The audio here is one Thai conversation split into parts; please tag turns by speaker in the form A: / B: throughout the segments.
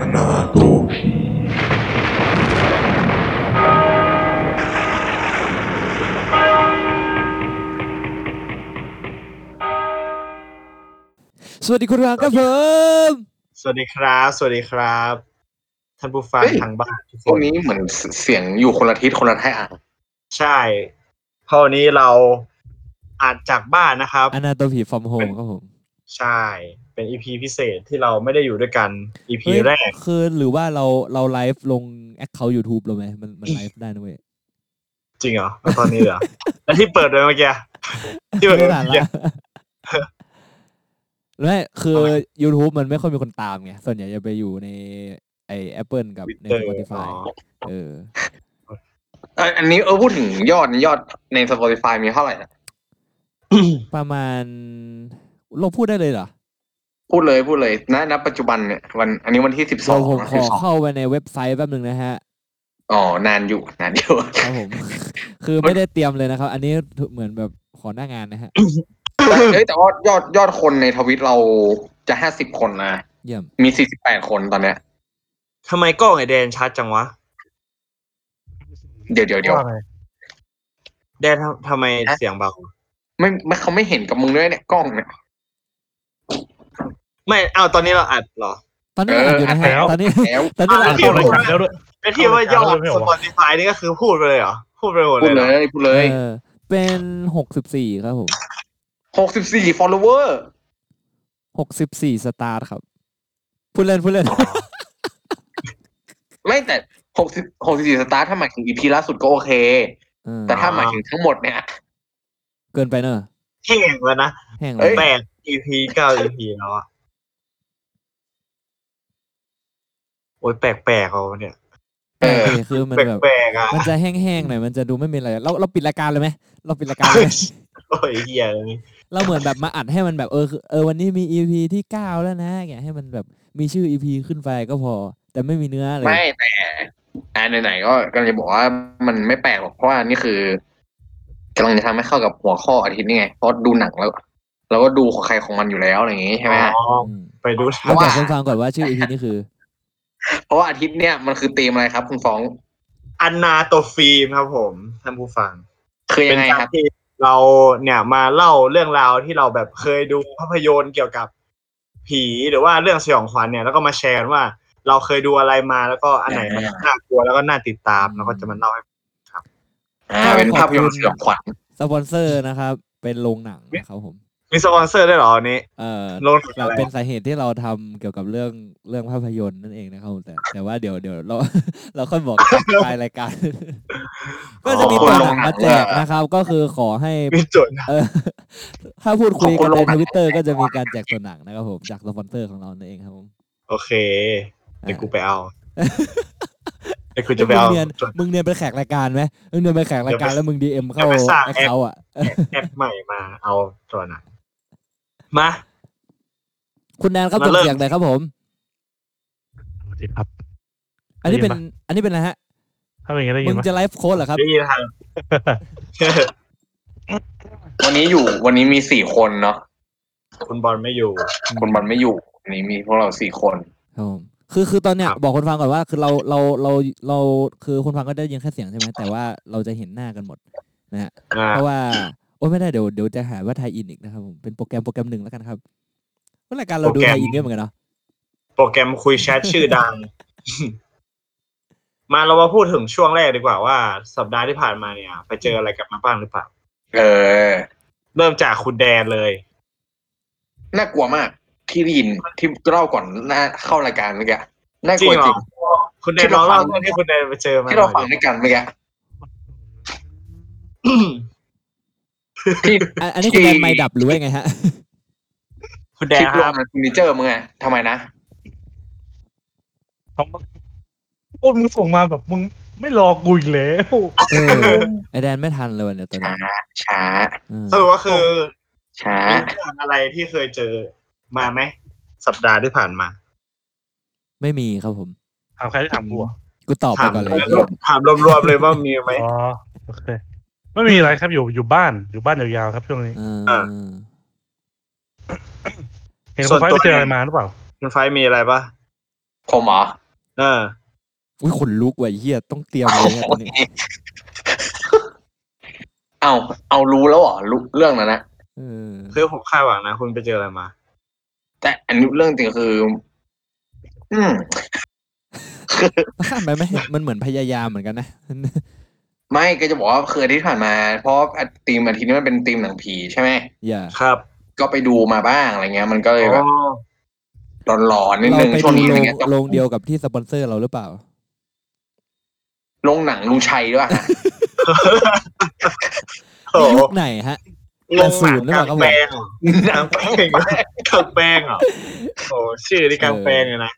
A: รณาตัวผี
B: สวัสดีคุณรังครับผม
C: สวัสดีครับ สวัสดีครับ ท่านผู้ฟัง
D: เฮ้ย
C: ทางบ้านทุก
D: พ
C: คว
D: ก
C: น
D: นี้เหมือนเสียงอยู่คนละทิศคนละทาง
C: ใช่เพราะวันนี้เราอาจจากบ้านนะครับ
B: อนาโตมีฟอร์มโฮมครับผม
C: ใช่ เป็นอีพีพิเศษที่เราไม่ได้อยู่ด้วยกันอีพีแรก
B: เฮ้ยคือหรือว่าเราเราไลฟ์ลงแอคเคาท์ยูทูบเราไหมมันมันไลฟ์ได้นะเว้ย
C: จริงเหรอเอาตอนนี้เหรอ แล้วที่เปิดไปเมื่อกี้ ที่เปิดไป
B: ไม่
C: เมื่
B: ทัน
C: อกี้
B: ละ ไม่คือ
C: เอาไหม
B: YouTube มันไม่ค่อยมีคนตามไง ส่วนใหญ่จะไปอยู่ในไอ Apple กับใน
C: Twitter
B: Spotify
C: อ๋อ
B: เออ
D: เอ่ออันนี้เออพูดถึงยอดยอดใน Spotify มีเท่าไหร่นะ
B: ประมาณ เราพูดได้เลยเหรอ
D: พูดเลยพูดเลยณณปัจจุบันเนี่ยวันอันนี้วันที่สิบส
B: เรา
D: อง
B: ผมข
D: สิ
B: อบ
D: สอง
B: เข้าไปในเว็บไซต์แป๊บหนึ่งนะฮะ
D: อ๋อนานอยู่นานอยู่
B: ครับผม คือไม่ได้เตรียมเลยนะครับ อันนี้เหมือนแบบขอหน้างานนะฮะ
D: เอ้ยแต่ ว่ายอดยอดคนในทวิตเราจะห้าสิบคนนะ
B: เยี่ยม
D: มีสี่สิบแปดคนตอนเนี้ย
C: ทำไมกล้องไอแดนชัดจังวะ
D: เดี๋ยวเดี๋ยวเดี๋ยว
C: ว่าไงแดนทำทำไมเสียงเบา
D: ไม่ไม่เขาไม่เห็นกับมึงด้วยเนี่ยกล้อง เนี่ย
C: ไม่เอาตอนนี้เราอัดเหรอ
B: ตอนนี้เราอัดอยู่นะ
E: เออ
B: ฮะตอ
E: อัดแล้ว
B: นนี้
D: แล้ว
B: ตอนนี้เราอัดอยู่
E: เข้าเลย
B: นะ
E: ค
B: ฮะ
E: รับแล้วด้วย
C: เป็นที่ว่ายอด
E: ไม่เอา
C: Spotify นี่ก็คือพูดไปเลยเหรอ พูดไปหมด
D: พู
C: เลยเห
D: ดเล
C: รอย
D: พูดเลย
B: เออเป็นหกสิบสี่ครับผม
D: หกสิบสี่ follower
B: หกสิบสี่สตาร์ทครับพูดเล่นพูดเล่น
D: ไม่แต่หกสิบหกสิบสี่สตาร์ทถ้าหมายถึง EP ล่าสุดก็โอเค
B: เออ
D: แต่ถ้าหมายถึงทั้งหมดเนี่ย
B: เกินไปเนอะ
C: แห้งแล้วนะ
B: แห้งเล
D: เอ้
B: ย
D: ย
C: แปด EP เก้า EP แล้วอะโอ้ยแปลกๆเขาเนี่ย
B: เออคือมันแบบ
C: แปลกๆอ่ะ
B: มันจะแห้งๆหน่อยมันจะดูไม่มีอะไรเราเราปิดรายการเลยไหมเราปิดรายการเลยไหม
C: โอ้ยเฮียเลย
B: เราเหมือนแบบมาอัดให้มันแบบเออคือเออวันนี้มีอีพีที่เก้าแล้วนะอยากให้มันแบบมีชื่ออีพีขึ้นไฟก็พอ แต่ไม่มีเนื้อเลย
D: ไม่แต่อ่าไหนๆก็กำลังจะบอกว่ามันไม่แปลกหรอกเพราะว่านี่คือกำลังจะทำให้เข้ากับหัวข้ออาทิตย์นี่ไงเพราะดูหนังแล้วเราก็ดูของใครของมันอยู่แล้วอะไรอย่างงี้ใช่ไหมฮะ
C: อ๋อ
B: อืม
C: ไปดู
B: เราบอก
D: ว่า
B: คุณฟังก่อนว่าชื่ออีพีนี่คือ
D: เพราะว่าอาทิตย์เนี่ยมันคือธีมอะไรครับ คุณฟ้อง
C: อันนาโตฟิล์มครับผมท่านผู้ฟัง
D: คือ
C: เป็
D: ยั
C: น
D: งไง
C: การ
D: ครับ
C: ที่เราเนี่ยมาเล่าเรื่องราวที่เราแบบเคยดูภาพยนตร์เกี่ยวกับผีหรือว่าเรื่องสยองขวัญเนี่ยแล้วก็มาแชร์กันว่า เราเคยดูอะไรมาแล้วก็อันไหนมันน่ากลัวแล้วก็น่าติดตามแล้วก็จะมาเล่าให้ฟัง
D: อ่าเป็นภาพยนตร์สยองขวัญ
B: สปอนเซอร์นะครับ เป็นโรงหนังนะครับผม
C: มีสปอนเซอร์ได้วยเหรออันนี้
B: เออ
C: โลด
B: แบบเป็นสาเหตุที่เราทำเกี่ยวกับเรื่องเรื่องภาพยนตร์นั่นเองนะครับผมแต่แต่ว่าเดี๋ยวเดี๋ยวเรา เราค่อยบอกปลายรายการ ก็จะมีตัวหนังมาแจกนะครับ ก็คือขอให้
C: มีจุดนะ
B: เออ ถ้าพูดคุยกันในทวิตเตอร์ก็จะมีการแจกตัวหนังนะครับผมจากสปอนเซอร์ของเรานั่นเองครับผม
C: โอเค เดี๋ยวกู
B: อ่ะ
C: ไป เอา เดี๋ยวกูจะไปเอา
B: มึงเนียน
C: จด
B: มึงเนียนไปแขกรายการไหมมึงเนียนไปแขกรายการ
C: เดี๋ย
B: แล้ว
C: วไป
B: มึงดีเอ็มเข้า
C: เดี๋ยวไปสร้าง
B: แอค
C: แอป
B: เคาท์อ่ะ
C: แอปใหม่มาเอาตัวหนังมา
B: คุณแนนครับ
C: มา
B: จบ
C: เริ่ม
B: เสียงหน่อยครับผม
E: สวัสดีครับ
B: อันนี้เป็น
E: ได้ยินปะ
B: อันนี้เป็นอะไรฮะ
E: ถ้าเป็นอย่างนี้ได้ยิ
B: มึ
E: น
B: ง
E: ไหม
B: จะไลฟ์โค้ดเหรอครับ
C: ได้ยิน ทาง
D: วันนี้อยู่วันนี้มีสี่คนเนาะ
C: คุณบอลไม่อยู่
D: คุณบอลไม่อยู่วันนี้มีพวกเราสี่คน
B: ครับผมคือคือตอนเนี้ย
C: ครับ
B: บอกคนฟังก่อนว่าคือเราเราเราเราคือคนฟังก็ได้ยินแค่เสียงใช่ไหมแต่ว่าเราจะเห็นหน้ากันหมด
C: อ่า
B: เพราะว่าโอ้ยไม่ได้เดี๋ยวเดี๋ยวจะหาว่าไทยอินอีกนะครับผมเป็นโปรแกรมโปรแกรมหนึ่งแล้วกันครับว่ารายการเราดูไทยอินเยอะเหมือนกันเนาะ
C: โปรแกรมคุยแชทชื่อ ดัง มาเรามาพูดถึงช่วงแรกดีกว่าว่า สัปดาห์ที่ผ่านมาเนี่ย ไปเจออะไรกันมาบ้างหรือเปล่า
D: เออ
C: เริ่มจากคุณแดนเลย
D: น่ากลัวมากที่ได้ยินที่เล่าก่อนหน้าเข้ารายการเมื่อกี้น่ากลัวจ
C: จริ
D: ริ
C: ง
D: ง
C: เหรอ คุณแดนลองเล่าเรื่องที่คุณแดนไปเจอมา
D: ที่เรา
C: ห
D: ฟั
C: น่
D: ง
C: อยดิ
D: ด้วยกันเมื่อกี้
B: อ่ะอันนี้คุณแดน
D: ที่
B: ไม่ดับหรือว่ายังไง ฮะ
C: คุณแด
D: คน ลิป
C: ค
D: รว
C: รั
D: ม
C: บ
D: ในฟินิเจอร์มึงไงทำไมนะ
E: เขาบอกโอ้ยมึงส่งมาแบบมึงไม่รอกูอีกแล้ว
B: เออไอแดนไม่ทันเลยวันเนี้ยตอน
D: ช้า
B: นี้
D: ช้า
B: เออ
C: สรุปว่าคือ
D: ช้า
C: มีเรื่องอะไรที่เคยเจอมาไหมสัปดาห์ที่ผ่านมา
B: ไม่มีครับผม
E: ถามใครที่ถามกูอะ
B: กูตอบไป
C: ถาม
B: ก่อนเลย
D: เออ
C: ถามรวมๆเลยว่ามีไหม
E: อ๋อโอเคไม่มีอะไรครับอยู่อยู่บ้านอยู่บ้านยาวๆครับช่วงนี้
B: เออ
C: อ่ะ
E: เห็นคนไฟไปเจออะไรมาหรือเปล่า
C: คุณไฟท์มีอะไรปะ
D: ผมเหรอ
C: เออ
B: อุ้ยขนลุกว่ะไอ้เฮียต้องเตรียมเลยอะตอนนี้
D: เอาเอารู้แล้วเหรอรู้เรื่องนั้นนะ
B: เออ
C: คือผมคาดหวังนะ คุณไปเจออะไรมา
D: แต่อันนี้เรื่องจริงคือ อืม
B: ข้ามไปไหมมันเหมือนพยายามเหมือนกันนะ
D: ไม่ก็จะบอกว่าคืออาทิตย์ผ่านมา เพราะตีมอาทิตย์นี้มันเป็นตีมหนังผีใช่ไหม
B: อย่า
C: ครับ
D: ก็ไปดูมาบ้างอะไรเงี้ย มันก็เลย
C: อ๋
D: แบบ
C: อ
D: หลอนๆนิด
B: เรา
D: นึง
B: ไป
D: ช่วง
B: ดู
D: นี้
B: โร
D: อะไรง เงี้ย
B: โรงเดียวกับที่สปอนเซอร์เราหรือเปล่า
D: ลงหนังลุงชัยด้วยนะ
C: โอ้โห
B: ยุคไหนฮะ
C: ลงหนังกลางแปลงเหรอ
D: ห
C: ก
D: นั
C: ลาง งแปลงกลางแปลงเหรอโอ้ชื่อนี่กลางแปลงเลยนะ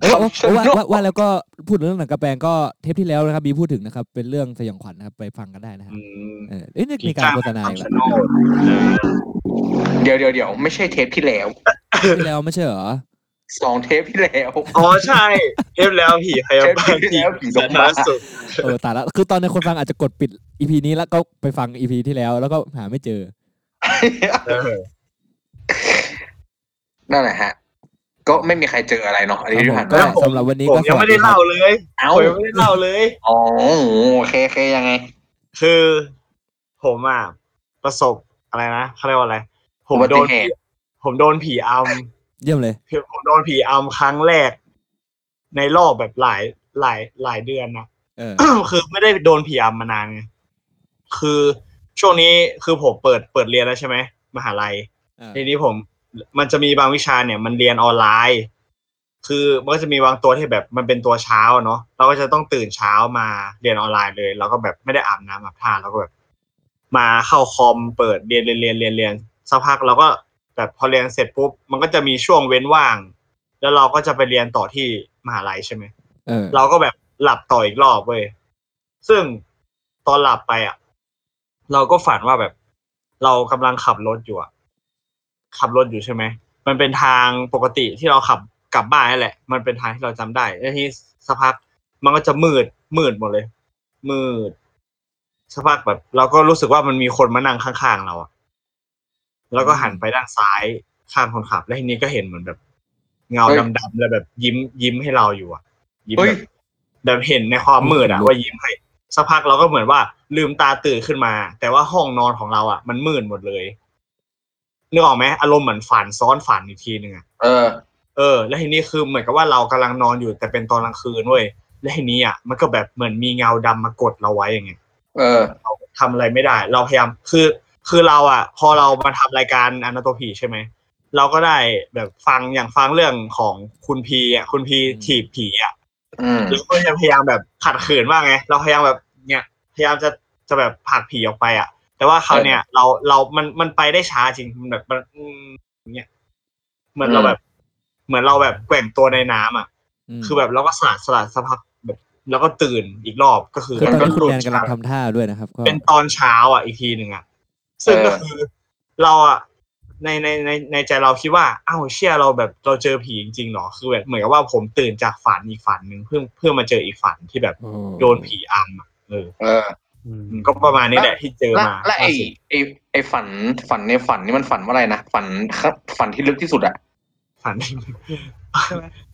B: เอ้ยว่าว่าว่าว่าแล้วก็พูดเรื่องหนังกระแปลงก็เทปที่แล้วนะครับมีพูดถึงนะครับ เป็นเรื่องสยองขวัญนะครับไปฟังกันได้นะฮะ
C: อืม
B: เออเอ้ยนี่มีการโฆษณาอีกแล้ว
D: เดี๋ยวเดี๋ยวเดี๋ยวไม่ใช่เทปที่แล้ว
B: ที่แล้วไม่ใช่เหรอ
D: สองเทปที่แล้ว
C: อ๋อใช่เทปแล้วผีพยาบาล
D: เทปที่แล้วผี
C: ส
D: ส
C: ม
D: ม
C: บั
D: มา
C: ติสุด
B: เออแต่ละคือตอนนี้คนฟังอาจจะกดปิดอีพีนี้แล้วก็ไปฟังอีพีที่แล้วแล้วก็หาไม่เจอ
C: เออ
D: นั่นแหละฮะ ก็ไม่มีใครเจออะไรเนาะอาทิตย์ที่ผ่าน
B: ค
D: มา
B: รับผม สำหวันนี้ก็
C: ผมยังไม่ได้
B: สวัสดีครับ
C: เล่าเลย
D: เอ้า
C: ผมยังไม่ได้เล่าเลย
D: อ๋อโอเคโอเคยังไง
C: คือผมอ่ะประสบอะไรนะเขาเรียกว่าอะไร ผมโด
D: อุบัติ
C: น
D: เหตุ
C: ผมโดนผีอำ
B: เยี่ยมเลย
C: คือผมโดนผีอำครั้งแรก ในรอบแบบหลายหลายหลายเดือนนะ
B: เออ
C: คือไม่ได้โดนผีอำมานานไงคือช่วงนี้คือผมเปิดเปิดเรียนแล้วใช่ไหมมหาลัย
B: เออ
C: ทีนี้ผมมันจะมีบางวิชาเนี่ยมันเรียนออนไลน์ คือมันก็จะมีบางตัวที่แบบมันเป็นตัวเช้าเนาะเราก็จะต้องตื่นเช้ามาเรียนออนไลน์เลยเราก็แบบไม่ได้อาบน้ำอาบท่าเราก็แบบ มาเข้าคอมเปิดเรียนเรียนเรียนเรียนเรียนสักพักเราก็แบบพอเรียนเสร็จปุ๊บมันก็จะมีช่วงเว้นว่าง แล้วเราก็จะไปเรียนต่อที่มหาลัยใช่ไหม
B: เออ
C: เราก็แบบหลับต่ออีกรอบเว้ย ซึ่งตอนหลับไปอ่ะ เราก็ฝันว่าแบบ เรากำลังขับรถอยู่อ่ะ ขับรถอยู่ใช่ไหม มันเป็นทางปกติที่เราขับกลับบ้านนั่นแหละ มันเป็นทางที่เราจำได้แล้วทีนี้สักพักมันก็จะมืดมืดหมดเลย มืดสักพักแบบ เราก็รู้สึกว่ามันมีคนมานั่งข้างๆเราอ่ะ แล้วก็หันไปด้านซ้ายข้างคนขับ แล้วทีนี้ก็เห็นเหมือนแบบ เงา
D: เฮ้ย
C: ดำๆแล้วแบบยิ้มยิ้มให้เราอยู่อ่ะ ยิ้ม
D: เฮ้ย
C: แบบแบบเห็นในความมืดอะว่ายิ้มให้สักพักเราก็เหมือนว่าลืมตาตื่นขึ้นมา แต่ว่าห้องนอนของเราอะมันมืดหมดเลยนึกออกไหมอารมณ์เหมือนฝันซ้อนฝันอีกทีหนึ่งอะ
D: เออ
C: เออแล้วทีนี้คือเหมือนกับว่าเรากำลังนอนอยู่แต่เป็นตอนกลางคืนเว้ยและทีนี้อะมันก็แบบเหมือนมีเงาดำมากดเราไว้อย่างเงี้ย
D: เออ
C: ทำอะไรไม่ได้ เราพยายามคือ คือเราอ่ะ พอเรามาทำรายการอนาโตผีใช่ไหม เราก็ได้แบบฟังอย่างฟังเรื่องของคุณพีอ่ะคุณพีถีบผีอ่ะ
D: อืม
C: เราก็จะพยายามแบบขัดขืนว่าไง เราพยายามแบบเนี่ยพยายามจะจะแบบผลักผีออกไปอ่ะ แต่ว่าเขาวเนี่ย เราเรามันมันไปได้ช้าจริงมันแบบมันอืมอย่างเงี้ยเหมือนเราแบบ เหมือนเราแบบแกว่งตัวในน้ำอ่ะ
B: ม
C: คือแบบเราก็สลัดสลัดสักพักแบบแล้วก็ตื่นอีกรอบก็คือ
B: คือตอน
C: ก็
B: นี้คุณ
C: หลุด
B: แมนกำลั
C: ฉาง ก
B: ทำท่าด้วยนะครับ ก็
C: เป็นตอนเช้าอ่ะอีกทีหนึ่งอ่ะ ซึ่งก็คือเราอ่ะในในในในใจเราคิดว่าอ้าวเชี่ยเราแบบเราเจอผีจริงๆเหรอคือแบบเหมือนกับว่าผมตื่นจากฝันอีกฝันหนึ่งเพื่อเพื่อมาเจออีกฝันที่แบบ
B: โอ้
C: โดนผีอำอะเออ
D: เออ
E: อืม
C: ก็ประมาณนี้แหละที่เจอ
D: และ
C: มา
D: และไอไอไอฝันฝันในฝันนี่มันฝันว่าอะไรนะฝันครับฝันที่ลึกที่สุดอะ
C: ฝัน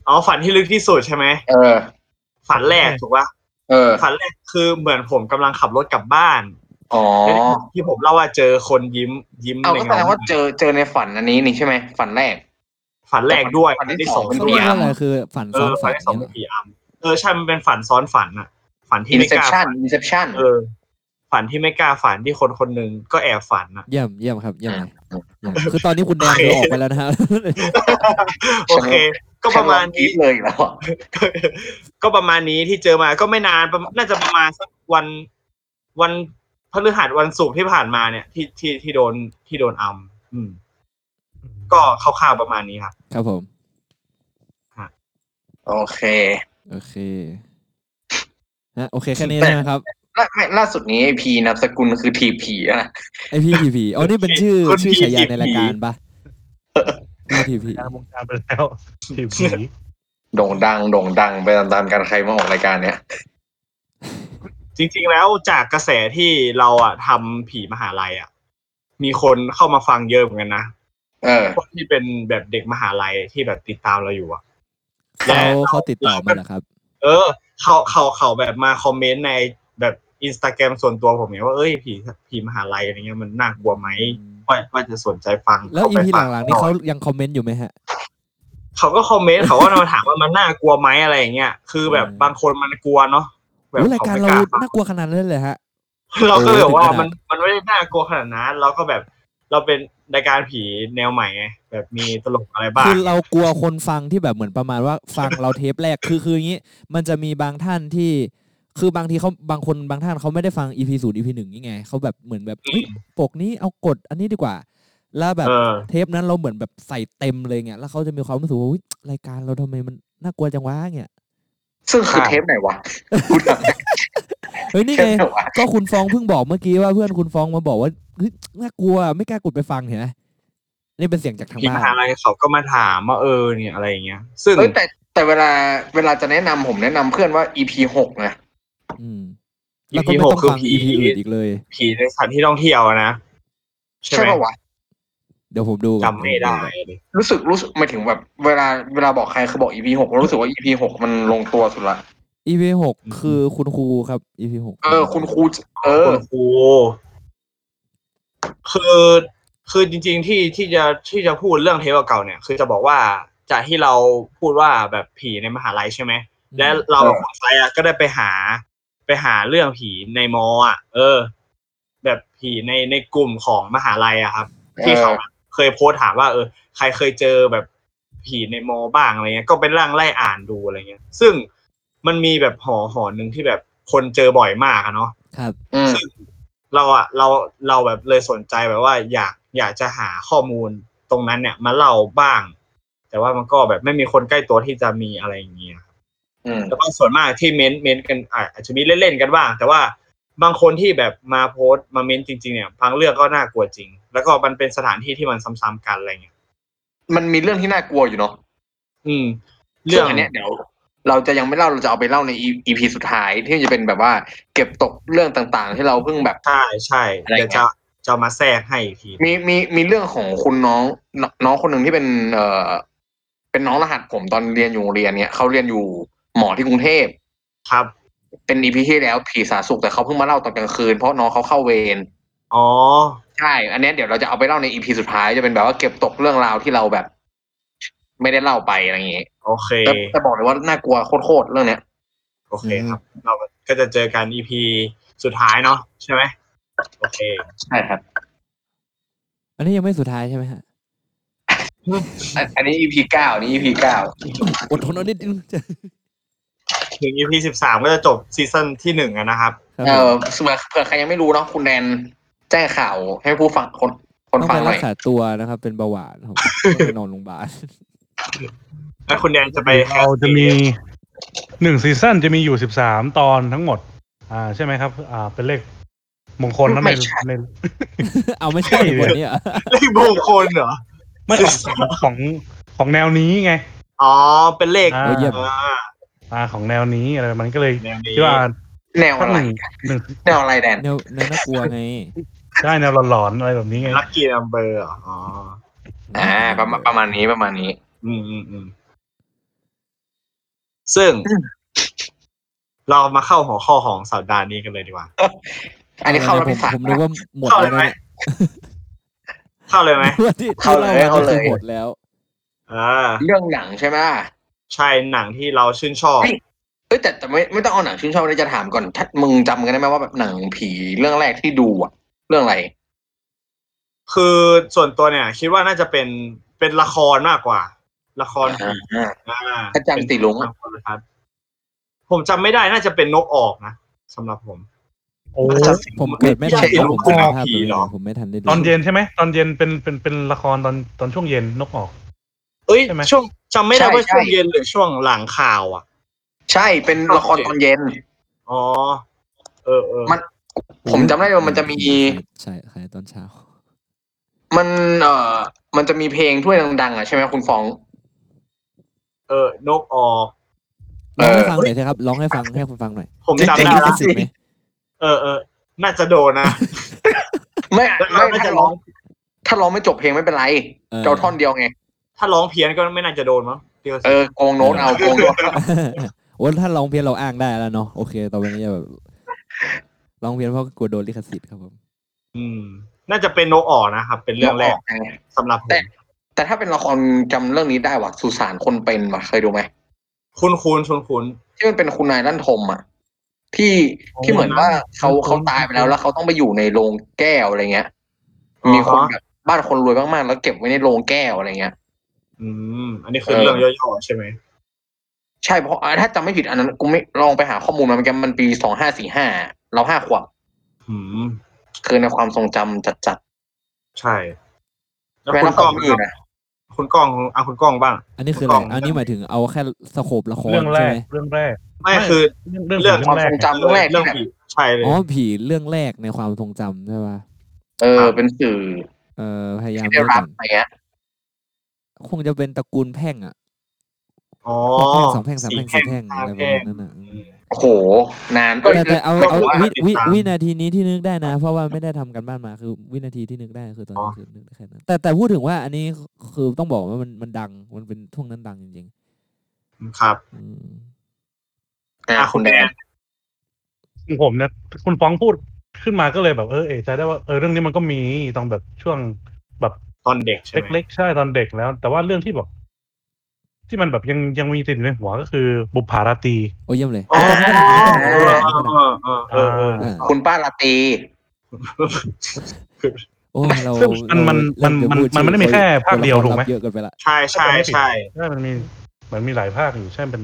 C: อ๋อฝันที่ลึกที่สุดใช่ไหม
D: เออ
C: ฝันแรกถูกปะ
D: เออ
C: ฝันแรกคือเหมือนผมกำลังขับรถกลับบ้าน
D: อ๋อ
C: แล้วที่ผมเล่าว่าเจอคนยิ้มยิ้ม
D: เอา
C: ใน
D: ก็แสด
C: เงาง
D: ว่าเจอเจอในฝันอันนี้นี่ใช่ไหมฝันแรก
C: ฝันแรกด้วย
D: ฝันที่
C: ที่สอง
D: สอง
B: เขา
C: ผี
B: เรียกว่า
C: อำ
B: อะไรคือฝัน
C: เอ
B: ซ้อน
C: อฝั
B: ฝั
C: น
B: น
C: ที่สอง
B: เนี่ยเหร
C: เป็น
B: อ
C: ผีอำเออใช่มันเป็นฝันซ้อนฝันอะฝันที่ไม่กล้า
D: inception
C: ฝัน
D: inception
C: เออ ฝันที่ไม่กล้าฝันที่คนคนหนึ่งก็แอบฝันอะ
B: เยี่ยมเยี่ยมครับเยี่ยมเลย
D: อืม
B: เยี่ยมคือตอนนี้คุณแดงคือออกไปแล้วนะ ฮะ
C: โอเค ก็ประมาณ
D: คิ
C: นี้
D: ดเลยอีกแล้วอะ
C: ก็ประมาณนี้ที่เจอมาก็ไม่นานประมาณน่าจะประมาณสักวันวันพฤหัสวันศุกร์ที่ผ่านมาเนี่ยที่ที่ที่โดนที่โดนอำอืม ก็คร่าวๆประมาณนี้ครับ
B: ครับผม
D: โอเค
B: โอเคนะโอเคแค่นี้นะครับ
D: ล่าไม่ล่าสุดนี้ไอพีนามสกุลคือทีผีอะนะ
B: ไอพี่ทีพีอ๋อนี่เป็นชื่อ
C: คน
B: ชื่อฉายา
C: ผี
B: ในรายการปะพี่ทีพี
E: ยามวงการไปแล้วผีผี
D: โด่งดังโด่งดังไปตามๆกันใครมาออกรายการเนี้ย
C: จริงๆแล้วจากกระแสที่เราอะทำผีมหาลัยอะมีคนเข้ามาฟังเยอะเหมือนกันนะ
D: เออ
C: พวกที่เป็นแบบเด็กมหาลัยที่แบบติดตามเราอยู่อะ และ
B: เขาเขาติดต่อมานะครับ
C: เออ เขาเขาเขาแบบมาคอมเมนต์ในแบบอินสตาแกรมส่วนตัวผมเนี่ยว่าเอ้ยผีผีมหาลัยอะไรเงี้ยมันน่ากลัวไหมว่าว่าจะสนใจฟัง
B: แล้วอี
C: เข้าไป
B: พี
C: ฟั
B: หลังๆนี่
C: ห
B: เขา
C: อย
B: ยังคอมเมนต์อยู่ไหมฮะ
C: เขาก็คอมเมนต์เขาก็มาถามว่ามันน่ากลัวไหมอะไรอย่างเงี้ยคือแบบ
B: อืม
C: บางคนมันกลัวเนาะแบ
B: โอ้
C: บ
B: รายการ
C: ไม่
B: เรา
C: ล้
B: น่ากลัวขนาดนั้นเลยเหรอฮะ
C: เราก็เลยบอกว่า
B: เออ
C: มันมันไม่ได้น่ากลัวขนาดนั้นเราก็แบบเราเป็นรายการผีแนวใหม่ไงแบบมีตลกอะไรบ้าง
B: คือเรากลัวคนฟังที่แบบเหมือนประมาณว่าฟังเราเทปแรกคือคืออย่างนี้ มันจะมีบางท่านที่ คือบางทีเขาบางคนบางท่านเขาไม่ได้ฟังอีพีศูนย์อีพีหนึ่งนี่ไงเขาแบบเหมือนแบบเฮ้ยปกนี้เอากดอันนี้ดีกว่า แล้วแบบ
C: เออ
B: เทปนั้นเราเหมือนแบบใส่เต็มเลยเงี้ยแล้วเขาจะมีความรู้สึกว่าอุ๊ยรายการเราทำไมมันน่ากลัวจังวะเงี้ย
D: ซึ่งคือ
C: ครับ
D: เทปไหน วะกูถามได้
B: เฮ้ยนี่
D: เทป
B: ไง
D: ไหนวะ
B: ก็คุณฟองเพิ่งบอกเมื่อกี้ว่าเพื่อนคุณฟองมาบอกว่าเฮ้ยน่ากลัวไม่กล้ากดไปฟังเห็นไหมนี่เป็นเสียงจากทาง
C: ผี
B: บ้าม น
C: หาลัยเขาก็มาถามว่าเออเนี่ยอะไรอย่างเงี้ย ซึ่ง
D: เอ้ยแต่แต่เวลาเวลาจะแนะนำผมแนะนำเพื่อนว่า EP หกนะ
B: อืม
C: อี
B: แล้วก็
C: พี
B: ไม่
C: หก
B: ต้อง
C: คือ
B: ฟัง
C: ผี
B: อีพีอื่นอีกเลย
C: ผีในสถานที่ท่องเที่ยวนะ ใช่
D: ใช่
C: ไหม
D: ป่าวะ
B: เดี๋ยวผมดูก่อน
C: จำไม่ได้
D: รู้สึกรู้สึกหมายถึงแบบเวลาเวลาบอกใครคือบอก EP หกรู้สึกว่า EP หกมันลงตัวสุดละ
B: อีพีหกคือคุณครูครับอีพีหก
D: เออ คุณครูเออ
C: คุณครูคือคือจริง ๆที่ที่จะที่จะพูดเรื่องเทปเก่าๆเนี่ย คือจะบอกว่าจากที่เราพูดว่าแบบผีในมหาลัยใช่ไหม และเรา
D: เออ
C: คนไทยอ่ะก็ได้ไปหาไปหาเรื่องผีในมออ่ะ เออ แบบผีในในกลุ่มของมหาลัยอะครับ ที่เขาเคยโพสต์ถามว่าเออ ใครเคยเจอแบบผีในมอบ้างอะไรเงี้ย ก็เป็นร่างไล่อ่านดูอะไรเงี้ย ซึ่งมันมีแบบหอหอหนึ่งที่แบบคนเจอบ่อยมากอะเนาะ
B: ครับ
D: อืม
C: เราอะเราเราแบบเลยสนใจแบบว่าอยากอยากจะหาข้อมูลตรงนั้นเนี่ยมาเล่าบ้าง แต่ว่ามันก็แบบไม่มีคนใกล้ตัวที่จะมีอะไรอย่างเงี้ย
D: อืม
C: แล้วก็ส่วนมากที่เม้นเม้นกันอ่ะอาจจะมีเล่นๆกันบ้าง แต่ว่าบางคนที่แบบมาโพสต์มาเม้นจริง ๆ เนี่ยบางเรื่องก็น่ากลัวจริง แล้วก็มันเป็นสถานที่ที่มันซ้ำๆกันอะไรเงี้ย
D: มันมีเรื่องที่น่ากลัวอยู่เนาะ
C: อืม เรื่
D: เรื่
C: อ
D: อง
C: ง
D: อันเนี้ยเดี๋ยว เราจะยังไม่เล่าเราจะเอาไปเล่าใน EP สุดท้ายที่จะเป็นแบบว่า เก็บตกเรื่องต่างๆ ที่เราเพิ่งแบบ
C: ใช่ใช่
D: อะไรเงี้ย
C: เดี๋ยวจะจะเอามาแทรกให้อีกที
D: มีมีมีเรื่องของคุณน้องนน้องคนหนึ่งที่เป็น เอ่อ เป็นน้องรหัสผมตอนเรียนอยู่โรงเรียนเนี่ยเขาเรียนอยู่หมอที่กรุงเทพ
C: ครับ
D: เป็น EP ที่แล้วผีสาสุกแต่เขาเพิ่งมาเล่าตอนกลางคืนเพราะน้องเขาเข้าเวร
C: อ๋อ
D: ใช่ อันเนี้ยเดี๋ยวเราจะเอาไปเล่าใน EP สุดท้ายจะเป็นแบบว่าเก็บตกเรื่องราวที่เราแบบ ไม่ได้เล่าไปอะไรอย่างเงี้ย
C: โอเค
D: แต่แต่บอกเลยว่าน่ากลัวโคตรๆเรื่องเนี้ย
C: โอเคครับ เราก็จะเจอกันอีพีสุดท้ายเนาะใช่ไหมโอเค
D: ใช่ครับ
B: อันนี้ยังไม่สุดท้ายใช่ไหมฮะ
D: อันอันนี้ EP เก้าอันนี้ EP เก้า
B: อดทนเอานิดนึง
C: ถึงอีพีสิบสามก็จะจบซีซั่นที่หนึ่งอะนะครับ
B: ครับ
D: เออเผื่อเผื่อใครยังไม่รู้เนาะคุณแดนแจ้งข่าวให้ผู้ฟังคนค
B: ต้อน ง
D: ฟั
B: ไป
D: งห
B: รั
D: น่อก ย
B: ษาตัวนะครับ เป็นเบาหวานครับ ต้องไปนอนโรงพยาบาล
C: แล้วคุณแดนจะไปแค
E: เรา
C: ส
E: จะมีหนึ่งซีซั่นจะมีอยู่สิบสามตอนทั้งหมด อ่าใช่ไหมครับ อ่า เป็นเลขมงคลนะในใน
B: เอาไม่ใช่คนเนี้อ่ะ
C: เลขมงคลเหรอ
E: ไม่ของของของแนวนี้ไง
C: อ๋อ เป็นเลข
E: อ่า
B: เดี๋ยวเยี่ยม
C: อ่า
E: อ่าของแนวนี้อะไรมันก็เลย
C: แนวนี้
E: คิดว่า
D: แนว
E: ถ้า
D: อะไร
E: หนึ่งหนึ่ง
D: แนวอะไรแดน
B: แนวแนวน่ากลัวไง
E: ได้แนวหลอนๆอะไรแบบนี้ไง
C: ลัคกี้นัมเบอร์อ๋อ
D: อ่าประมาณประมาณนี้ประมาณนี้
C: อืมอืมอืมซึ่ง เรามาเข้าหัวข้อของสัปดาห์นี้กันเลยดีกว่า
D: อันนี้เข้ารอบ
B: ผม
D: ที่สาม
B: ผมนึกว่าหมด
C: เข้าเล
B: แล้
C: ยว ไหม
B: นะ
C: เข้าเลยไหม
B: ที่ที่ ที่เรามาก็คือหมดแล้ว
C: อ่า
D: เรื่องหนังใช่ไหม
C: ใช่หนังที่เราชื่นชอบ
D: เอ้ยแต่แต่ไม่ไม่ต้องเอาหนังชื่นชอบเลยจะถามก่อนถ้ามึงจำกันได้ไหมว่าแบบหนังผีเรื่องแรกที่ดูอะเรื่องอะไร
C: คือส่วนตัวเนี่ย คิดว่าน่าจะเป็นเป็นละครมากกว่า ละครผีอ่า
D: พระจันทร์สีรุ้ง
C: เป็นละครนะครับผมจำไม่ได้น่าจะเป็นนกออกนะสำหรับผม
E: โอ้
C: พระจันทร์สีรุ้ง
B: ผมเกิดไม่ทัน
D: ไม่ใช่
B: แล้วผมจำภาพ
C: ผี
B: เลย
C: หรอ
B: ผมไม่ทันได้ดู
E: ตอนเย็นใช่ไหมตอนเย็นเป็นเป็นเป็นละครตอนตอนช่วงเย็นนกออก
C: เอ้ย
E: ใช่ไหม
C: ช่วงจำไม่ได้
D: ใช่
C: ว่าช่วง
D: ใช่
C: เย็นหรือช่วงหลังข่าวอ่ะ
D: ใช่เป็นละครตอนเย็น
C: อ๋อ เออเออ
D: มัน ผมจำได้ว่ามันจะมี
B: ใช่ใช่ตอนเช้า
D: มันเอ่อมันจะมีเพลงถ้วยดังๆอ่ะใช่ไหมคุณฟอง
C: เออนกออก
B: ร้
D: เอ
B: อง
D: อ
B: ให้ฟังหน่อยสิครับร้องให้ฟังให้คุณฟังหน่อย
C: ผมจำ
D: เจ๋ง
C: ได้
D: ๆ
B: ลิข
C: ละ
B: สิทธิ์ไหม
C: เออเออน่าจะโดนนะ
D: ไม่
C: แล้ว
D: ไม่
C: ไม่
D: ถ้า
C: จะ
D: ร้
C: ร้
D: อ
C: อง ง
D: ถ้าร้องไม่จบเพลงไม่เป็นไร
B: ออ
D: เจ้าท่อนเดียวไง
C: ถ้าร้องเพี้ยนก็ไม่น่าจะโดนมั้ง เดียว
D: เออโกงโน้ตเอาโกงโน้ต
B: โอ้ถ้าลองเพี้ยนเราอ้างได้แล้วเนาะโอเคต่อไปนี้จะแบบลองเพี้ยนเพราะกลัวโดนลิขสิทธิ์ครับผม
C: อืม น่าจะเป็นโนออกนะครับ เป็นเรื่องแรกสำหรับผ
D: แต่
C: ม
D: แต่ถ้าเป็นละครจำเรื่องนี้ได้ว่ะสุสานคนเป็นว่ะเคยดูไหม
C: คุณคุณชวนคุณ
D: ที่มันเป็นคุณนายลั่นทมอ่ะที่ที่เหมือนว่าเขาเขาตายไปแล้วแล้วเขาต้องไปอยู่ในโรงแก้วอะไรเงี้ย มีคนแบบบ้านคนรวยมากๆแล้วเก็บไว้ในโรงแก้วอะไรเงี้ย
C: อืม อันนี้คือ
D: เออ
C: เรื่องย่อๆใช่ไหม
D: ใช่เพราะอ่าถ้าจำไม่ผิดอันนั้นกูไม่ลองไปหาข้อมูลมาเหมือนกันมันปีสองห้าสี่ห้าเราห้าขวบ
C: อืม
D: คือในความทรงจำจัด
C: ใช่แล้
D: ๆ
C: ว
D: แม้
C: คุ
D: แต่
C: ณ
D: ข
C: กล้
D: อ
C: อง ง
D: อื่นนะ
C: คุณกล้องอ่ะคุณกล้องบ้าง
B: อันนี้คืออะไรอันนี้หมายถึงเอาแค่สโคปละคร
E: เรื่องแร
B: ใช่
E: ก
B: ไหม
E: เรื่องแรก
C: ไม่
E: ไม่
C: คือ
E: เรื่อง
C: เรื่
E: เรื่
C: อ
E: อง ง
D: ความ
E: แร
D: ท
E: ก
D: รงจำเรื่องแรก
C: เรื่อ
D: ที่
C: ง
D: แบบ
C: ผีใช่เลย
B: อ๋อผีเรื่องแรกในความทรงจำใช่ปะ
D: เออเป็นสื่อ
B: เออพยายาม
D: ที่
B: นึก
D: ได้
B: ก่
D: รั
B: อ
D: บ
B: น
D: อะไรเงี้ย
B: คงจะเป็นตระกูลแพ่งอะ
C: อ๋อ
B: สองแพ่งสามแพ่งสี่แพ่งอะไรประมาณนั้นอะ
C: อืม
D: โอ้โห นาน
C: ก็
D: ก็
B: แต่แต่เอา
C: ก็
B: เอา
C: ถือว่า
B: วิวิ
C: ติดตาม
B: วินาทีนี้ที่นึกได้นะ เพราะว่าไม่ได้ทำกันบ้านมาคือวินาทีที่นึกได้คือตอน
C: อ๋
B: นี้
C: อ
B: คือนึกได้แค่นั้นแต่แต่พูดถึงว่าอันนี้คือต้องบอกว่ามันมันดังมันเป็นช่วงนั้นดังจริง
C: ครับ
B: ๆอืม
D: อ่ะคุณแดน
E: ของผมเนี่ยคุณฟ้องพูดขึ้นมาก็เลยแบบเออเอะใจได้ว่าเออเรื่องนี้มันก็มีตอนแบบช่วงแบบ
C: ตอนเด็กใช่ไหม
E: เล็กๆใช่ตอนเด็กแล้ว แต่ว่าเรื่องที่แบบที่มันแบบยังยังมีติดอยู่ในหัวก็คือบุปผาราตรี
B: โอ้เยี่ยมเลย
C: อ๋อ
D: เออ
C: เออเออเออ
B: อ่า
D: คุณป้าลาตรี
B: โอ้เรา
E: ซึ่งมันมัน
B: เรา
E: มันมัน
B: เริ่จะ
E: มันไม่ได้มีแค่ภาคเดียวถูกไหม
B: เยอะเกินไปละ
C: ใช่ใช่ใช่
E: ใช่มันมีเหมือนมีหลายภาคอยู่ใช่เป็น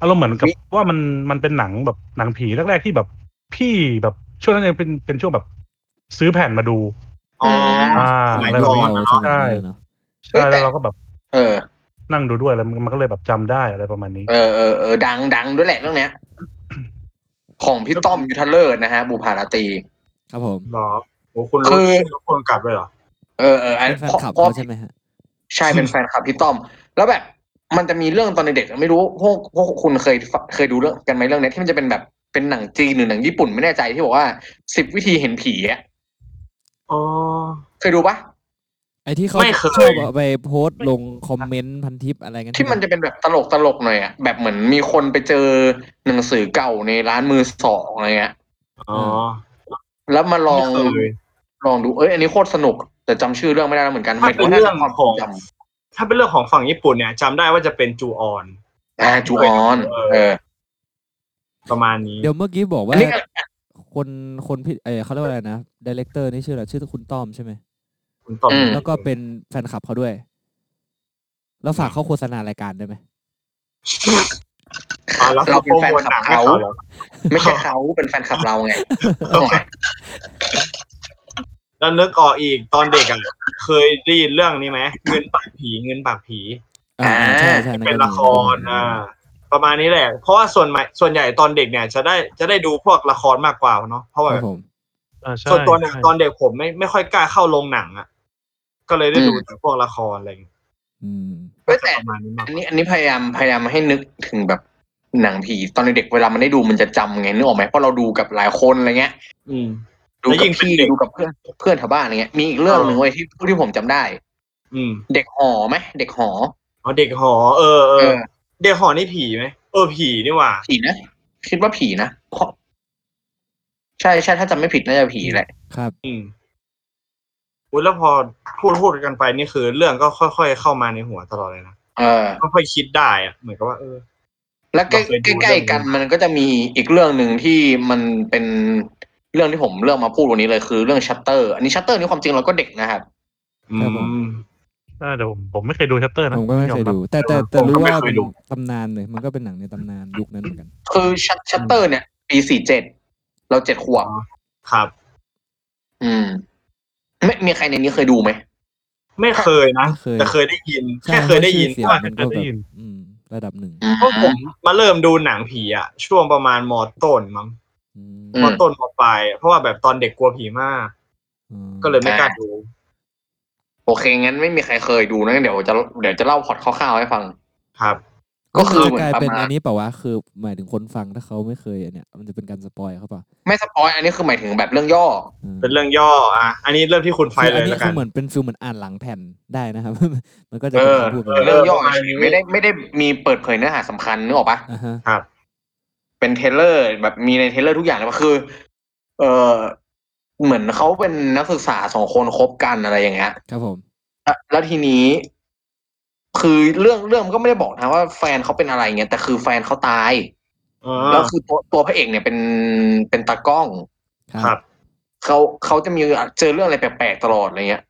E: อารมณ์เหมือนกับว่ามันมันเป็นหนังแบบหนังผีแรกๆที่แบบพี่แบบช่วงนั้นยังเป็นเป็นช่วงแบบซื้อแผ่นมาดู
C: อ๋อ
E: อ่า
C: สมัย
E: อะไร
B: เรา
E: แบบ
C: ก่อน
E: นี้
B: เราสมัย
E: ใช่
B: นั้นเนาะ
E: ใช่แล้วเราก็แบบ
D: เออ
E: นั่งดูด้วยแล้วมันมันก็เลยแบบจำได้อะไรประมาณนี้
D: เออเออเออดังดังด้วยแหละเรื่องเนี้ย ของพี่ต้อมยูทธเลอร์นะฮะ บุพาราตรี
B: ครับผม
C: หรอโอ้คุณรู้
D: คือ
C: ชื่อคนกลับด้วยเหรอ
D: เออเอออัน
B: เป็นแฟน
D: เพราะ
B: คลับ
D: เพราะ
B: เขาใช่ไหมฮะ
D: ใช่เป็นแฟนคลับพี่ต้อม แล้วแบบ มันจะมีเรื่องตอนเด็กๆไม่รู้พวกพวกคุณเคยเคยดูเรื่องกันไหมเรื่องเนี้ยที่มันจะเป็นแบบเป็นหนังจีนหรือหนังญี่ปุ่นไม่แน่ใจที่บอกว่าสิบวิธีเห็นผีอะ
C: อ๋อ
D: เคยดูปะ
B: ไอที่เขา
C: ไม่เคย
B: ชอบเอาไปโพสต์ลงคอมเมนต์พันทิปอะไรกัน
D: ที่มันจะเป็นแบบตลกตลกๆหน่อยอะแบบเหมือนมีคนไปเจอหนังสือเก่าในร้านมือสองอะไรเงี้ย
C: อ๋อ
D: แล้วมาลอง
C: ไม่เคย
D: ลองดู เอ้ย อันนี้โคตรสนุก แต่จำชื่อเรื่องไม่ได้แล้วเหมือนกัน
C: มันเป็นเรื่อง
D: ความ
C: ของ
D: จ
C: ถ้าเป็นเรื่องของฝั่งญี่ปุ่นเนี่ยจำได้ว่าจะเป็นจูออน
D: ำอ่าจูออน เออ
C: ประมาณนี้
B: เดี๋ยวเมื่อกี้บอก
D: อั
B: ว่าน
D: นี้ก็
B: คนคนพี่เออเขาเรียกว่าอะไรนะดีเลกเตอร์นี่ชื่ออะไรชื่อคุณต้อมใช่ไหม
C: คุณตอบ
D: อืม
B: แล้วก็เป็นแฟนคลับเขาด้วย แล้วฝากเขาโฆษณารายการได้ไหม
C: อ่ะแล้ว
D: เรา
C: เขา
D: เป็
C: โป
D: น
C: ร
D: แฟน
C: โมทห
D: ค
C: นัง
D: ลับเขา
C: ให้เขาเหรอ
D: ไม่ใช่เขาเป็นแฟนคลับเราไงถูกไหม
C: แล้วนึกออกอีกตอนเด็กอ่ะเคยได้ยินเรื่องนี้ไหมเงินปากผีเงินปากผี
B: อ่าใช่ใช่
C: เป็นละครอ่าประมาณนี้แหละ เพราะว่าส่วนใหญ่ส่วนใหญ่ตอนเด็กเนี่ยจะได้จะได้ดูพวกละครมากกว่าเนาะเพราะ
B: ค
C: ว่า
B: รับผม
E: อ่าใช่
C: ส่วนตัวเนี่ย
E: ใช่
C: ตอนเด็กผมไม่ไม่ค่อยกล้าเข้าโรงหนังอ่ะก็เลยได้ดูแต่พวกละครอะไรอย่างเงี้ย
B: อืม
D: เว้ยแต่
C: ประมาณนี้มาก
D: อันนี้ อันนี้พยายาม พยายามให้นึกถึงแบบหนังผี ตอนเด็กๆเวลามันได้ดูมันจะจำไง นึกออกไหมเพราะเราดูกับหลายคนอะไรเงี้ย
C: อืม
D: ดู
C: แล้วยิ่
D: กับ
C: งเป็น
D: พี่
C: เด็ก
D: ดูกับเพื่อน เพื่อนแถวบ้านอะไรเงี้ย มีอีกเรื่องหนึ่งเว้ยที่ที่ผมจำได้
C: อืม
D: เด็กหอไหม เด็กหอ
C: อ๋อเด็กหอ เออเอ
D: เอ
C: อ
D: อ
C: เด็กหอนี่ผีไหมเออผีนี่หว่า
D: ผีนะ คิดว่าผีนะเพราะใช่ใช่ถ้าจำไม่ผิดน่าจะผีแหละ
B: ครับ
C: อืมอุ๊ยแล้วพอพูดพูดกันไปนี่คือ เรื่องก็ค่อย ๆ เข้ามาในหัวตลอดเลยนะ
D: เออ
C: ค่อยๆคิดได้อะเหมือนกับว่าเออ
D: แล้วใกล้
C: เราเคยดู
D: ใกล้ๆกันมันก็จะมีอีกเรื่องหนึ่งที่มันเป็นเรื่องที่ผมเลือกมาพูดวันนี้เลยคือเรื่องชัตเตอร์อันนี้ชัตเตอร์นี่ความจริงเราก็เด็กนะครับ
C: อื
B: ครับผม
C: ม
E: อ่าเดี๋ยวผมผมไม่เคยดูชัตเตอร์นะ
B: ผมก็ไม่เคย
E: รับ
B: ดู แต่แต่แต่รู้ว่า
C: ผมก็ไม่เค
B: เป็
C: ย
B: น
C: ดู
B: ตำนานเลยมันก็เป็นหนังในตำนานยุคนั้นเหมือนกัน
D: คือชัตชัตเตอร์เนี่ยปีสี่เจ็ดเราเจ็ดขวบ
C: ครับ
D: อืม ไม่มีใครในนี้เคยดูไหม
C: ไม่เคยนะ
B: ไม่เคย
C: แต่เคยได้ยิน
B: ใช่
C: แค่เคยได้ยิน
B: เพราะชื่อเสียง
C: ว่า
B: มันก็แบบอืม ระดับหนึ่ง
D: อืม
C: เพราะผมมาเริ่มดูหนังผีอะช่วงประมาณมต้นมั้ง
B: อืม
D: อื
C: มต้นมปลายเพราะว่าแบบตอนเด็กกลัวผีมาก
B: อืม
C: ก็เลยไม่กล้าดู
D: โอเคงั้นไม่มีใครเคยดูนะงั้นเดี๋ยวจะเดี๋ยวจะเล่าพล็อตคร่าวๆให้ฟัง
C: ครับ
D: ก็คือ
B: จะ
D: เหมือกน
B: ลาย
D: ประ
B: เป็น
D: มา
B: อั
D: ณ
B: นนี้เปล่าวะคือหมายถึงคนฟังถ้าเขาไม่เคยอันเนี้ยมันจะเป็นการสปอยเขาเปล่า
D: ไม่สปอยอันนี้คือหมายถึงแบบเรื่องย่อ
B: อืม
C: เป็นเรื่องย่ออ่ะอันนี้เริ่มที่คุณไฟ
B: คือ
C: เล
B: อัน
C: ย
B: นี้
C: แล้วกั
B: คื
C: น
B: อเหมือนเป็นฟิลเหมือนอ่านหลังแผ่นได้นะครับ มันก็จะ
D: เอ
B: เป็น
D: อ
B: คำพูดแบบ
C: เออ
D: เรื่องย่อ
C: ประมาณนี้
D: ไม่ได้ไม่ได้มีเปิดเผยเนื้อหาสำคัญนึกออกปะ
B: อ่าฮะ
D: เป็นเทรลเลอร์แบบมีในเทรลเลอร์ทุกอย่างเลยมันคือ เออเหมือนเขาเป็นนักศึกษาสองคนคบกันอะไรอย่างเงี้ย
B: ครับผม
D: แล้วแล้วทีนี้ คือเรื่องเรื่องมันก็ไม่ได้บอกนะว่าแฟนเขาเป็นอะไรเงี้ยแต่คือแฟนเขาตาย
C: อ๋อ
D: แล้วคือตัวตัวพระเอกเนี่ยเป็นเป็นตากล้อง
B: ครั
C: ครับ
B: บ
D: เขาเขาจะมีเจอเรื่องอะไรแปลกๆตลอดอะไรเงี้ย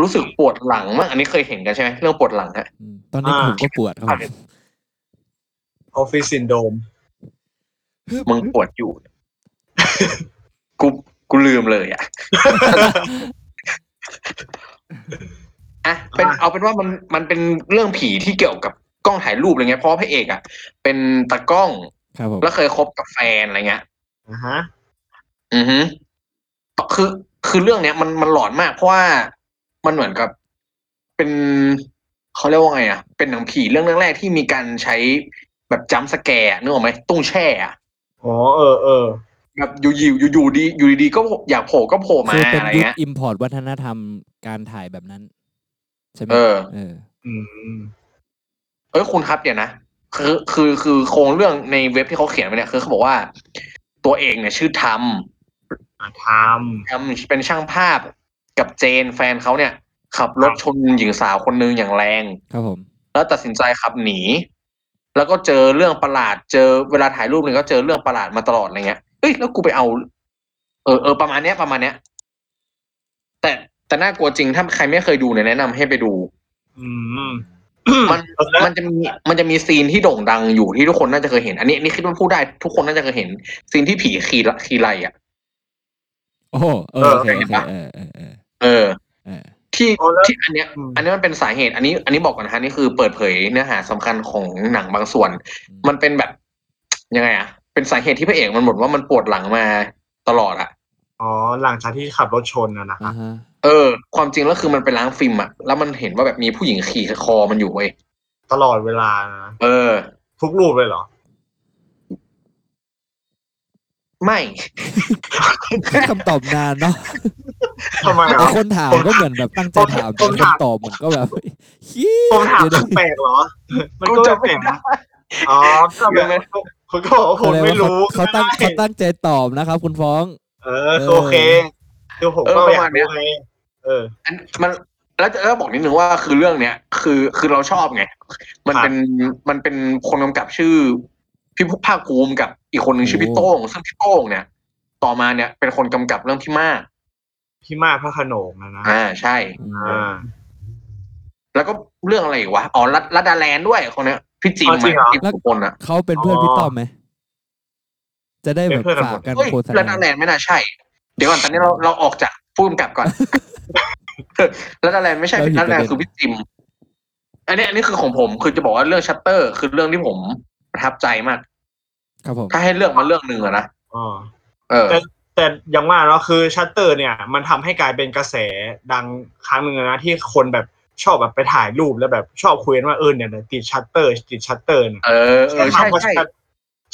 D: รู้สึกปวดหลังมากอันนี้เคยเห็นกันใช่ไหมเรื่องปวดหลังฮะ
B: อืมตอนนี้
C: อ่า
B: ผมก็ปวดครับผม
C: ออฟฟิศซินโดม
D: มึงปวดอยู่ กูกูลืมเลยอ่ะ อ่ะเป็นเอาเป็นว่ามันมันเป็นเรื่องผีที่เกี่ยวกับกล้องถ่ายรูปอะไรเงี้ยเพราะว่าพระเอกอ่ะ เป็นตากล้อง
B: ครับผม
D: แล้วเคยคบกับแฟนอะไรเงี้ย
C: อ่ะฮะ
D: อือฮึคือคือเรื่องเนี้ย มันมันหลอนมากเพราะว่ามันเหมือนกับเป็นเขาเรียกว่าไงอ่ะ เป็นหนังผีเรื่องแรกๆที่มีการใช้แบบจัมป์สแกร์อะนึกออกไหมตุ้งแช่อะ
C: อ๋อเออเออ
D: แบบอยู่ๆอยู่อยู่ดีอยู่ดีๆก็อยากโผล่ก็โผล่มา
B: คือเป็น
D: อะไร
B: ยุค
D: เงี้ย
B: อิมพอร์ตวัฒนธรรมการถ่ายแบบนั้น ใช่ไหม
D: เออ
B: เออ
C: อืม
D: เอ้ยคุณครับเดี๋ยวนะคือคือคือโครงเรื่องในเว็บที่เขาเขียนไว้เนี่ยคือเขาบอกว่า ตัวเองเนี่ยชื่อทัม
C: อ่ะท
D: ทัมเป็นช่างภาพกับเจนแฟนเขาเนี่ย ขับรถชนหญิงสาวคนหนึงอย่างแรง
B: ครับผม
D: แล้วตัดสินใจขับหนี แล้วก็เจอเรื่องประหลาด เจอเวลาถ่ายรูปเนี่ยก็เจอเรื่องประหลาดมาตลอดอะไรเงี้ยเอ้ยแล้วกูไปเอา เออเออประมาณเนี้ยประมาณเนี้ย แต่แต่น่ากลัวจริงถ้าใครไม่เคยดูเนี่ยแนะนำให้ไปดู
C: ำอืม
D: มันมันจะมีมันจะมีซีนที่โด่งดังอยู่ที่ทุกคนน่าจะเคยเห็น อันนี้อันนี่คิดว่าพูดได้ทุกคนน่าจะเคยเห็น ซีนที่ผีขี่ละขี่ไรอ่ะ
B: โอ้โหเออโอเคโอเคเออเออเออ
D: เออ
B: เออ
D: ที่
C: เอาแล้ว
D: ที่อันเนี้ย
C: อืม
D: อันนี้มันเป็นสาเหตุ อันนี้ อันนี้บอกก่อนนะฮะนี่คือเปิดเผยเนื้อหาสำคัญของหนังบางส่วน
B: อืม
D: มันเป็นแบบยังไงอ่ะ เป็นสาเหตุที่พระเอกมันบ่นว่ามันปวดหลังมาตลอดอ่ะ
C: อ๋อ หลังจากที่ขับรถชนนะนะครั
B: อ่า
C: บ
B: ฮะ
D: เออ ความจริงแล้วคือมันไปล้างฟิล์มอ่ะแล้วมันเห็นว่าแบบมีผู้หญิงขี่คอมันอยู่เว้ย
C: ตลอดเวลานะ
D: เออ
C: ทุกรูปเลยเหรอ
D: ไม่
B: ให้คำตอบนานเนาะ
C: ทำไม
B: ไอ้
C: อ่ะ
B: คนถามก็เหมือนแบบตั้งใจถามแต่
C: ผม
B: คน
C: ถาม
B: ตอบเหมือนก็แบบเฮีย
C: ผมถาม
B: เดี๋ยว
C: แปลกๆเหรอ มันก็แปลกนะอ๋อก็แบบคุณก็บอกว่าผม
B: แสดง
C: ไม่
B: ว่า
C: รู้
B: เขาตั้งเขาตั้งใจตอบนะครับคุณฟ้อง
C: เออคือโอเคคือผมก็
D: เออ
C: อ
D: ประ
C: ยา
D: มาณ
C: ก
D: เนี้
C: รู้
D: ย
C: ไงเออ
D: อันมันแล้วแล้วบอกนิดนึงว่าคือเรื่องเนี้ยคือคือเราชอบไง มัน
C: ครับ
D: เป็นมันเป็นคนกำกับชื่อพี่พุภาคภูมิกับอีกคนหนึ่งชื่อพี่
B: โอ้
D: โต้งซึ่งพี่โต้งเนี่ย ต่อมาเนี่ยเป็นคนกำกับเรื่องพี่มาก
C: พี่มากพระโขนงนะนะ
D: อ่าใช่
B: อืม
C: อ่า
D: แล้วก็เรื่องอะไรอีกวะอ๋อรัดรัดดาแลนด์ด้วยคนเนี้ยพี่จิม
C: อ๋อจริงเหรอ
D: พี่สุพลอ่ะ
B: เขาเป็นเพื่อนพี่ต้อมไหมจะได้แบบ
C: เป็นเพื่อนกันห
B: ฝาม ก
C: ด
B: กัน
D: เฮ้ย
B: โฆษ
D: รัด
B: ณา
D: ดาแลนด์ไม่น่าใช่ เดี๋ยวก่อนตอนนี้เราเราออกจากพูดกำกับก่ อนรัดดาแลนด์ไม่ใช่รัดดาแลนด์คือพี่จิมอันเนี้ยอันนี้คือของผมคือจะบอกว่าเรื่องชัตเตอร์ คือเรื่องที่ผมประทับใจมาก
B: ครับผม
D: ถ้าให้เลือกมาเรื่องหนึ่งอะนะ
C: อ๋อ
D: เออ
C: เออ แต่อย่างว่าเนาะคือชัตเตอร์เนี่ย มันทำให้กลายเป็นกระแสดังครั้งหนึ่งเลยนะที่คนแบบชอบแบบไปถ่ายรูปแล้วแบบชอบคุยกันว่าเออเนี่ยติดชัตเตอร์ติดชัตเตอร์เนี่ย
D: เออเออใช่
C: คำว่า
D: ใช่
C: ชัต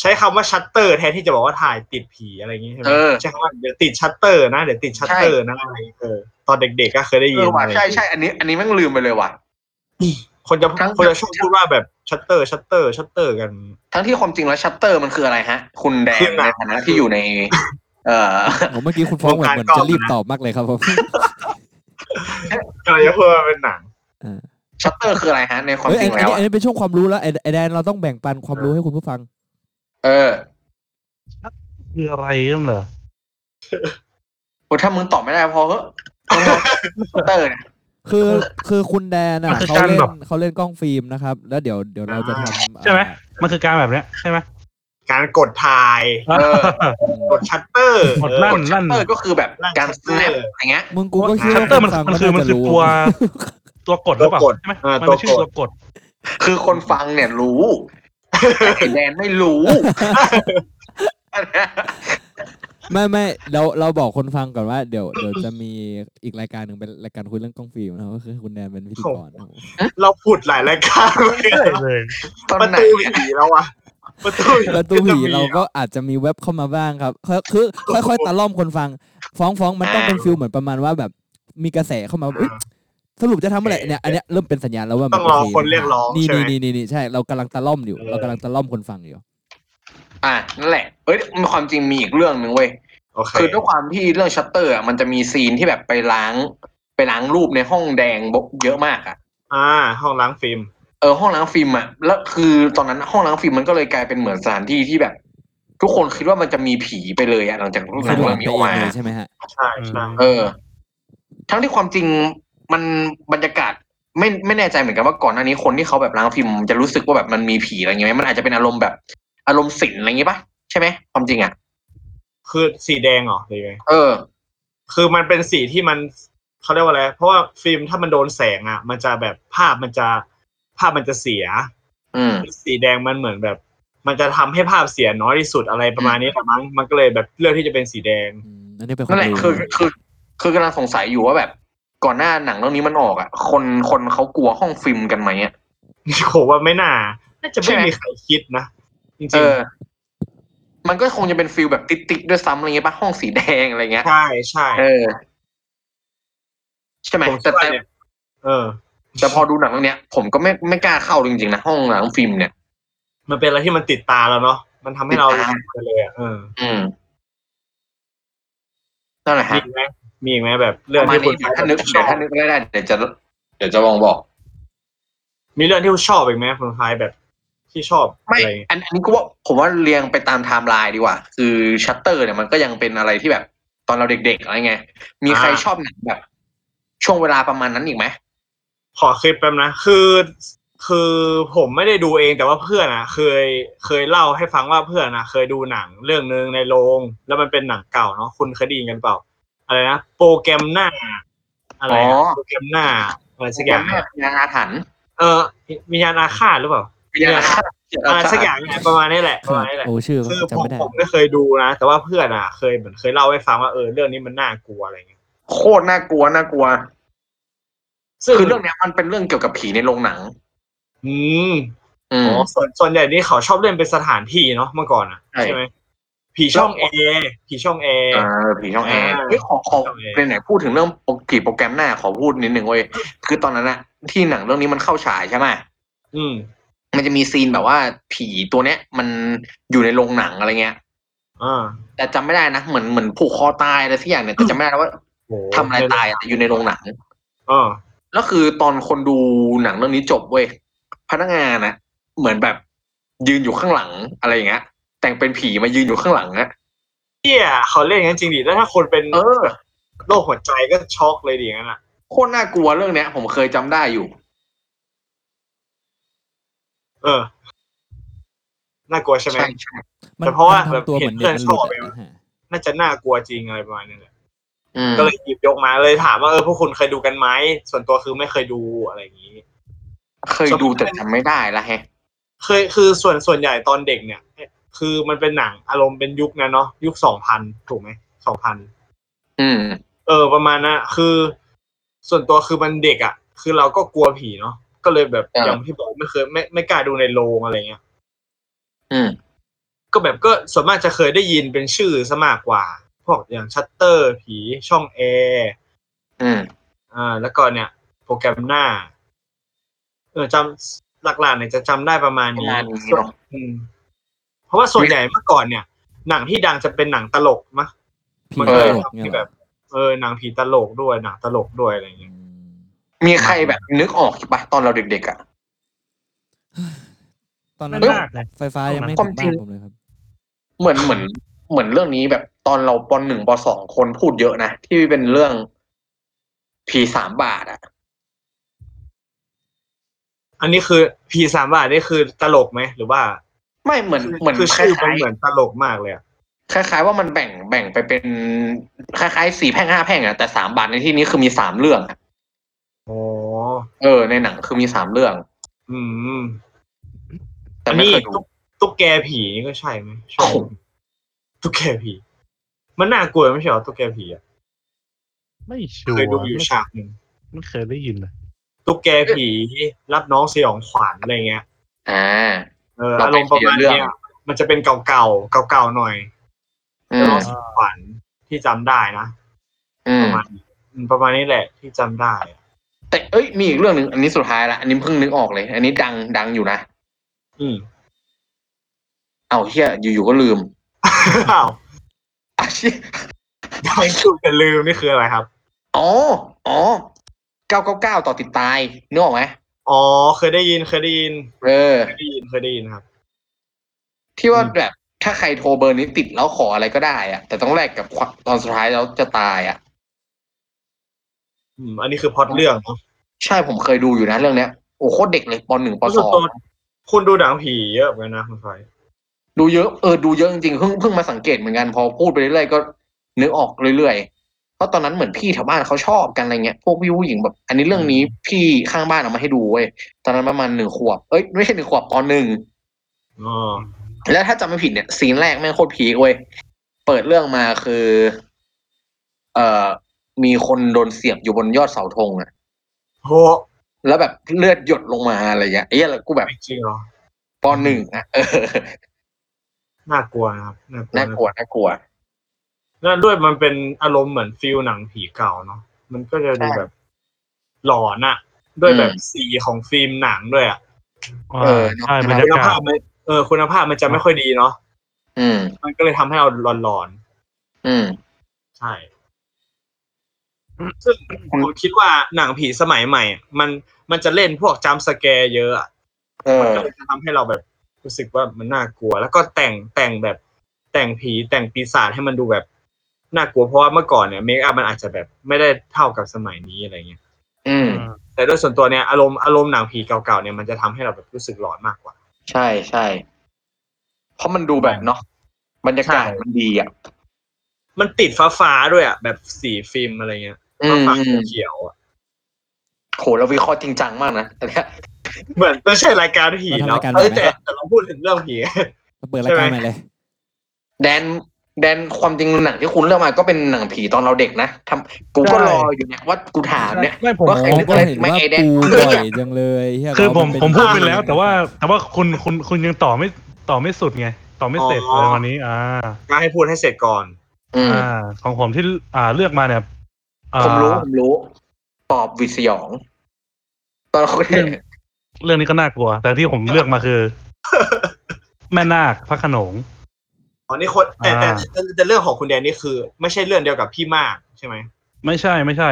C: ใช้คำว่าชัตเตอร์แทนที่จะบอกว่าถ่ายติดผีอะไรอย่างงี้ใช่ไหม
D: เออ
C: ใช้คำว่าเดี๋ยวติดชัตเตอร์นะเดี๋ยวติดชัตเตอร์นะอะไรเออตอนเด็กๆก็เคยได้ยิ
D: เอนอว่ะ
C: อะไร
D: ใช่ใช่อันนี้ อันนี้แม่งลืมไปเลยว่ะ
C: คนจะ
D: ทั้ง
C: คนจะชอบพูดว่าแบบชัตเตอร์ชัตเตอร์ชัตเตอร์กัน
D: ทั้งที่ความจริงแล้วชัตเตอร์มันคืออะไรฮะ คุณแดง
C: คือหนั
D: ใน
C: ง
D: ฐานะที่อยู่ใน เออ
B: ผมเมื่อกี้คุณฟ้องแบบเหมือนจะรีบตอบมากเลยครับผม
C: ก็เลยจะพูดว่าเป็นหนัง
D: ชัตเตอร์คืออะไรฮะ ในความ
B: เฮ้ย
D: จ
B: อั
D: ริ
B: น
D: ง
B: อันนี้
D: แล้วอะ
B: อันนี้เป็นช่วงความรู้แล้วไอ้ไอ้แดนเราต้องแบ่งปันความรู้ให้คุณผู้ฟัง
D: เออ
E: คืออะไรนั่นเหรอ
D: โอ้ถ้ามึงตอบไม่ได้พอเหอะ ชัตเตอร์เนี่ย
B: คือคือคุณแดนอ่ะ
E: มันคือ
B: เขา
E: การ
B: เล่น
E: แบบ
B: เขาเล่นกล้องฟิล์มนะครับ แล้วเดี๋ยวเดี๋ยวเราจะทำ
E: ใช่ไห มันคือการแบบเนี้ยใช่ไหม
C: การกดถ่าย
E: เอ
D: อ
E: อ
C: กดชัตเตอร์
E: กด
C: เออ
E: ลั่
D: กดชัตเตอร์ก็คือแบบ
C: นั่น
D: การ
C: shutter
D: snap อย่างเงี้ย
B: มึงกูก็คิด
E: ชัต
B: ว่า
E: เตอร์มัน
B: คฟัง
E: มัน
B: ก็
E: คือมัน
B: จะ
E: คือตัวตัวกดหรือเปล่า
C: ตัวกด
E: ใช่ไหม
C: เออ
E: มันไม่ใช่
C: ตัวกด
E: ตัวกด
D: คือคนฟังเนี่ยรู้ แต่ไอ้แดนไม่รู้
B: ไม่ไม่เราเราบอกคนฟังก่อนว่าเดี๋ยวเดี๋ยวจะมีอีกรายการหนึ่งเป็นรายการคุยเรื่องกล้องฟิล์มนะครับก็คือคุณแดนเป็นพิธีกรนะครับผม
C: เราพูดหลายรายการ
E: เรื่อยเลย
D: ตอน
C: ประ
D: ไหน
C: ตูผีแล้วอะประตูผี
B: ประตูผีเราก็อาจจะมีเว็บเข้ามาบ้างครับคือคือค่อยๆตะล่อมคนฟัง ฟ้องฟ้องมันต้องเป็นฟิลเหมือนประมาณว่าแบบมีกระแสเข้ามาว่าเอ้ยสรุปจะทำเมื่อไหร่เนี่ยอันเนี้ยเริ่มเป็นสัญญาณแล้วว่ามัน
C: ต้องรอ
B: โเ
C: คนเรียกร้อง
B: นี่
C: ใช่ไหม
B: นี่นี่นี่ใช่เรากำลังตะล่อมอยู่
C: เออ
B: เรากำลังตะล่อมคนฟังอยู่
D: อ่ะนั่นแหละเอ้ยมันความจริงมีอีกเรื่องหนึ่งเว้ย
C: โอเค
D: คือด้วยความที่เรื่องชัตเตอร์อะมันจะมีซีนที่แบบไปล้าง ไปล้างรูปในห้องแดงเยอะมากอ่ะ
C: อ่า ห้องล้างฟิล์ม
D: เออห้องล้างฟิล์มอ่ะแล้วคือตอนนั้นห้องล้างฟิล์มมันก็เลยกลายเป็นเหมือนสถานที่ที่แบบ ทุกคนคิดว่ามันจะมีผีไปเลยอ่ะหลังจากรูปหนั
B: สะ
D: ง
B: ดวก
D: เรื่อง
B: ไปเอง
D: นี้ออกมา
B: เลยใช่ไหมฮะ
C: ใช่ใช่
D: เออ ทั้งที่ความจริงมันบรรยากาศไม่ไม่แน่ใจเหมือนกันว่าก่อนหน้านี้คนที่เขาแบบล้างฟิล์มจะรู้สึกว่าแบบมันมีผีอะไรอย่างเงี้ยไหมมันอาจจะเป็นอารมณ์แบบอารมณ์ศิลป์อะไรอย่างงี้ปะใช่ไหมความจริงอ่ะ
C: คือสีแดงเหรอหรือไง
D: เออ
C: คือมันเป็นสีที่มันเขาเรียกว่าอะไร เพราะว่าฟิล์มถ้ามันโดนแสงอ่ะ มันจะแบบภาพมันจะภาพมันจะเสีย
D: อืม
C: สีแดงมันเหมือนแบบ มันจะทำให้ภาพเสียน้อยที่สุดอะไรประมาณนี้ละมั้ง มันก็เลยแบบเลือกที่จะเป็นสีแดง
B: อืมอันนี้เป็นค
D: นั่
B: น
D: นแหละ
B: ดู
D: คือคือคือกำลังสงสัยอยู่ว่าแบบ ก่อนหน้าหนังเรื่องนี้มันออกอ่ะ คนคนเขากลัวห้องฟิล์มกันไหมอ่ะ
C: โหว่าไม่น่า น่าจะไม่มีใครคิดนะ จ
D: เอ
C: ริง
D: อ มันก็คงจะเป็นฟิลแบบติดๆด้วยซ้ำอะไรเงี้ยป่ะห้องสีแดงอะไรเงี้ย
C: ๆ ใช่ใช่
D: เออ ใช่ไหม
C: ผมคิ
D: แต่
C: ดว่า
D: แต่
C: เนี่ยเออ
D: แต่พอดูหนังเรื่องเนี้ย ผมก็ไม่ไม่กล้าเข้าจริงๆนะห้องหนังฟิล์มเนี่ย
C: มันเป็นอะไรที่มันติดตาเราเนาะ มันทำให้เรา
D: ติดตา
C: ไปเลยอะเออ
D: อืมนั่นแหละ
C: มี
D: ฮะ
C: อีกไหมมีอีกไหมแบบ
D: ป
C: เรื่อง
D: ระมาณ
C: ที่คุ
D: นี้
C: ณ
D: เดี๋ยวถ้านึกเดี๋ยวถ้านึกได้ได้เดี๋ยวจะเดี๋ยวจะลองบอก
C: มีเรื่องที่คุณชอบอีกไหมคุณคล้ายแบบ ที่ชอบ
D: ไม่
C: อะไร
D: อันอันนี้ก็ว่าผมว่าเรียงไปตามไทม์ไลน์ดีกว่า คือชัตเตอร์เนี่ยมันก็ยังเป็นอะไรที่แบบตอนเราเด็กๆอะไรเงี้ยมีใคร
C: อ่า
D: ชอบหนังแบบ ช่วงเวลาประมาณนั้นอีกไหม
C: ขอคลิปแป๊บนะ คือ คือผมไม่ได้ดูเองแต่ว่าเพื่อนอ่ะ เคย เคยเล่าให้ฟังว่าเพื่อนอ่ะ เคยดูหนังเรื่องนึงในโรง แล้วมันเป็นหนังเก่าเนาะ คุณเคยไดีนกันเปล่า อะไรนะ โปรแกรมหน้า อะไรอะโปรแกรมหน้า อะไรสักอย่าง
D: งานอาถรรพ์
C: เออวิญญาณอาฆาตหรือเปล่า
D: งานอาถรรพ์
C: อะไรสักอย่างเนี่ยประมาณนี้แหละ ประมาณนี้แหละ
B: โอ้ชื่อ
C: คือ
B: จำ
C: ผม
B: ไม่ได้
C: ผมก็เคยดูนะ แต่ว่าเพื่อนอ่ะ เคยเหมือนเคยเล่าให้ฟังว่าเออเรื่องนี้มันน่ากลัวอะไรเงี้ย
D: โคตรน่ากลัวน่ากลัว
C: ซึ่ง
D: คือเรื่องเนี้ยมันเป็นเรื่องเกี่ยวกับผีในโรงหนัง
C: อืม
D: อื
C: อ๋
D: ม
C: อส่วนส่วนใหญ่นี่เขาชอบเล่นเป็นสถานที่เนาะเมื่อก่อนอ่ะ
D: ใช่
C: ใช่ไหมผีช่องแอร์ผีช่องแอร์
D: อ่าผีช่องแอร์
C: อ่า
D: เฮ้ยขอขอ
C: ช่องแอร์
D: ในไหนพูดถึงเรื่องผีโปรแกรมหน้าขอพูดนิดนึงเว้ยคือตอนนั้นอะที่หนังเรื่องนี้มันเข้าฉายใช่ไหม
C: อืม
D: มันจะมีซีนแบบว่าผีตัวเนี้ย มันอยู่ในโรงหนังอะไรเงี้ย
C: อ่า
D: แต่จำไม่ได้นะเหมือนเหมือนผูกคอตายอะไรสักอย่างเนี่ยแต่จำไม่ได้แล้วว่า
C: โห
D: ทำอะไรตายอะแต่อยู่ในโรงหนัง
C: อ่า
D: แล้วคือตอนคนดูหนังเรื่องนี้จบเว้ยพนักงานนะเหมือนแบบยืนอยู่ข้างหลังอะไรอย่างเงี้ยแต่งเป็นผีมายืนอยู่ข้างหลังอะ
C: เที่ยเขาเล่นอย่างนั้นจริงดิแล้วถ้าคนเป็น
D: เออ
C: โรคหัวใจก็ช็อกเลยดิงั้นอ่ะ
D: โคตรน่ากลัวเรื่องเนี้ย ผมเคยจำได้อยู่
C: เออน่ากลัวใช่ไหม
D: ใช่ใช่
B: มัน
C: แต่เพราะว่า
B: มันทำตัว
C: แบบ
B: เหมือนเด็ก
C: เห็
B: มันนห
C: เพื่
B: ลุ
C: อน
B: ด
C: ชอบไป
B: อะนะฮะ
C: น่าจะน่ากลัวจริงอะไรประมาณนี้แหละ
D: อืม
C: ก็เลยหยิบยกมาเลยถามว่าเออพวกคุณเคยดูกันไหมส่วนตัวคือไม่เคยดูอะไรอย่างนี้
D: เคยดูแต่จำไม่ได้ละแฮะ
C: เคยคือส่วนส่วนใหญ่ตอนเด็กเนี่ย คือมันเป็นหนังอารมณ์เป็นยุคนั้นเนาะยุคสองพันถูกไหมสองพัน
D: อืม
C: เออประมาณนะคือ ส่วนตัวคือมันเด็กอะ่ะ คือเราก็กลัวผีเนาะก็เลยแบบ
D: อ่า
C: อย่างที่บอกไม่เคยไม่ไม่กล้าดูในโรงอะไรเงี้ย
D: อืม
C: ก็แบบก็ส่วนมากจะเคยได้ยินเป็นชื่อซะมากกว่า พวกอย่างชัตเตอร์ผีช่องแอร์
D: อืม
C: อ่าแล้วก็เนี่ย โปรแกรมหน้าเออจำหลักๆเนี่ยจะจำได้ประมาณนี้
D: ประมาณนี้เนาะ
C: อืมเพราะว่าส่วนใหญ่เมื่อก่อนเนี่ย หนังที่ดังจะเป็นหนังตลกมะ
B: ผี
C: มัน
B: ต
C: ก็
B: ล
C: เลย
B: ก
C: ทำ
B: เนี่ย
C: ให้
B: แบ
C: แบบบ เออหนังผีตลกด้วยหนังตลกด้วยอะไรอย่างเงี้ย
D: มีใครแบบนึกออกปะตอนเราเด็กๆอ่ะ
B: ตอน
E: มั
B: นั้น น
E: มากเลย
B: ไฟฟ้ายังไม่
D: ค
B: ถึ
D: วาม
B: ง
D: จริง
B: บ้านผมเลยครับ
D: เหมือนเหมือนเหมือนเรื่องนี้แบบตอนเราปหนึ่งปสองคนพูดเยอะนะ ที่เป็นเรื่องผีสามบาทอะ
C: อันนี้คือผีสามบาทนี่คือตลกไหมหรือว่า
D: ไม่เหมือนเหมือน
C: คือ
D: ค
C: ชื่อมัน
D: ล้าย
C: เหมือนตลกมากเลยอะ
D: ๆคล้าย ๆ ว่ามันแบ่งแบ่งไปเป็นคล้ายๆสี่แพร่งห้าแพร่งอะแต่สามบาทในที่นี้คือมีสามเรื่องอะ
C: อ๋อ
D: เออในหนังคือมีสามเรื่อง
C: อืม
D: แต่
C: อัน
D: ไม่
C: นี้
D: เคยดู
C: ตุ๊กตุ๊กแกผีนี่ก็ใช่ไหมใช่
D: โอ้โห
C: ตุ๊กแกผี มันน่ากลัวไม่ใช่เหรอตุ๊กแกผีอะ
E: ไม่ชัว
C: เคย
E: ร์
C: ดูอยู่ฉากหนึ่ง
E: ไม่เคยได้ยินเลย
C: ตุ๊กแกผีรับน้องสยองขวัญอะไรเงี้ย
D: อ่า
C: เออ
D: เรา
C: อาร
D: ไป
C: มณ์ประมาณ
D: เรื่
C: เนี้
D: อย ง
C: มันจะเป็นเก่าๆเก่าๆหน่อย
D: อืม
C: น้องสยองขวัญที่จำได้นะ
D: อื
C: ป
D: ม
C: ระมาณนี้อืมประมาณนี้แหละที่จำได้
D: แต่เอ้ยมีอีกเรื่องหนึ่งอันนี้สุดท้ายละอันนี้เพิ่งนึกออกเลย อันนี้ดังดังอยู่นะ
C: อืม
D: เอาเฮียอยู่ๆก็ลืม
C: อ้าว
D: อาชีพ
C: ดังสุดแต่ลืมนี่คืออะไรครับ
D: อ๋ออ๋อเก้าเก้าเก้าต่อติดตายนึกออกไหม
C: อ๋อเคยได้ยินเคยได้ยิน
D: เออ
C: เคยได้ยินเคยได้ยินครับ
D: ที่ว่า
C: อืม
D: แบบถ้าใครโทรเบอร์นี้ติดแล้วขออะไรก็ได้อะแต่ต้องแลกกับความตอนสุดท้ายแล้วจะตายอะ
C: อืมอันนี้คือพล็อดเรื่องเนาะ
D: ใช่ผมเคยดูอยู่นะเรื่องเนี้ยโอ้โหโคตรเด็กเลยปหนึ่งป
C: รู้
D: ส
C: สึก
D: อง
C: ตัวคุณดูหนังผีเยอะเหมือนกันนะคุณไฟ
D: ดูเยอะเออดูเยอะจริงๆเพิ่งเพิ่งมาสังเกตเหมือนกันพอพูดไปเรื่อยๆก็นึกออกเรื่อยๆเพราะตอนนั้นเหมือนพี่แถวบ้านเขาชอบกันอะไรเงี้ยพวกพี่ผู้หญิงแบบ อันนี้เรื่องนี้พี่ข้างบ้านเอามาให้ดูเว้ยตอนนั้นประมาณหนึ่งขวบเอ้ยไม่ใช่หนึ่งขวบปหนึ่ง
C: อ๋อ
D: แล้วถ้าจำไม่ผิดเนี่ยซีนแรกแม่งโคตรพีคเว้ย เปิดเรื่องมาคือ เอ่อ มีคนโดนเสียบอยู่บนยอดเสาธงอะ
C: โห
D: แล้วแบบเลือดหยดลงมาอะไรเงี้ยไอ้เหี้ยแล้วกูแบบ
C: ไม่จริงเหรอ
D: ปหนึ่งอะเออ
C: น่ากลัวนะครับ น่ากลัว
D: น่ากลัวน่ากลัว
C: แล้วด้วยมันเป็นอารมณ์เหมือนฟิลหนังผีเก่าเนาะ มันก็จะดูแบบ หลอนอะด้วยแบบสีของฟิล์มหนังด้วยอะ
D: เออ
E: ใช่บรร
D: แล้
C: คุ
E: ยาว
C: ณ
E: กา
C: ภา
E: ศ
C: พมันเออ คุณภาพมันจะไม่ค่อยดีเนาะ
D: อืม
C: มันก็เลยทำให้เราหลอน
D: อืม
C: ๆ ใช่ ซึ่งผมคิดว่าหนังผีสมัยใหม่อะมันมันจะเล่นพวกจัมป์สแกร์เยอะอะ
D: เอ
C: มัน
D: อ
C: ก็เลยจะทำให้เราแบบรู้สึกว่ามันน่ากลัว แล้วก็แต่งแต่งแบบแต่งผีแต่งปีศาจให้มันดูแบบน่ากลัวเพราะว่าเมื่อก่อนเนี่ยเมคอัพมันอาจจะแบบไม่ได้เท่ากับสมัยนี้อะไรเงี้ย
D: อืม
C: แต่โดยส่วนตัวเนี่ยอารมณ์อารมณ์หนังผีเก่าๆเนี่ยมันจะทำให้เราแบบรู้สึกหลอนมากกว่า
D: ใช่ใช่ เพราะมันดูแบบเนาะ บรรยากาศ
C: ใช่
D: มันดีอ่ะ
C: มันติดฟ้าๆด้วยอ่ะแบบสีฟิล์มอะไรเงี้ย
D: อืม
C: ฟ้า
D: อืม
C: ๆเขียวๆอะ
D: โหเราวิเคราะห์จริงจังมากนะอันเนี้ย
C: เหมือนไม่ใช่รายการผี
B: เรา
C: เนาะ
B: ทำรายการ
C: เอ้ย
B: ผีไหม
C: แต่แต่เราพูดถึงเรื่องผี
B: เปิดรายการใหม่เลย
D: แดนแดนความจริงหนังที่คุณเลือกมาก็เป็นหนังผีตอนเราเด็กนะทำกูก็รออยู่เนี่ยว่ากูถามเนี่ย
E: ไม่ผม
D: ว่าใคร
B: ผมก็เห็นว่าปูบ่อยจังเลยเหี้ย
E: คือผม
B: เาเป็น
E: ผมพูดไป
B: เรื่อง
E: แล้ว แต่ว่าแต่ว่าคุณคุณคุณยังต่อไม่ต่อไม่สุดไง ต่อไม่เสร็จ
C: อ๋ออ
E: อะไรวันนี้ อ่า
C: มาให้พูดให้เสร็จก่อน
D: อืม
E: อ่า ของผมที่อ่าเลือกมาเนี่ยอ่า
D: ผมรู้ผมรู้ ปอบวิสยอง ตอนเขาเรียก
E: เรื่องนี้ก็น่ากลัว แต่ที่ ผมเลือกมาคือ แม่นาคพระโขนง
C: อ๋อนี่คนแต่แต่
E: อ่า
C: แต่แต่เรื่องของคุณแดนนี่คือ ไม่ใช่เรื่องเดียวกับพี่มากใช่ไหม
E: ไม่ใช่ไม่ใช่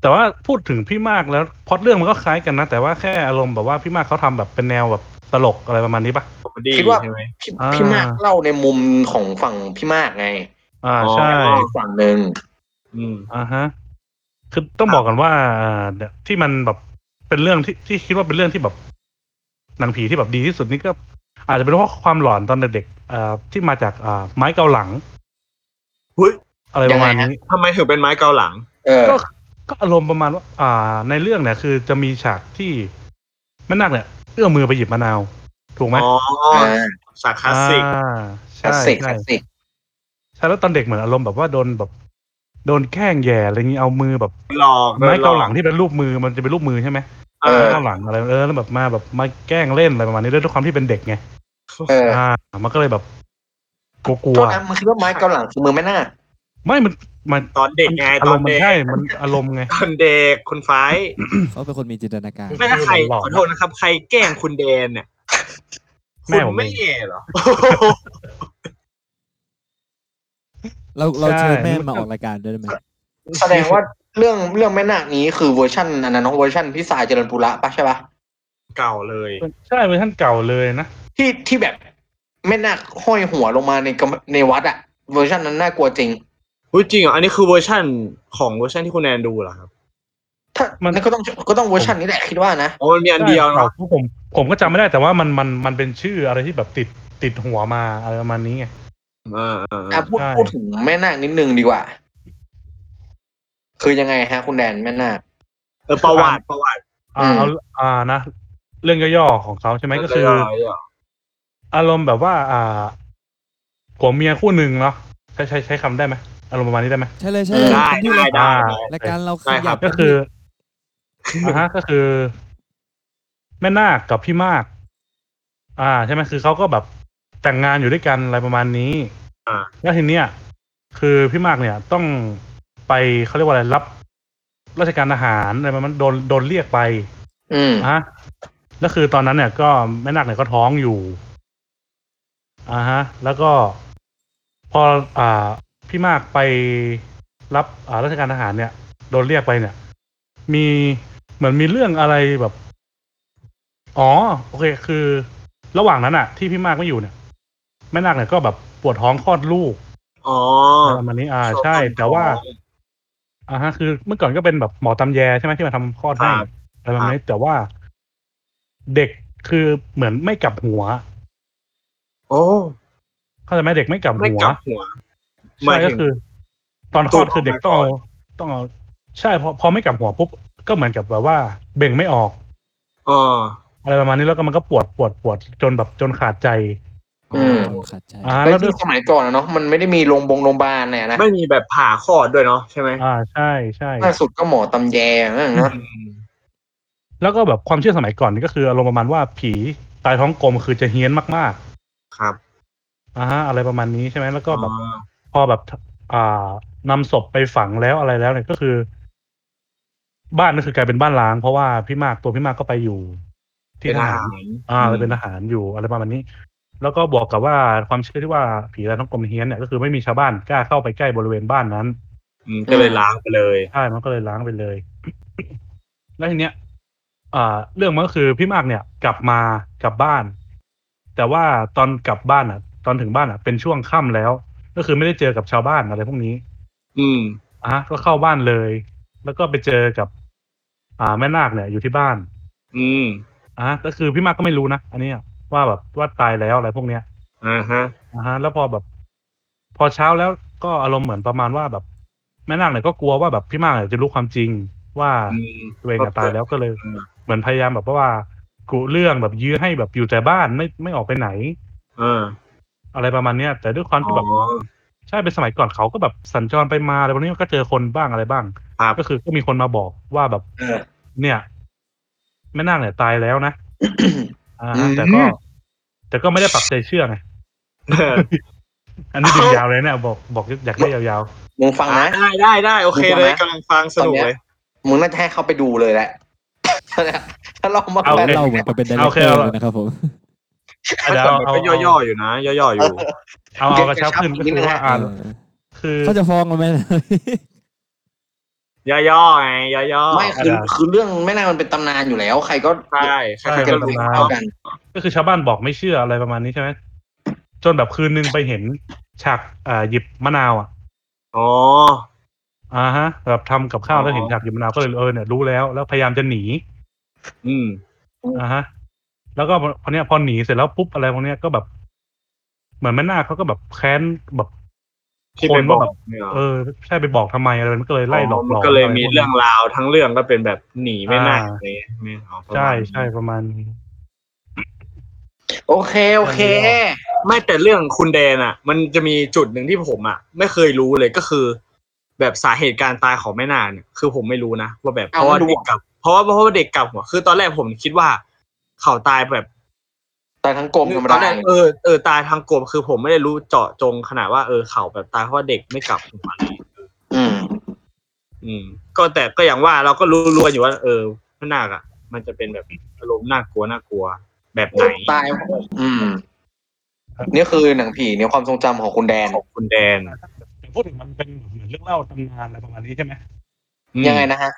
E: แต่ว่าพูดถึงพี่มากแล้วพล็อดเรื่องมันก็คล้ายกันนะ แต่ว่าแค่อารมณ์แบบว่าพี่มากเขาทำแบบเป็นแนวแบบตลกอะไรประมาณนี้ปะ
C: คอมเมดี้
D: คิดว่า
C: ใช่ไหม
D: พี่
E: อ่า
D: พี่มากเล่าในมุมของฝั่งพี่มากไง
E: อ่า
C: อ๋อ
E: ใช่
D: อีกฝั่งหนึ่ง
C: อืม
E: อ่าฮะ คือต้องบอกกันว่าเนี่ยที่มันแบบเป็นเรื่องที่ที่คิดว่าเป็นเรื่องที่แบบหนังผีที่แบบดีที่สุดนี่ก็ อาจจะเป็นเพราะความหลอนตอนเด็กๆเอ่อที่มาจากอ่าไม้เกาหลัง
C: หุ้ย
E: อะไรประมาณนี้
C: ทำไมถึงเป็นไม้เกาหลัง
D: เออ
E: ก็ก็อารมณ์ประมาณว่า อ่า ในเรื่องเนี่ย คือจะมีฉากที่แม่นาคเนี่ยเอื้อมมือไปหยิบมะนาว ถูกไหม
C: อ๋อ
D: อ่า
C: สาคลาสสิก
E: อ่า
D: คลาส
E: ใช่
D: สิกค
E: ใช่
D: ลาสสิก
E: ใช่แล้วตอนเด็กเหมือนอารมณ์แบบว่าโดนแบบโดนแข้งแย่อะไรเงงี้เอามือแบบ
C: หลอกโดน
E: ไม้
C: อก
E: เกาหลังที่เป็นรูปมือมันจะเป็นรูปมือใช่ไหม
C: เอ
D: เอ
E: ไม้
C: อ
D: อ
E: เกาหลังอะไรเออแล้วแบบมาแบบมาแกล้งเล่นอะไรประมาณนี้ด้วยด้วยความที่เป็นเด็กไง
D: เออ
E: อ่า มันก็เลยแบบกลั
D: โท
E: ว
D: ษนะมันคิดว่าไม้เกาหลังคือมือแม่นาค
E: ๆไม่มันมัน
C: ตอนเด็กไง
E: อา
C: ต
E: ร
C: อน
E: มณ์มัน
C: เด็ก
E: ใช่มันอารมณ์ไง
C: ตอนเด็กคุณไฟาย
B: เขาเป็นคนมีจินตนาการ
C: ไม่ถ้าใคร
E: หลอก
C: ขอโทษนะครับ ใครแกล้งคุณแดนเนี่ย
E: แม่
C: คุณ
E: ผม
C: ไม่
E: เอง
C: แย่เหรอ
B: เราเราเชิญแม่
E: ใช่
B: มาออกรายการด้วยได้ไหม
D: แสดงว่าเรื่องเรื่องแม่นาคนี้คือเวอร์ชันอันนั้นเนอะเวอร์ชันพี่สายเจริญปุระปะใช่ปะ
C: เก่าเลย
E: ใช่เวอร์ชันเก่าเลยนะ
D: ที่ที่แบบแม่นาคห้อยหัวลงมาในกำในวัดอะเวอร์ชันนั้นน่ากลัวจริง
C: อุ๊ยจริงเหรออันนี้คือเวอร์ชั่นของเวอร์ชันที่คุณแดนดูเหรอครับ
D: ถ้ามันก็ต้องก็ต้องเวอร์ชันนี้แหละคิดว่านะ
C: อ๋อมันมีอันเดียวเนาะ
E: ใช่ผมผมก็จำไม่ได้แต่ว่ามันมันมันเป็นชื่ออะไรที่แบบติดติดหัวมาอะไรประมาณนี้ไง
C: เออเออเอ
D: อ่ะ
C: อ
D: พูด
E: ใช่
D: พูดถึงแม่นาคนิดนึงดีกว่า คือยังไงฮะ คุณแดนแม่นาค
C: เออประวัติประวัติ
D: อื
E: อ่า
D: ม
E: เอาอ่านะเรื่องย่อๆของเขาใช่ไหมก็คือ
C: เรื่ยๆะ
E: อารมณ์แบบว่า อ่าผัวเมียคู่หนึ่งเนาะ ใช้ใช้ใช้คำได้ไหมอารมณ์ประมาณนี้ได้ไหม
B: ใช่เลยใช่เลย
C: ได้
B: คุณยู
C: ได้ได้
E: อ่าร
B: ายการเรา
C: ได้ครับ
E: ก็คืออ่าฮะก็คือ แม่นาคกับพี่มาก อ่า ใช่ไหมคือเขาก็แบบแต่งงานอยู่ด้วยกันอะไรประมาณนี้
C: อ่า
E: แล้วทีเนี้ยคือพี่มากเนี่ย ต้องไปเขาเรียกว่าอะไรรับ ราชการทหารอะไรประมาณนั้นโดนโดนเรียกไป
D: อืม
E: อ่ะแล้วคือตอนนั้นเนี่ยก็แม่นาคเนี่ยก็ท้องอยู่อ่าฮะ แล้วก็ พออ่า พี่มากไปรับอ่าราชการทหารเนี่ย โดนเรียกไปเนี่ย มีเหมือนมีเรื่องอะไรแบบ อ๋อ โอเค คือ ระหว่างนั้นอะที่พี่มากไม่อยู่เนี่ย แม่นาคเนี่ยก็แบบปวดท้องคลอดลูก
C: อ๋อ
E: อะไรประมาณนี้ อ่า ใช่ แต่ว่า อ่าฮะคือเมื่อก่อนก็เป็นแบบหมอตำแยใช่ไหมที่มาทำคลอดให้อะไรประมาณนี้แต่ว่า เด็กคือเหมือนไม่กลับหัว
C: โอ้
E: เข้าใจไหมเด็กไม่กลับ
C: ไม่
E: หัว
C: กลับหัว
E: ใช่ก็คือ ตอนคลอดคือเด็กต้องเอาต้องเอาใช่พอพอไม่กลับหัวปุ๊บก็เหมือนกับแบบว่า เบ่งไม่ออก
C: อ๋อ
E: อะไรประมาณนี้แล้วก็มันก็ปวดปวดปวดจนแบบจนขาดใจ
D: อืม
B: ขัดใจ
E: อ่า
D: แล้
E: แล้ว วด้ว
D: ที่
E: ย
D: สมัยก่อนนะเนาะมันไม่ได้มีโรงบงโรงพยาบาลเนี่ยนะ
C: ไม่มีแบบผ่าคลอดด้วยเนาะใช่ไหม
E: อ่าใช่ใช่
D: ล่าสุดก็หมอตำแยนั่นเนาะ
C: อืม
E: แล้วก็แบบความเชื่อสมัยก่อนนี่ก็คืออารมณ์ประมาณว่าผีตายท้องกลมคือจะเฮี้ยนมาก
C: ครับ
E: ๆอ่าฮะอะไรประมาณนี้ใช่ไหมแล้วก็แบบ
C: อ๋อ
E: พอแบบอ่านำศพไปฝังแล้วอะไรแล้วเนี่ยก็คือ บ้านก็คือกลายเป็นบ้านล้าง เพราะว่าพี่มากตัวพี่มากก็ไปอยู่ที่ทหารอ่า
C: อืม
E: เลยเป็นทหารอยู่อะไรประมาณนี้ แล้วก็บอกกับว่าความเชื่อที่ว่าผีและท้องกลมเฮี้ยนเนี่ยก็คือไม่มีชาวบ้านกล้าเข้าไปใกล้บริเวณบ้านนั้น
C: อืมก็เลยล้างไปเลย
E: ใช่มันก็เลยล้างไปเลย แล้วทีเนี้ยอ่า เรื่องมันก็คือพี่มากเนี่ย กลับมากลับบ้าน แต่ว่าตอนกลับบ้านอ่ะ ตอนถึงบ้านอ่ะ เป็นช่วงค่ำแล้ว ก็คือไม่ได้เจอกับชาวบ้านอะไรพวกนี้
C: อืม
E: อ่ะก็เข้าบ้านเลย แล้วก็ไปเจอกับ อ่าแม่นาคเนี่ยอยู่ที่บ้าน
C: อืม
E: อ่ะก็คือพี่มากก็ไม่รู้นะอันเนี้ยว่าแบบว่าตายแล้วอะไรพวกเนี้ย
C: อ่าฮะ
E: อ่ะฮะแล้วพอแบบ พอเช้าแล้วก็อารมณ์เหมือนประมาณว่าแบบแม่นาคเนี่ยก็กลัวว่าแบบพี่มากเนี่ยจะรู้ความจริง ว่า
C: อืม
E: ตัวเองอะตายแล้วก็เลย
C: อืม
E: เหมือนพยายามแบบว่ากุเรื่องแบบยื้อให้แบบอยู่แต่บ้านไม่ไม่ออกไปไหน
C: เออ
E: อะไรประมาณเนี้ยแต่ด้วยความ
C: อ๋
E: ที่แบบ
C: อ
E: ใช่เป็นสมัยก่อนเขาก็แบบสัญจรไปมาอะไรพวกนี้ก็เจอคนบ้างอะไรบ้าง
C: ครับ
E: ก็คือก็มีคนมาบอกว่าแบบ
D: เออ
E: เนี่ยแม่นาคเนี่ยตายแล้วนะ อ่า
D: อืม
E: แต่ก็ แต่ก็ไม่ได้ปักใจเชื่อไง
C: เออ
E: อันนี้ดึงยาวเลยเนี่ยบอกบอกอยากได้ยาว
D: มึงฟังนะ
C: ได้ได้ได้โอเคเลยกำลังฟังสนุกเลย
D: มึงน่าจะให้เขาไปดูเลยแหละ ถ้าเรามา
E: า
D: แปล
B: เล่าเหมือนกับเป็นไดเรคเตอร์เลยนะครับผม
E: ๆ
C: แต่
E: เดี๋ยว
C: ก็
E: เอาเอา
C: ย่อยๆอยู่นะ ย่อยๆอยู่
E: เอาเอากระชับขึ้นก็คือว่าอ่านคือ
B: เขาจะฟ้องกันไหม
C: ย่อๆไงย่อๆ
D: ไม่คือคือเรื่องแม่นาคมันเป็นตำนานอยู่แล้ว ใครก็
C: ใช่ใครๆ
D: ใครก็
C: ก็
D: รู้
C: รู้
D: เท่ากัน
E: ก็คือชาวบ้านบอกไม่เชื่ออะไรประมาณนี้ใช่ไหมจนแบบคืนนึงไปเห็นฉากอ่าหยิบมะนาวอ่ะ
C: อ๋อ
E: อ่าฮะแบบทำกับข้าวแล้ว
C: อ๋อ
E: เห็นฉากหยิบมะนาวก็เลยเออเนี่ยรู้แล้วแล้วพยายามจะหนี
C: อืม
E: อ่าฮะ แล้วก็พอเนี้ยพอหนีเสร็จแล้วปุ๊บอะไรพวกเนี้ยก็แบบ เหมือนแม่นาคเขาก็แบบแค้นแบบ
C: ที่ไปบอก
E: เออใช่ไปบอกทำไมอะไรมันก็เลยไล่หลอกหล
C: มัน
E: อน
C: ก็เลยมี
E: ะไพว
C: เรื่องราวทั้งเรื่องก็เป็นแบบหนีไม่น่าอะไรเงี้ยไม่เอาประมาณ
E: ใช่ใช่ประมาณนี้
D: โอเค โอเค
C: ไม่แต่เรื่องคุณแดนอ่ะ มันจะมีจุดหนึ่งที่ผมอ่ะ ไม่เคยรู้เลยก็คือ แบบสาเหตุการตายของแม่นาเนี่ยคือผมไม่รู้นะว่าแบบเพ
D: เอา
C: ราะว่า
D: ไม่รู้
C: เด็กกลับ เพราะว่าเพราะว่าเด็กกลับหัวคือตอนแรกผมคิดว่า เขาตายแบบ
D: ตายทั้งกลมธรรม
C: ต
D: ดา
C: อนแรกเออเออตายทางกลมคือผมไม่ได้รู้เจาะจงขนาดว่าเออเขาแบบตายเพราะว่าเด็กไม่กลับหัว
D: อืม
C: อืม ก็แต่ก็อย่างว่าเราก็รู้รู้กันอยู่ว่า เออพระนาคอะมันจะเป็นแบบอารมณ์น่ากลัวน่ากลัว แบบไหน
D: ตาย อืม นี่คือหนังผีในความทรงจำของคุณแดน
C: ของคุณแดน
E: แต่พูดถึงมันเป็นเหมือนเรื่องเล่าตำนานอะไรประมาณนี้ใช่ไหม
C: อืม
D: ยังไงนะฮะ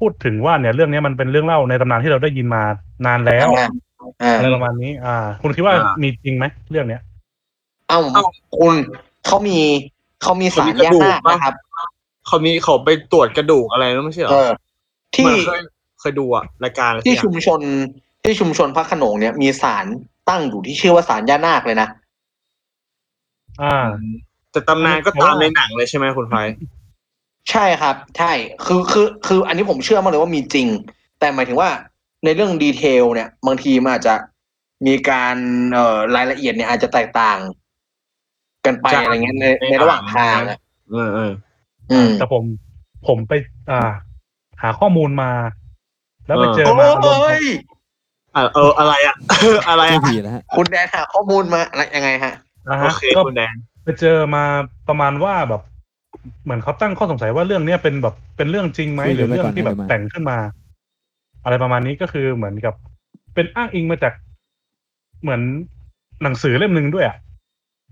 E: พูดถึงว่าเนี่ยเรื่องเนี้ยมันเป็นเรื่องเล่าในตำนานที่เราได้ยินมานานแล้ว
D: อ่าอ่า
E: อะไรประมาณนี้ อ่า คุณคิดว่ามีจริงไหมเรื่องเนี้ย
D: เอ้าคุณเขามีเขามีสารแยกหน้าคนะครับ
C: เขามีเขาไปตรวจกระดูกอะไรแล้วไม่ใช่เหร
D: เอ
C: อ
D: อ
C: เหมื
D: ที่
C: อนเคยเคยดูอะรายการอะไรสัก
D: ที่
C: อย่าง
D: ชุมชนที่ชุมชนพระโขนงเนี่ยมีศาลตั้งอยู่ที่ชื่อว่าศาลย่านาคเลยนะ
E: อ่า
C: แต่ตำนานก็ตามในหนังเลยใช่ไหมคุณไฟ
D: ใช่ครับ ใช่คือคือคืออันนี้ผมเชื่อมากเลยว่ามีจริง แต่หมายถึงว่าในเรื่องดีเทลเนี่ย บางทีมันอาจจะมีการเอ่อรายละเอียดเนี่ยอาจจะแตกต่าง เกันไปอะไรเงี้ยในในระหว่างทางอะ
C: เออเออ
D: อืม
E: แต่ผมผมไปอ่า หาข้อมูลมา แล้วไปเจอ
D: โอ
E: มา
D: ้ย
C: อ่ะเอออะไรอ่ะ อะไร
B: เจ้า
C: อ่ะ
B: ผีนะฮะ
D: คุณแดนหาข้อมูลมาอะไรยังไงฮะ
E: นะ
C: โอ
E: ฮะ
C: เค
E: ก็
C: คุณแดน
E: ไปเจอมาประมาณว่าแบบ เหมือนเขาตั้งข้อสงสัยว่าเรื่องเนี้ยเป็นแบบเป็นเรื่องจริงไหม
B: คุย
E: ห
B: กั
E: รื
B: น
E: อ
B: ไว้
E: เรื่อ
B: ก่
E: ง
B: อน
E: ที่แบบ
B: ให้มันมา
E: แต่งขึ้นมา อะไรประมาณนี้ก็คือเหมือนกับ เป็นอ้างอิงมาจากเหมือนหนังสือเล่มหนึ่งด้วยอะ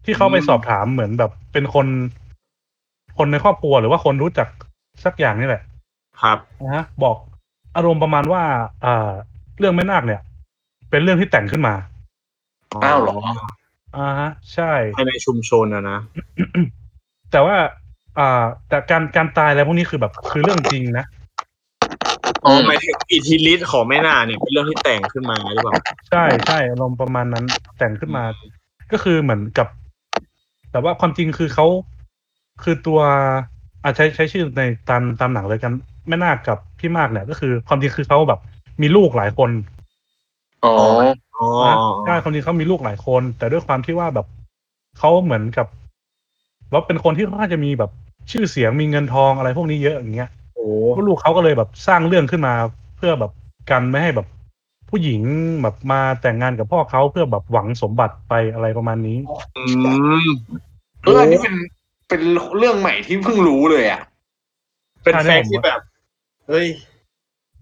E: ที่เขาไปสอบถามเหมือนแบบเป็นคน คนในครอบครัวหรือว่าคนรู้จักสักอย่างนี่แหละ
C: ครับ
E: นะฮะบอกอารมณ์ประมาณว่าอ่าเรื่องแม่นาคเนี่ย เป็นเรื่องที่แต่งขึ้นมา
D: อ้าวเหรอ
E: อ่าฮะ ใช่
C: ภายในชุมชนนะนะ
E: แต่ว่า อ่า แต่การการตายอะไรพวกนี้คือแบบคือเรื่องจริงนะ
C: อ๋อหมายถึงอิทธิฤทธิ์ของแม่นาคเนี่ยเป็นเรื่องที่แต่งขึ้นมาหรือเปล่า
E: ใช่ใช่อารมณ์ประมาณนั้นแต่งขึ้นมา ก็คือเหมือนกับ แต่ว่าความจริงคือเขาคือตัวอาใช้ใช้ชื่อในตามตามหนังเลยกันแม่นาคกับพี่มากเนี่ย ก็คือความจริงคือเขาแบบ มีลูกหลายคน
D: อ๋อ
C: อ๋อ
E: นะใช่ความจริงเขามีลูกหลายคน แต่ด้วยความที่ว่าแบบเขาเหมือนกับว่าเป็นคนที่ค่อนข้างจะมีแบบชื่อเสียงมีเงินทองอะไรพวกนี้เยอะอย่างเงี้ย
C: โอ้
E: ลูกเขาก็เลยแบบสร้างเรื่องขึ้นมา เพื่อแบบกันไม่ให้แบบผู้หญิงแบบมาแต่งงานกับพ่อเขาเพื่อแบบหวังสมบัติไปอะไรประมาณนี้
C: อืม
D: เอออันนี้เป็นเป็นเรื่องใหม่ที่เพิ่งรู้เลยอ่ะ
C: เป็นแฟกต์ที่แบบ เฮ้ย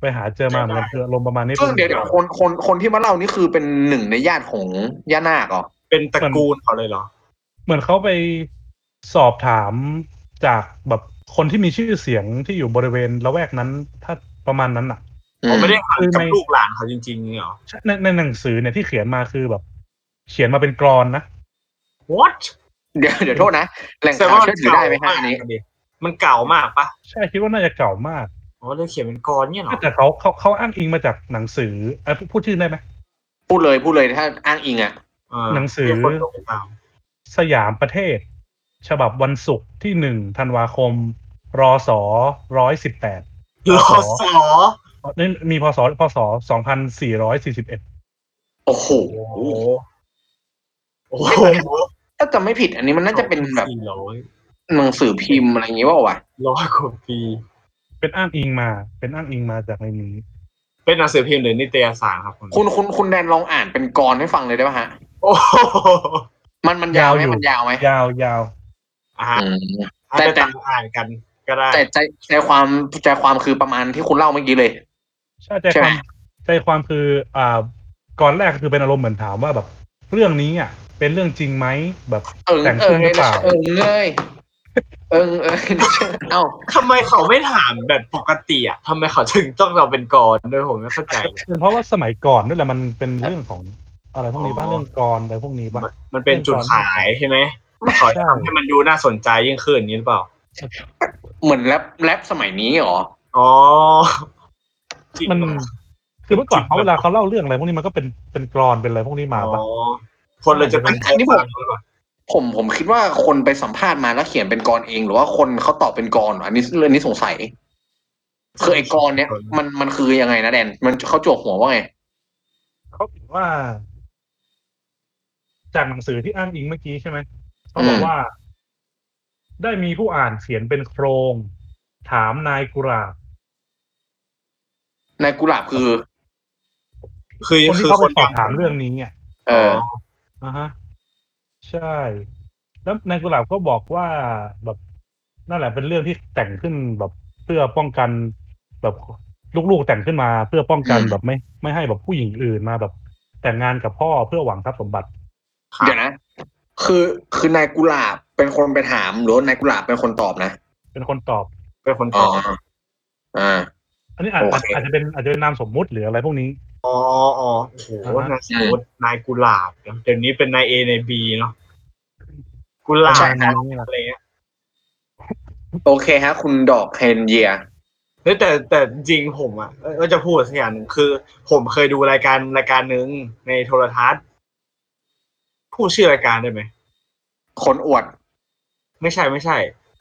E: ไปหาเจอมาเหมือนกันคืออารมณ์ประมาณนี้
D: ซึ่งเดี๋ยวเดี๋ยวคนคนคนที่มาเล่านี่คือเป็นหนึ่งในญาติของย่านาคเหรอ
C: เป็นตระกูลเขาเลยเหรอ
E: เหมือนเขาไปสอบถามจากแบบคนที่มีชื่อเสียงที่อยู่บริเวณละแวกนั้น ถ้าประมาณนั้นอ่ะ
D: อื
C: ผม
D: ม
C: ไม่ได้หันกับ
E: คือไม่
C: ลูกหลานเขาจริงๆนี่เหรอ
E: ใช่ในในหนังสือเนี่ยที่เขียนมาคือแบบ เขียนมาเป็นกรอนนะ
C: what
D: เดี๋ยวเดี๋ยวโทษนะ แหล่งข่าวเชื่อถือได้ไหมฮะอันนี้
C: ดิมันเก่ามากปะ
E: ใช่คิดว่าน่าจะเก่ามาก
C: อ๋อเลยเขียนเป็นกรเนี่ยเหรอ
E: แต่เขาเขาเขาอ้างอิงมาจากหนังสือเอ่อพูดพูดชื่อได้ไหม
D: พูดเลยพูดเลยถ้าอ้างอิงอ่ะ
C: เออ
E: หนังสือ
C: เดี๋ยวคนส่งไปตาม
E: สยามประเทศ ฉบับวันศุกร์ที่หนึ่งธันวาคม รศร้อยสิบแปด
C: รอสอ
E: นี่มีพศพศสองพันสี่ร้อยสี่สิบเอ็ด
D: โอ้โห
C: โอ้โหโอ้โห
D: ถ้าจะไม่ผิดอันนี้มันน่าจะเป็นแบบ
C: สี่ร้อย
D: หนังสือพิมพ์อะไรอย่างงี้ว่าวะ
C: ร้อยกว่าปี
E: เป็นอ้างอิงมา เป็นอ้างอิงมาจากในนี้
C: เป็นหนังสือพิมพ์หรือนิตยสารครับคุณ
D: คุณคุณคุณแดนลองอ่านเป็นกรให้ฟังเลยได้ป่ะฮะ
C: โอ้โห
D: มันมันยาวไหม
E: ยาวอยู่
D: มันยาวไหม
E: ยาวยาว
C: อ่ะ
D: อืม
C: ให้
D: แต่
C: ไป
D: แต่
C: ตามอ่านกันก็ได้
D: แต่ใจใจความใจความคือประมาณที่คุณเล่าเมื่อกี้เลย
E: ใช่ใจความใจความคือ อ่าก่อนแรกคือเป็นอารมณ์เหมือนถามว่าแบบ เรื่องนี้อ่ะเป็นเรื่องจริงไหมแบบ
D: เอิง
E: แต่ง
D: เอิ
E: ขึ้
D: ง
E: นห
D: เลย
E: รือเปล่า
D: เอิงเลยเอิงเอิง เอ้า
C: ทำไมเขาไม่ถามแบบปกติอ่ะทำไมเขาถึงต้องเราเป็นกรด้วยผมไม่เข้าใจ
E: เพราะว่าสมัยก่อนด้วยแหละมันเป็นเรื่องของอะไรพวกนี้บ้างเรื่องกรอะไรพวกนี้บ้าง
C: มันเป็นจุดขายใช่ไหมขอให้ทำให้มันดูน่าสนใจยิ่งขึ้นอย่างนี้หรือเปล่า
D: เหมือนแรปแรปสมัยนี้เหรอ
C: อ๋อ
E: มันคือเมื่อก่อนเขาเวลาเขาเล่าเรื่องอะไรพวกนี้มันก็เป็นเป็นกรอนเป็นอะไรพวกนี้มา
C: อ๋
E: ปะ
C: อคนเราจะตั้งใจ
D: อันนี้ผม
C: ฟังหรือเปล่า
D: ผมผมคิดว่าคนไปสัมภาษณ์มาแล้วเขียนเป็นกรเอง หรือว่าคนเขาตอบเป็นกรอันนี้เรื่องนี้สงสัย คือไอ้กรเนี่ย มันมันคือยังไงนะแดน มันเขาจวกหัวว่าไง
E: เขาเห็นว่า จากหนังสือที่อ้างอิงเมื่อกี้ใช่ไหมเขาบอกว่า ได้มีผู้อ่านเขียนเป็นโครง ถามนายกุหลาบ
D: นายกุหลาบคือ
C: คือ
E: คน
C: คื
E: ที่
C: อ
E: เขา
C: ค
E: ไป
C: น
E: สอบถามเรื่องนี้อ่ะ
D: เออ
E: อ่าฮะ ใช่ แล้วนายกุหลาบก็บอกว่าแบบนั่นแหละเป็นเรื่องที่แต่งขึ้นแบบเพื่อป้องกัน แบบลูกๆแต่งขึ้นมา เพื่อป้องกัน
D: อืม
E: แบบไม่ ไม่ให้แบบผู้หญิงอื่นมาแบบ แต่งงานกับพ่อเพื่อหวังทรัพย์สมบัติ
D: เดี๋ยวนะ คือคือนายกุหลาบเป็นคนไปถามหรือว่านายกุหลาบเป็นคนตอบนะ
E: เป็นคนตอบ
C: เป็นคนต
D: อ๋อ
C: อบ
D: อ่า
E: อันนี้อาจ
D: โอ
E: อาจ
D: เค
E: อาจจะเป็นอาจจะเป็นนามสมมุติหรืออะไรพวกนี้
C: อ๋ออ๋อโอ้โหนายสมมตินายกุหลาบเดี๋ยวนี้เป็นนายเอนายบีเนาะกุหลา
D: ใช่
C: บ
D: ครับ
C: อะไรเงี้ย
D: โอเคฮะ คุณดอกเฮนเยีย
C: เฮ้ยแต่แต่จริงผมอ่ะเอ้ยก็จะพูดสักอย่างหนึ่งคือ ผมเคยดูรายการรายการหนึ่งในโทรทัศน์พูดชื่อรายการได้ไหม
D: คนอวด
C: ไม่ใช่ไม่ใช่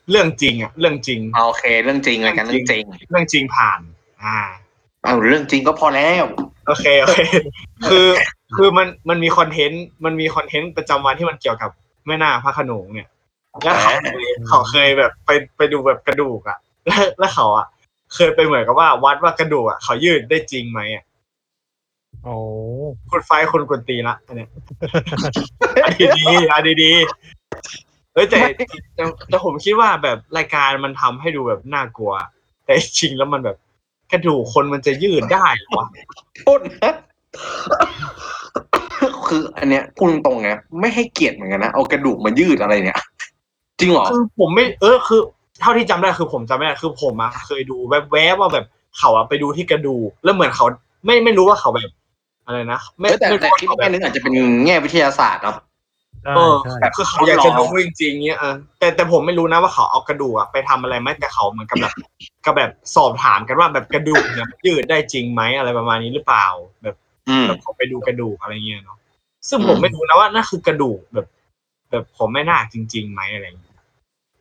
C: เรื่องจริงอ่ะ เรื่องจริง
D: เอาโอเค เรื่องจริงอะไรายกันเรื่องจริง
C: เรื่องจริงผ่าน อ่า
D: เอาเรื่องจริงก็พอแล้ว
C: โอเคโอเค คือคือมันมันมีคอนเทนต์มันมีคอนเทนต์ประจำวันที่มันเกี่ยวกับ แม่นาคพระโขนงเนี่ยแล้วเขาเคยเขาเคยแบบไปไปดูแบบกระดูกอ่ะแล้วแล้วเขาอ่ะเคยไปเหมือนกับว่าวัดว่ากระดูกอ่ะเขายืดได้จริงไหมอ่ะ
E: โอ้
C: คุณไฟคนกวนตีนละอันเนี้ย อันดีๆอันดีๆเฮ้ยแต่ แต่แต่ผมคิดว่าแบบรายการมันทำให้ดูแบบน่ากลัว แต่จริงแล้วมันแบบกระดูกคนมันจะยืดได้เหรอวะ
D: โทษนะคืออันเนี้ยพูดตรงๆนะไม่ให้เกียรติเหมือนกันนะเอากระดูกมายืดอะไรเนี่ย จริงเหรอ
C: คือผมไม่เออคือ เท่าที่จำได้คือผมจำไม่ได้คือผมอะเคยดูแวบๆว่าแบบเขาอะไปดูที่กระดูกแล้วเหมือนเขาไม่ไม่รู้ว่าเขาแบบ อะไรนะไม่
D: แต่
C: ไม่
D: แต่
C: รู้ว่า
D: ที่
C: เขาแบ
D: แม่
C: บ
D: นึกอาจจะเป็นแง่วิทยาศาสตร์เนาะ
E: ใช่
C: เออ
E: ใช่
C: แบบคือเขาอยากจะรู้จริงๆเนี้ยเออแต่แต่ผมไม่รู้นะว่าเขาเอากระดูกอะไปทำอะไรไหมแต่เขาเหมือนกับแบบก็แบบสอบถามกันว่าแบบกระดูกเนี่ยยืดได้จริงไหมอะไรประมาณนี้หรือเปล่าแบบ
D: อืม
C: แบบเขาไปดูกระดูกอะไรเงี้ยเนาะซึ่งผมไม่รู้นะว่านั่นคือกระดูกแบบ แบบผมไม่น่าคจริงๆไหมอะไรอย่างเงี้ย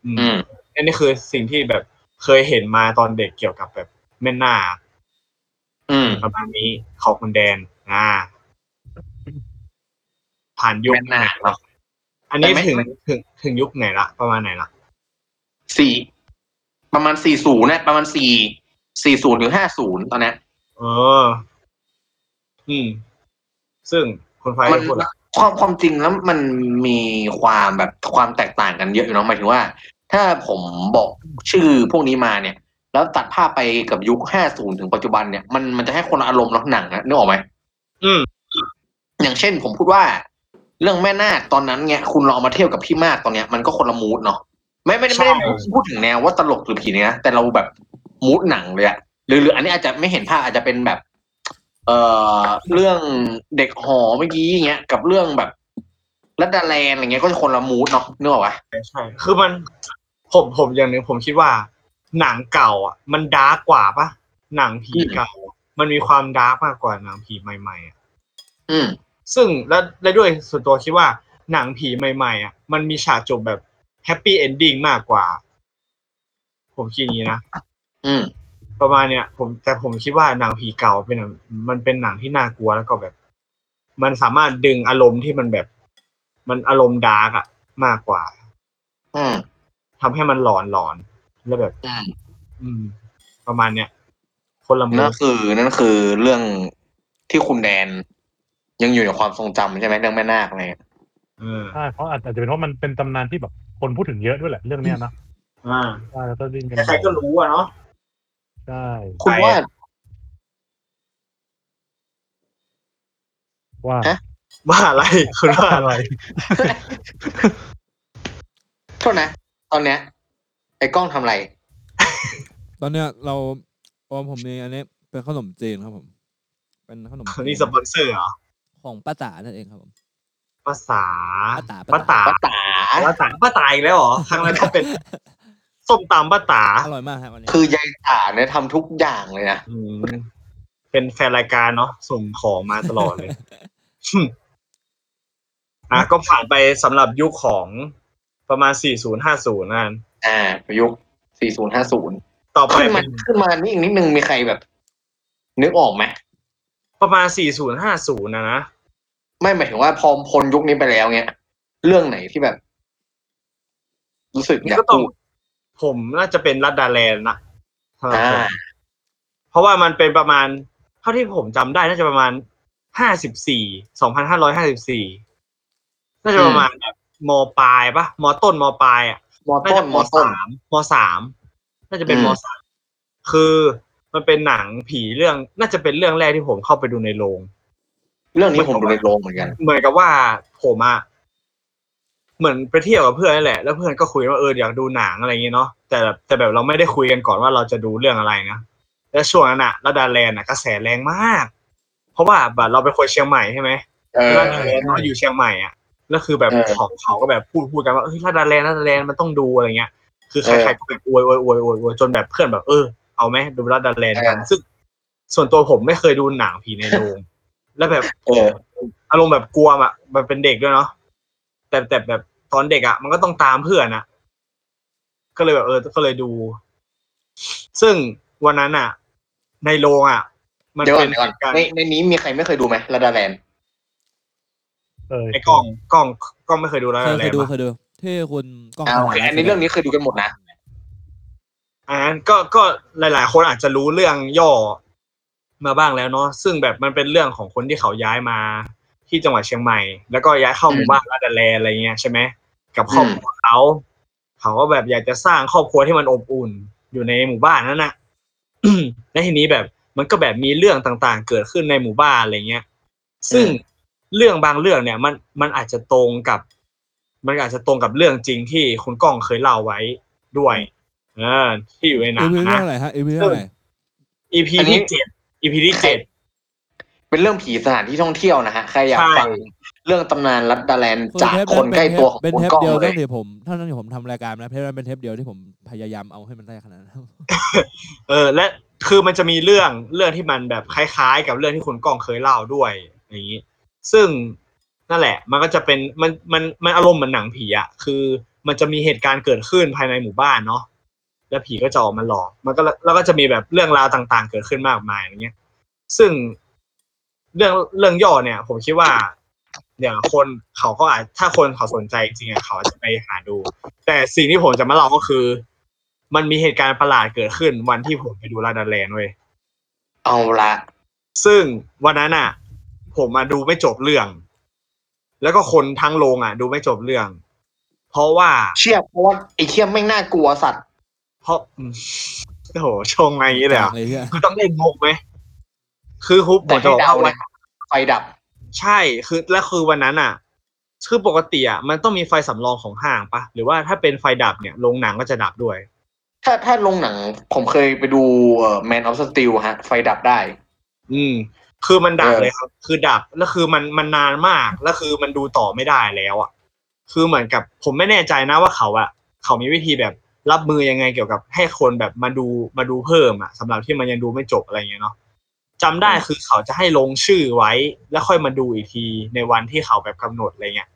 C: อืม
D: อืม
C: อันนี้คือสิ่งที่แบบเคยเห็นมาตอนเด็กเกี่ยวกับแบบแม่นาค
D: อืม
C: ประมาณนี้ของคุณแดนอ่า ผ่านยุค
D: แม่นาคเนอะ
C: อันนี้
D: แต่ไม่
C: ถึงถึงถึงยุคไหนละประมาณไหนละ
D: สี่ประมาณสี่ศูนย์นะประมาณสี่สี่ศูนย์ถึงห้าศูนย์ตอนเนี้ย
C: เออ อืม ซึ่งคนไฟ
D: มัน
C: พูดละ
D: ความความจริงแล้วมันมีความแบบความแตกต่างกันเยอะอยู่เนาะหมายถึงว่า ถ้าผมบอกชื่อพวกนี้มาเนี่ย แล้วตัดภาพไปกับยุคห้าศูนย์ถึงปัจจุบันเนี่ยมันมันจะให้คนละอารมณ์เนอะหนังนะนึกออกไหม
C: อืม
D: อย่างเช่นผมพูดว่า เรื่องแม่นาคตอนนั้นเนี่ยคุณลองเอามาเทียบกับพี่มากตอนเนี้ยมันก็คนละมูดเนาะไม่ไม่ได้ไม่ได้
C: ใช่
D: พูดถึงแนวว่าตลกหรือผีเนี่ยนะแต่เราแบบมูดหนังเลยอะหรือหรืออันนี้อาจจะไม่เห็นภาพอาจจะเป็นแบบ เอ่อเรื่องเด็กหอเมื่อกี้อย่างเงี้ยกับเรื่องแบบรัดดาแลนด์อะไรเงี้ยก็จะคนละมูดเนาะนึกออกปะ
C: ใช่ คือมันผมผมอย่างหนึ่งผมคิดว่า หนังเก่าอ่ะ มันดาร์กกว่าปะหนังผีเก่าอะมันมีความดาร์กมากกว่าหนังผีใหม่ๆอ่ะ
D: อืม
C: ซึ่งและและด้วยส่วนตัวคิดว่าหนังผีใหม่ๆอ่ะมันมีฉากจบแบบแฮปปี้เอนดิ้งมากกว่า ผมคิดอย่างนี้นะ
D: อืม
C: ประมาณเนี้ยผมแต่ผมคิดว่าหนังผีเก่าเป็นหนังมันเป็นหนังที่น่ากลัวแล้วก็แบบ มันสามารถดึงอารมณ์ที่มันแบบ มันอารมณ์ดาร์กอ่ะ มากกว่า
D: อืม
C: ทำให้มันหลอนหลอนๆแล้วแบบ
D: อืม
C: อืม ประมาณเนี้ยคนละมุ
D: นั่น
C: ม
D: คือนั่นคือเรื่องที่คุณแดน ยังอยู่ในความทรงจำใช่ไหมเรื่องแม่นาคอะไรเงี้ย
C: เออ
E: ใช่เพราะอาจจะเป็นเพราะมันเป็นตำนานที่แบบคนพูดถึงเยอะด้วยแหละเรื่องเนี้ยนะ
C: อ่า
E: ใช่แล้วก็ดิ้นกัน
C: ใครๆก็รู้อะเนาะ
E: ใช่
D: คุณว่า
E: ว่า
D: ฮะ
C: ว่าอะไร คุณว่าอะ
E: อะไรไร
D: โทษนะ ตอนเนี้ยไอ้กล้องทำอะไร
B: ตอนเนี้ยเราออมผมมีอันนี้เป็นขนมจีนครับผม เป็นขนมจี
C: นี่สปอนเซอร์เหรอ
B: ของป้าจ๋านั่นเองครับผม
C: ภาษา
B: ป้า
C: ป้า
B: ตา
C: ตา
D: ป้าตา
C: ป้าตาป้าตาอีกแล้วเหรอครั้งนั้นก็เป็น ส้มตำป้าตา
B: อร่อยมากครับวันนี้
D: คือยายตาเนี่ยทำทุกอย่างเลยนะ
C: อืมเป็นแฟนรายการเนาะส่งของมาตลอดเลย อ่ะก็ผ่านไปสำหรับยุคของประมาณ 40-50นั่น
D: อ่า ประยุกต์ 4050
C: ต่อไป
D: ขึ้นมา
C: เป็น
D: ขึ้นมานี่อีกนิดนึงมีใครแบบ นึกออกไหม
C: ประมาณ 40-50นะนะ
D: ไม่หมายถึงว่าพอพ้นยุคนี้ไปแล้วเนี่ย เรื่องไหนที่แบบ รู้สึกอยาก
C: ก็ต้อง
D: พูด
C: ผมน่าจะเป็นรัดดาแลนด์นะสำหรับ
D: อ่า
C: ผมเพราะว่ามันเป็นประมาณ เท่าที่ผมจำได้น่าจะประมาณห้าสิบสี่สองพันห้าร้อยห้าสิบสี่น่าจะประมาณแบบมปลายปะมต้นมปลายอ่ะ
D: มอ
C: น่า
D: ต้
C: จะ
D: น
C: ม
D: มอต้น
C: สามมสามน่าจะเป็น
D: อืม
C: มสามคือมันเป็นหนังผีเรื่อง น่าจะเป็นเรื่องแรกที่ผมเข้าไปดูในโรง
D: เรื่องนี้ผมดูในโรงเหมือนกัน
C: เหมือนกับว่าผมอะเหมือนไปเที่ยวกับเพื่อนนั่นแหละ แล้วเพื่อนก็คุยว่าเอออยากดูหนังอะไรอย่างเงี้ยเนาะแต่แบบแต่แบบเราไม่ได้คุยกันก่อนว่าเราจะดูเรื่องอะไรนะแล้วช่วงนั้นอะระดาแลนด์อะกระแสแรงมาก เพราะว่าแบบเราเป็นคนเชียงใหม่ใช่ไหม
D: เออ
C: ระดาแลนด์เนาะอยู่เชียงใหม่อะแล้วคือแบบ
D: เออ
C: ของเขาก็แบบพูดพูดกันว่าเอ้ยระดาแลนด์ระดาแลนด์มันต้องดูอะไรเงี้ย คือใครๆก็แบบอวยอวยอวยอวยอวยจนแบบเพื่อนแบบเออเอาไหมดูระดาแลนด์กัน ซึ่งส่วนตัวผมไม่เคยดูหนังผีในโรงแล้วแบบ
D: เออ
C: อารมณ์แบบกลัวอะมันเป็นเด็กด้วยเนาะแต่แต่แบบตอนเด็กอะมันก็ต้องตามเพื่อนอะก็เลยแบบเออ ก็เลยดู ซึ่งวันนั้นอะในโรงอะมัน
D: เดี๋ยวก่อ
C: เป็น น
D: เดี๋ยวก่อน
C: การ
D: ในในนี้มีใครไม่เคยดูไหมลาดาแลนด์
E: เออ
C: ไอ้กล้องกล้องกล้องไม่เคยดูแล้ว
B: เคย
C: อะไร
B: เคยดู
C: มา
B: เคยดูเท่คุณกล้อง
D: อ่าโอเค
B: สมัย
D: อันนี้เรื่องนี้เคยดูกันหมดนะ
C: อ่าก็ก็หลาย ๆ คนอาจจะรู้เรื่องย่อมาบ้างแล้วเนาะซึ่งแบบมันเป็นเรื่องของคนที่เขาย้ายมาที่จังหวัดเชียงใหม่ แล้วก็ย้ายเข้าหมู่บ้านลาดาแลอะไรเงี้ยใช่ไหมกับครอบครัวเขาเขาก็แบบอยากจะสร้างครอบครัวที่มันอบอุ่นอยู่ในหมู่บ้านนั่นน่ะ และทีนี้แบบมันก็แบบมีเรื่องต่างๆ เกิดขึ้นในหมู่บ้านอะไรเงี้ย ซึ่ง
D: อืม
C: เรื่องบางเรื่องเนี่ย มันมันอาจจะตรงกับ มันอาจจะตรงกับเรื่องจริงที่คุณก้องเคยเล่าไว้ด้วยเออที่อยู่ในหนั
B: เองพิเรื่อ
C: นะ
B: งอะไรฮะเอพิเรื่องอะไร
C: อีพี
D: อันนี้
C: ที่เจ็ดอีพีที่เจ็ด
D: เป็นเรื่องผีสถานที่ท่องเที่ยวนะฮะใครอยาก
C: ใช่
D: ฟังเรื่องตำนานรัดดาแลนด์
B: อ
D: จาก
B: เทป
D: คนใกล้ตัวของ
B: เป็น
D: คุณ
B: เทป
D: กล้อง
B: เดียว
D: เล
B: ตั้
D: ย
B: งแต่ผมเท่านั้นที่ผมทำรายการนะเทปนั้นเป็นเทปเดียวที่ผมพยายามเอาให้มันได้ขนาดนั้น
C: เออ และคือมันจะมีเรื่องเรื่องที่มันแบบคล้ายๆ กับเรื่องที่คุณก้องเคยเล่าด้วยอย่างนี้ ซึ่งนั่นแหละ มันก็จะเป็นมันมันมันอารมณ์เหมือนหนังผีอะคือมันจะมีเหตุการณ์เกิดขึ้นภายในหมู่บ้านเนาะแล้วผีก็จะออกมาหลอกมันก็แล้วแล้วก็จะมีแบบเรื่องราวต่างๆ เกิดขึ้นมากมายอย่างเงี้ย ซึ่งเรื่องเรื่องย่อเนี่ย ผมคิดว่าอย่างคนเขาก็อาจถ้าคนเขาสนใจจริงๆอะเขาอาจจะไปหาดู แต่สิ่งที่ผมจะมาเล่าก็คือ มันมีเหตุการณ์ประหลาดเกิดขึ้นวันที่ผมไปดูลาดาแลนด์เว้ย
D: เอาละ
C: ซึ่งวันนั้นอ่ะ ผมมาดูไม่จบเรื่อง แล้วก็คนทั้งโรงอ่ะ ดูไม่จบเรื่อง เพราะว่า
D: เชี่ยเพราะว่าไอ้เชี่ยไม่งน่ากลัวสัตว์
C: เพราะอืมโอ้โหชงไงอย่างนี้เลยเหรอ่ะ
B: เลยเนี่ย
C: คือต้องเล่นงงไหมคือฮุบผ
D: แต่
C: มจะบอก
D: ให้เดา
C: ว่าวั
D: นะ
C: น
D: ไฟดับ
C: ใช่คือและคือวันนั้นอ่ะ คือปกติอ่ะมันต้องมีไฟสำรองของห้างปะหรือว่าถ้าเป็นไฟดับเนี่ยโรงหนังก็จะดับด้วย
D: ถ้าถ้าลงหนังผมเคยไปดูแมนออฟสตีลฮะ ไฟดับได้
C: อืม คือมันดับ
D: เออ
C: เลยครับ คือดับ แล้วคือมันมันนานมาก แล้วคือมันดูต่อไม่ได้แล้วอ่ะ คือเหมือนกับผมไม่แน่ใจนะว่าเขาอะเขามีวิธีแบบรับมือยังไงเกี่ยวกับให้คนแบบมาดูมาดูเพิ่มอะสำหรับที่มันยังดูไม่จบอะไรอย่างเงี้ยเนาะจำได้คือเขาจะให้ลงชื่อไว้ แล้วค่อยมาดูอีกทีในวันที่เขาแบบกำหนดอะไรเงี้ย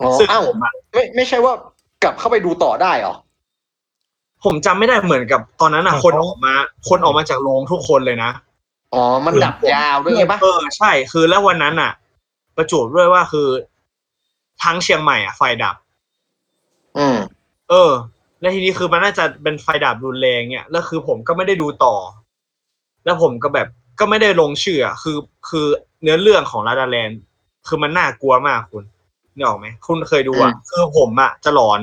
D: อ๋อ
C: ซึ่ง
D: อ้าว
C: ผมอะ
D: ไม่ไม่ใช่ว่ากลับเข้าไปดูต่อได้เหรอ
C: ผมจำไม่ได้เหมือนกับตอนนั้นอะคนออกมา คนออกมาจากโรงทุกคนเลยนะ
D: อ๋อ มันดับยาวด้วยไงปะ
C: เออใช่คือแล้ววันนั้นอ่ะ ประจวบด้วยว่าคือทั้งเชียงใหม่อ่ะไฟดับ
D: อืม
C: เออ และทีนี้คือมันน่าจะเป็นไฟดับรุนแรงเนี่ยแล้วคือผมก็ไม่ได้ดูต่อ แล้วผมก็แบบก็ไม่ได้ลงชื่ออะคือ คือเนื้อเรื่องของลาดาแลนด์คือมันน่ากลัวมากคุณนึกออกไหมคุณเคยดูอ่ะ
D: อืม
C: คือผมอ่ะจะหลอน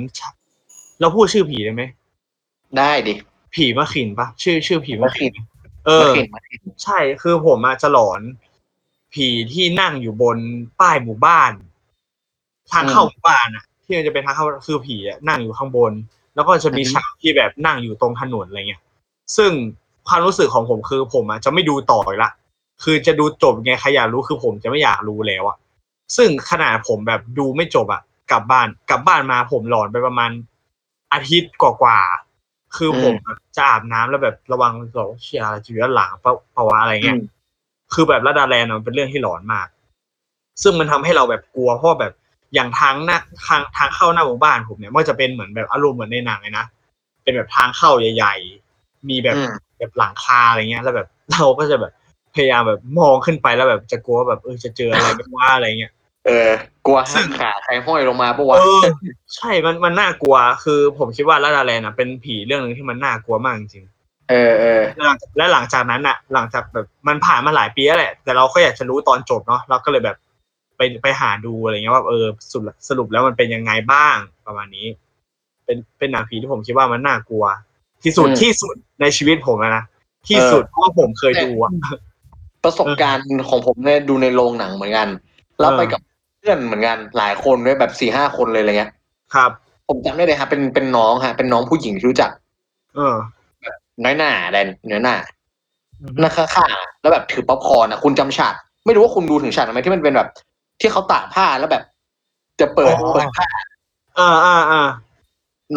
C: เราพูดชื่อผีได้ไหม
D: ได้ดิ
C: ผีมะขินปะชื่อชื่อ
D: มาม
C: ผีะขิ
D: ขิ
C: น
D: น
C: เอ
D: มา
C: อ
D: ขินมาขิน
C: ใช่คือผมอะจะหลอน ผีที่นั่งอยู่บนป้ายหมู่บ้าน ทางเข้าหมู่บ้านอะที่มันจะเป็นทางเข้าคือผีอะนั่งอยู่ข้างบน แล้วก็จะมีฉากที่แบบนั่งอยู่ตรงถนนอะไรเงี้ยซึ่งความรู้สึกของผมคือ ผมอะจะไม่ดูต่ออีกละคือจะดูจบไงใครอยากรู้คือผมจะไม่อยากรู้แล้วอะซึ่งขนาดผมแบบดูไม่จบอะกลับบ้านกลับบ้านมาผมหลอนไปประมาณอาทิตย์กว่าๆคือผมแบบจะอาบน้ำแล้วแบบระวังหลอกเชียอะไรจะอยู่ด้านหลังเปล่าเปล่าวะอะไร
D: อื
C: เงี้ย
D: ม
C: คือแบบระดาแลนด์อะมันเป็นเรื่องที่หลอนมาก ซึ่งมันทำให้เราแบบกลัวเพราะแบบอย่างทางหน้าทางทางเข้าหน้าหมู่บ้านผมเนี่ยมันจะเป็นเหมือนแบบอารมณ์เหมือนในหนังเลยนะ เป็นแบบทางเข้าใหญ่ ๆ มีแบบ
D: อืม
C: แบบหลังคาอะไรเงี้ย แล้วแบบ เราก็จะแบบพยายามแบบมองขึ้นไปแล้วแบบจะกลัวว่าแบบเออจะเจออะไรไม่ว่าอะไรเงี้ย
D: เออ กลัวหักขาใครห้อยลงมาปะวะ
C: เออใช่ มันมันน่ากลัว คือผมคิดว่าลาดาแลนด์อะเป็นผีเรื่องหนึ่งที่มันน่ากลัวมากจริง
D: เออเออ
C: แล้วหลังและหลังจากนั้นอะหลังจากแบบมันผ่านมาหลายปีแล้วแหละ แต่เราก็อยากจะรู้ตอนจบเนาะเราก็เลยแบบไปไปหาดูอะไรเงี้ยว่าเออสรุปสรุปแล้วมันเป็นยังไงบ้างประมาณนี้ เป็นเป็นหนังผีที่ผมคิดว่ามันน่ากลัว ที่สุด
D: อืม
C: ที่สุดในชีวิตผมแล้วนะที่สุดเพราะว่าผมเคย
D: แต่
C: ดูอะ
D: ประสบการณ์ของผมเนี่ยดูในโรงหนังเหมือนกันแล้ว
C: เออ
D: ไปกับเพื่อนเหมือนกันหลายคนด้วยแบบสี่ห้าคนเลยอะไรเงี้ย
C: ครับ
D: ผมจำได้เลยฮะเป็นเป็นน้องฮะ เป็นน้องผู้หญิงที่รู้จัก
C: เออ
D: น้อยหน้าแดนน้อยหน้า
E: อือฮึ
D: หน้าข้างๆแล้วแบบถือป๊อปคอร์นอ่ะคุณจำฉากไม่รู้ว่าคุณดูถึงฉากไหมที่มันเป็นแบบ ที่เขาตากผ้าแล้วแบบ จะเปิด
C: อ๋อ
D: เปิดผ้า
C: เอออ่าอ่า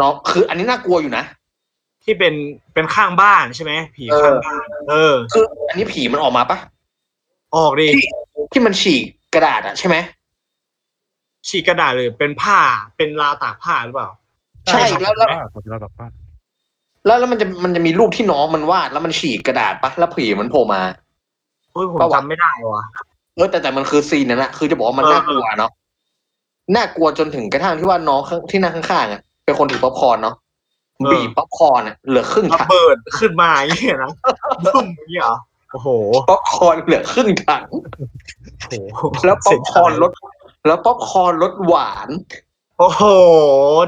D: น้องคือ อันนี้น่ากลัวอยู่นะ
C: ที่เป็นเป็นข้างบ้านใช่ไหมผีข้างบ้าน เออ
D: คือ อันนี้ผีมันออกมาปะ
C: ออกดิ
D: ที่มันฉีกกระดาษอ่ะใช่ไหม
C: ฉีกกระดาษเลยเป็นผ้าเป็นราวตากผ้าหรือเปล่า
D: ใช่แล้วแล้ว
E: กดแล้วแบบว่า
D: แล้วแล้วมันจะมันจะมีรูปที่น้องมันวาดแล้วมันฉีกกระดาษปะแล้วผีมันโผล่มา
C: โอ้ยผม
D: ประวัติ
C: จำไม่ได้วะ
D: เออแต่แต่มันคือซีนนั้นอะคือจะบอกว่ามัน
C: เออ
D: น่ากลัวเนาะ น่ากลัวจนถึงกระทั่งที่ว่าน้องข้างที่นั่งข้างๆอ่ะเป็นคนถือป๊อปคอร์นเนาะ
C: เออ
D: บีบป๊อปคอร์นอ่ะเหลือครึ่ง
C: ระ
D: ถัง
C: เบิดขึ้นมาอย่างเงี้ยนะบุ้มอย่างเงี้ยเหรอโอ้โห
D: ป๊อปคอร์นเหลือครึ่งถัง
C: โอ้โห
D: แล้วป๊อปคอร์นร
C: เสียง
D: สแล้วป๊อปคอร์นรสหวาน
C: โอ้โห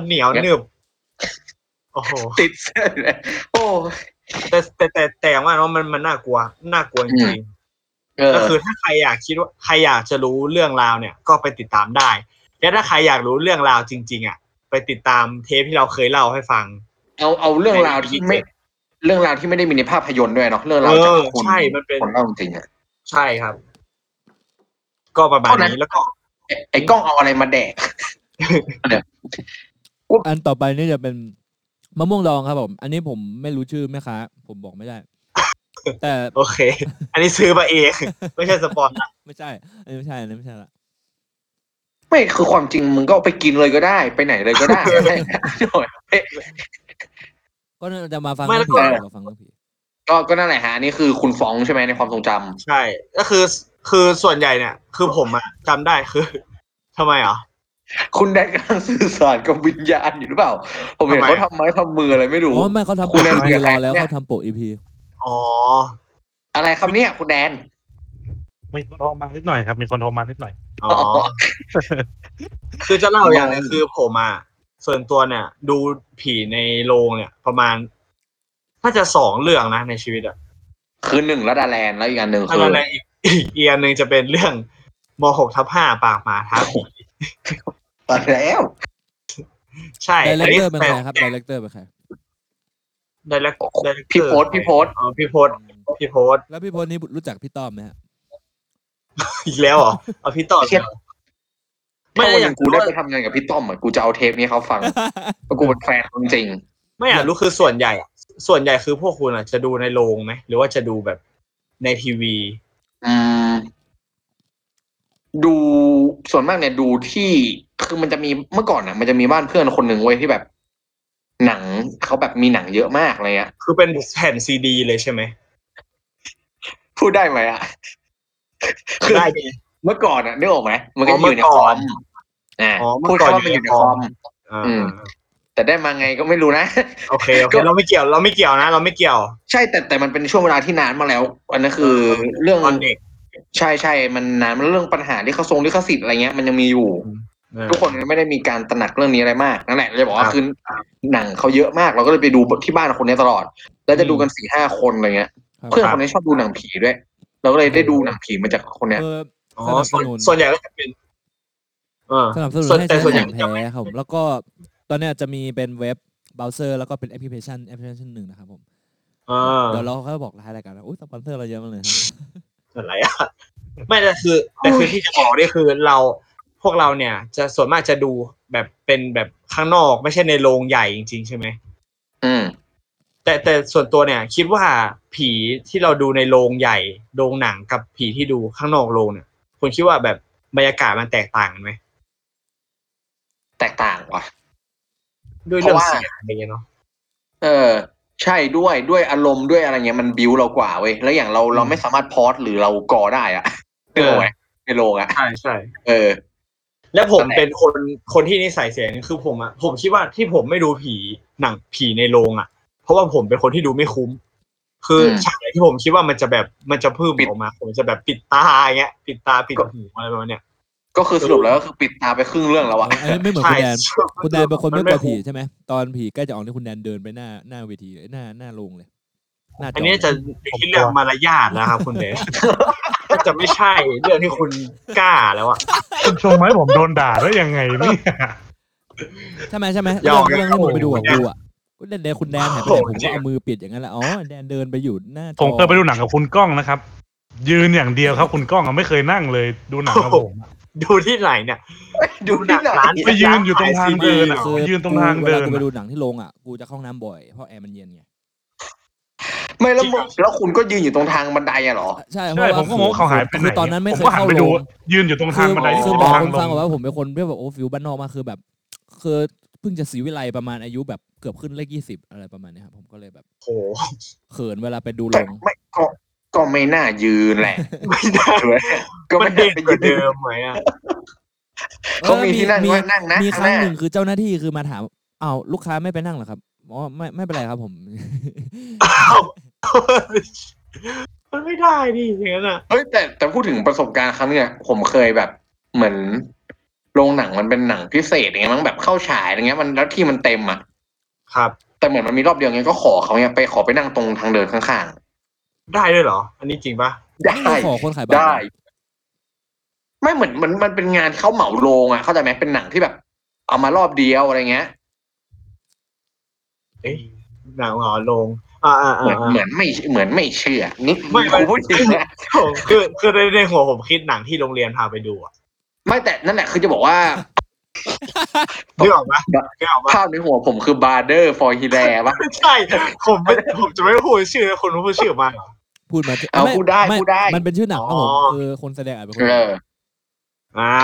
C: เหนียวหนึบโอ้โห
D: ติดเส้นเลยโอ้ย
C: แต่แต่แต่แต่อย่างว่าเนาะมันมันน่ากลัวน่ากลัวจริงๆ
D: เออ
C: ก็คือถ้าใครอยากคิดว่าใครอยากจะรู้เรื่องราวเนี่ยก็ไปติดตามได้ และถ้าใครอยากรู้เรื่องราวจริง ๆอ่ะไปติดตามเทปที่เราเคยเล่าให้ฟัง
D: เอาเอาเรื่องราวที่ไม่ เรื่องราวที่ไม่ได้มีในภาพยนตร์ด้วยเนาะเรื่องราวจาก
C: เออ
D: คน
C: ใช่มันเป็น
D: คนเล่าจริงๆอะ
C: ใช่ครับ ก็ประมาณ
D: เท่านั้น
C: นี้แล้วก็
D: ไอ้ไอ้กล้องเอาอะไรมาแดก
B: อันต่อไปนี่จะเป็นมะม่วงดองครับผม อันนี้ผมไม่รู้ชื่อแม่ค้าผมบอกไม่ได้ แต่
C: โอเค อันนี้ซื้อมาเอง ไม่ใช่สปอนนะ
B: ไม่ใช่อันนี้ไม่ใช่อันนี้ไม่ใช่ละ
D: ไม่คือความจริงมึงก็เอาไปกินเลยก็ได้ ไปไหนเลยก็ ได้
B: ก็น่าจะมาฟัง
C: ไม่
B: เรื่
C: แล้
B: องผี
C: วก็
B: มาฟังเรื่องผี
D: ก็ก็นั่นแหละฮะอันนี่คือคุณฟ้องใช่ไหมในความทรงจำ
C: ใช่ ก็คือคือส่วนใหญ่เนี่ย คือผมอ่ะจำได้คือทำไมอ่ะ
D: คุณแดกกำลังสื่อสารกับวิญญาณอยู่หรือเปล่า ผมเห็น
C: ทำไม
D: เขาทำไม้ทำมืออะไรไม่รู้
B: อ๋อไม่เขาทำ
D: คุ
B: โป
D: ณ
B: ก
D: เล่น
B: อีพี
D: กับใค
B: ร
D: ร
B: อแล้ว
D: เนี่ย
B: เขาทำโปกอีพี
C: อ๋อ
D: อะไรครับเนี่ยคุณแดน
E: มีคนโทรมานิดหน่อยครับ มีคนโทรมานิดหน่อย
C: อ๋อ คือจะเล่าอย่างหนึงคือผมอ่ะส่วนตัวเนี่ย ดูผีในโรงเนี่ย ประมาณน่าจะสองเรื่องนะในชีวิตอ่ะ
D: คือหนึ่งระดาแลนด์แล้วอีกอันหนึ่ง
C: อัน
D: คือ
C: นั้นอีกอีกอีกอันหนึ่งจะเป็นเรื่องมหกทับห้าปากหมาทับ
D: ตอนแล้ว
C: ใช่
B: ไดเรคเตอร์เป็น
C: แต่
B: ใครครับไดเรคเตอร์เป็นใคร
C: ไดเรกไดเรกเตอร์
D: พี่โพสต์พี่โพสต์
C: อ๋อพี่โพสต์พี่โพสต์
B: แล้วพี่พลนี่รู้จักพี่ต้อมไหมฮะ
C: อีกแล้วเหรอเอาพี่ต่อ
D: เทียบ
C: ไม่
D: ถ้า
C: ได้
D: วัน
C: อ
D: ห
C: ยาก
D: นึ่งกูได้
C: รู้
D: ไปทำงานกับพี่ต้อมอ่ะกูจะเอาเทปนี้ให้เขาฟังเพราะกูเป็นแฟนจริง
C: ไม่อยากรู้คือส่วนใหญ่อะส่วนใหญ่คือพวกคุณอะจะดูในโรงไหมหรือว่าจะดูแบบในทีวี
D: ๆอืมดูส่วนมากเนี่ยดูที่คือมันจะมีเมื่อก่อนอ่ะ มันจะมีบ้านเพื่อนคนหนึ่งเว้ยที่แบบ หนังเขาแบบมีหนังเยอะมากอะไรเงี้ย
C: คือเป็นแผ่นซีดี เลยใช่ไหม
D: พูดได้ไหมอ่ะ คือ
C: ได้ดิ
D: เมื่อก่อนอ่ะนึกออกไหมมันก็
C: อ๋อ
D: อ
C: เมื่อ
D: ยู่ใน
C: ก่
D: ค
C: อ
D: อน มอ่า
C: อ๋อเมื่
D: พูด
C: อก่อน
D: แค่ว่า
C: อยู่
D: มันอยู่
C: ใน
D: ใน
C: ค
D: ค
C: อ
D: อ
C: ม
D: ม
C: อ่า
D: อืม แต่ได้มาไงก็ไม่รู้นะ
C: โอเคโอเคเราไม่เกี่ยวเราไม่เกี่ยวนะ เราไม่เกี่ยว
D: ใช่แต่แต่มันเป็นช่วงเวลาที่นานมาแล้ว อันนั้นคือเรื่อง
C: ตอนเด็ก
D: ใช่ใช่ มันนานมันเรื่องปัญหาที่เขาทรงลิขสิทธิ์อะไรเงี้ยมันยังมีอยู่
C: เออ
D: ทุกคนไม่ได้มีการตระหนักเรื่องนี้อะไรมากนั่นแหละเลยบอกว่า
C: ครับ
D: คือหนังเขาเยอะมาก เราก็เลยไปดูที่บ้านคนนี้ตลอด แล้วจะดูกันสี่ห้าคนอะไรเงี้ย
B: ครับ
D: เพื่อนคนนี้ชอบดูหนังผีด้วย เราก็เลยได้ดูหนังผีมาจากคนเนี้ย
B: เออ
C: อ๋อ
B: ส
C: ส่
B: นับส
C: วน
B: นุน
C: ส่วนใหญ่ก็จะเป็นเออ
B: สนับสนุน
C: ส่วน
B: ให้
C: แต่
B: ใช้
C: ส่วนใหญ่
B: ของแท้ครับผมแล้วก็ตอนเนี้ยจะมีเป็นเว็บเบราว์เซอร์แล้วก็เป็นแอปพลิเคชันแอปพลิเคชันหนึ่งนะครับผม
C: เออ
B: เดี๋ยวเราค่อยบอกรายรายการนะอุ้ยสปอนเซอร์เราเยอะมากเลยครับ
C: อะไรอ่ะ ไม่แต่คือ แต่คือที่จะบอกนี่คือเราพวกเราเนี่ย จะส่วนมากจะดูแบบเป็นแบบข้างนอกไม่ใช่ในโรงใหญ่จริงๆใช่ไหม
D: อืม
C: แต่แต่ส่วนตัวเนี่ย คิดว่าผีที่เราดูในโรงใหญ่โรงหนังกับผีที่ดูข้างนอกโรงเนี่ยคุณคิดว่าแบบบรรยากาศมันแตกต่างกันไหม
D: แตกต่างว่ะ
C: ด้วยเรื่อง
D: เพราะว่า
C: เสียงอะไรอย่างเงี้ยเนาะ
D: เออ ใช่ด้วยด้วยอารมณ์ด้วยอะไรเงี้ยมันบิวเรากว่าเว้ยแล้วอย่างเราเราไม่สามารถพอสหรือเรากอได้อะ
C: เออ
D: เออในโรงอะ
C: ใช่ใช่
D: เออ
C: และผม
D: ตำแหน่ง
C: เป็นคนคนที่นิสัยเสียอย่างหนึ่งคือผมอะผมคิดว่าที่ผมไม่ดูผีหนังผีในโรงอะเพราะว่าผมเป็นคนที่ดูไม่คุ้ม คือฉากไหนที่ผมคิดว่ามันจะแบบมันจะพึ่มออกมา ผมจะแบบปิดตาอย่างเงี้ย ปิดตาปิดหูอะไรประมาณเนี้ย
D: ก็คือสรุปแล้วก็คือปิดตาไปครึ่งเรื่องแล้วอะ
B: อันนี้ไม่เหมือน
C: ใช่
B: คุณแดนคุณแดนเป็นคนไม่กลัวผี
C: นไ
B: ใช่ไหมตอนผีใกล้จะออกนี่คุณแดนเดินไปหน้าหน้าเวทีหน้าหน้าโรงเลยหน้าจ
C: อันนี้จะ
B: อ
C: เป็นที่เรื่องมารยาท นะครับคุณเดชจะไม่ใช่เรื่องที่คุณกล้าแล้วอะ
E: คุณชงไหมผมโดนด่าได้ยังไงเนี่ย
B: ใช่ไหมใช่ไหม
C: ย
B: เรื่
C: อ
B: อง
C: ม
B: เรื่องที่ผมไปดูกับ
C: ยอม
B: กูอ่ะกูเดนเดนคุณแดนหายไปไหน
C: โอ้
B: ผ
C: โห
B: มก็เอามือปิดอย่างนั้นแหละอ๋อแดนเดินไปอยู่หน้าจอ
E: ผมเคยไปดูหนังกับคุณก้องนะครับ ยืนอย่างเดียวครับ คุณก้องอะไม่เคยนั่งเลยดูหนังกับผมอะ
C: ดูที่ไหนเนี่ย
D: ดูหนังร้าน
E: ไปยืนอยู่ตรงทางเดินอ่ะไปยืนตรงทางเดิน
B: วลกูไป
E: อะ
B: ดูหนังที่โรงอ่ะ กูจะเข้าห้องน้ำบ่อย เพราะแอร์มันเย็นไง
D: ไม่แล้วมึงแล้วคุณก็ยืนอยู่ตรงทางบันไดอะเหรอ
B: ใช่
E: ใช่ผมก็งงเขาหายไปไหน
B: คือตอนนั้นไม่เค
E: ผ
B: ย
E: ก็หั
B: เข้า
E: ไป
B: โร
E: ดู
B: ง
E: ยืนอยู่ตรงทางบันได
B: คือ
E: ที่
B: บอก
E: ทาง
B: คน
E: ล
B: ฟัง
E: ง
B: ก่อนว่าผมเป็นคนที่แบบโอ้ฟิวบ้านนอกมากคือแบบ คือเพิ่งจะสีวิไลประมาณอายุแบบเกือบขึ้นเลขยี่สิบอะไรประมาณเนี้ยครับผมก็เลยแบบ
C: โห
B: เขินเวลาไปดูโร
D: แต่
B: ง
D: ไม่ก็ก็ ไม่น่ายืนแหละ
C: ไม่ได้
D: ก็
C: มั
D: ไม่
C: น
D: ได้
C: เด็กก
D: ไป
C: ว่า
D: ยื
C: เดิ
D: น
C: มไหมอะ
D: เขามีที่นั่งไว้นั่งนะ
B: มีค
D: ข้าง
B: รั้
D: ห
B: ง
D: น้า
B: หนึ่งคือเจ้าหน้าที่คือมาถามอ้าวลูกค้าไม่ไปนั่งเหรอครับอ๋อไม่ไม่เป็นไรครับผม
C: มันไม่ได้ดิอย่างนั้นอ่ะ
D: เฮ้ยแต่แต่พูดถึงประสบการณ์ครั้งเนี้ยผมเคยแบบเหมือนโรงหนังมันเป็นหนังพิเศษอย่างเงี้ยมั้งแบบเข้าฉายอย่างเงี้ยมันแล้วที่มันเต็มอ่ะ
C: ครับ
D: แต่เหมือนมันมีรอบเดียวเงี้ยก็ขอเขาเนี่ยไปขอไปนั่งตรงทางเดินข้าง
C: ได้ด้วยเหรอ อันนี้จริงปะ
D: ๆได้
B: ขอคนขายบัตร
D: ได้ ไม่เหมือนมันมันเป็นงานเข้าเหมาโรงอ่ะเข้าใจไหมเป็นหนังที่แบบ เอามารอบเดียวอะไรเงี้ย
C: หนังหอลง อ่าอ่า
D: เหมือน
C: อ่า
D: เหมือนไม่เหมือนไม่เชื่อนี่
C: ไม่ไม่
D: กูพูดจริงนะ
C: ผมคือคือในในหัวผมคิดหนังที่โรงเรียนพาไปดูอ่ะ
D: ไม่แต่นั่นแหละคือจะบอกว่า
C: นึกออกปะนึกออกปะ
D: ภาพในหัวผมคือ Barder for h i l a r ปะ
C: ไม่ใช่ผมไม่ผมจะไม่พูดชื่อนะคนรู้พูดชื่อออกมาเหรอ
B: พูดมาถะ
D: เอา
B: ม่
D: พูดได้
B: ม่
D: พูดได้
B: มันเป็นชื่อหนังครับผม
C: อ๋อ
B: คือคนแสดงอาจเป็นคน
D: เออ
C: อ่า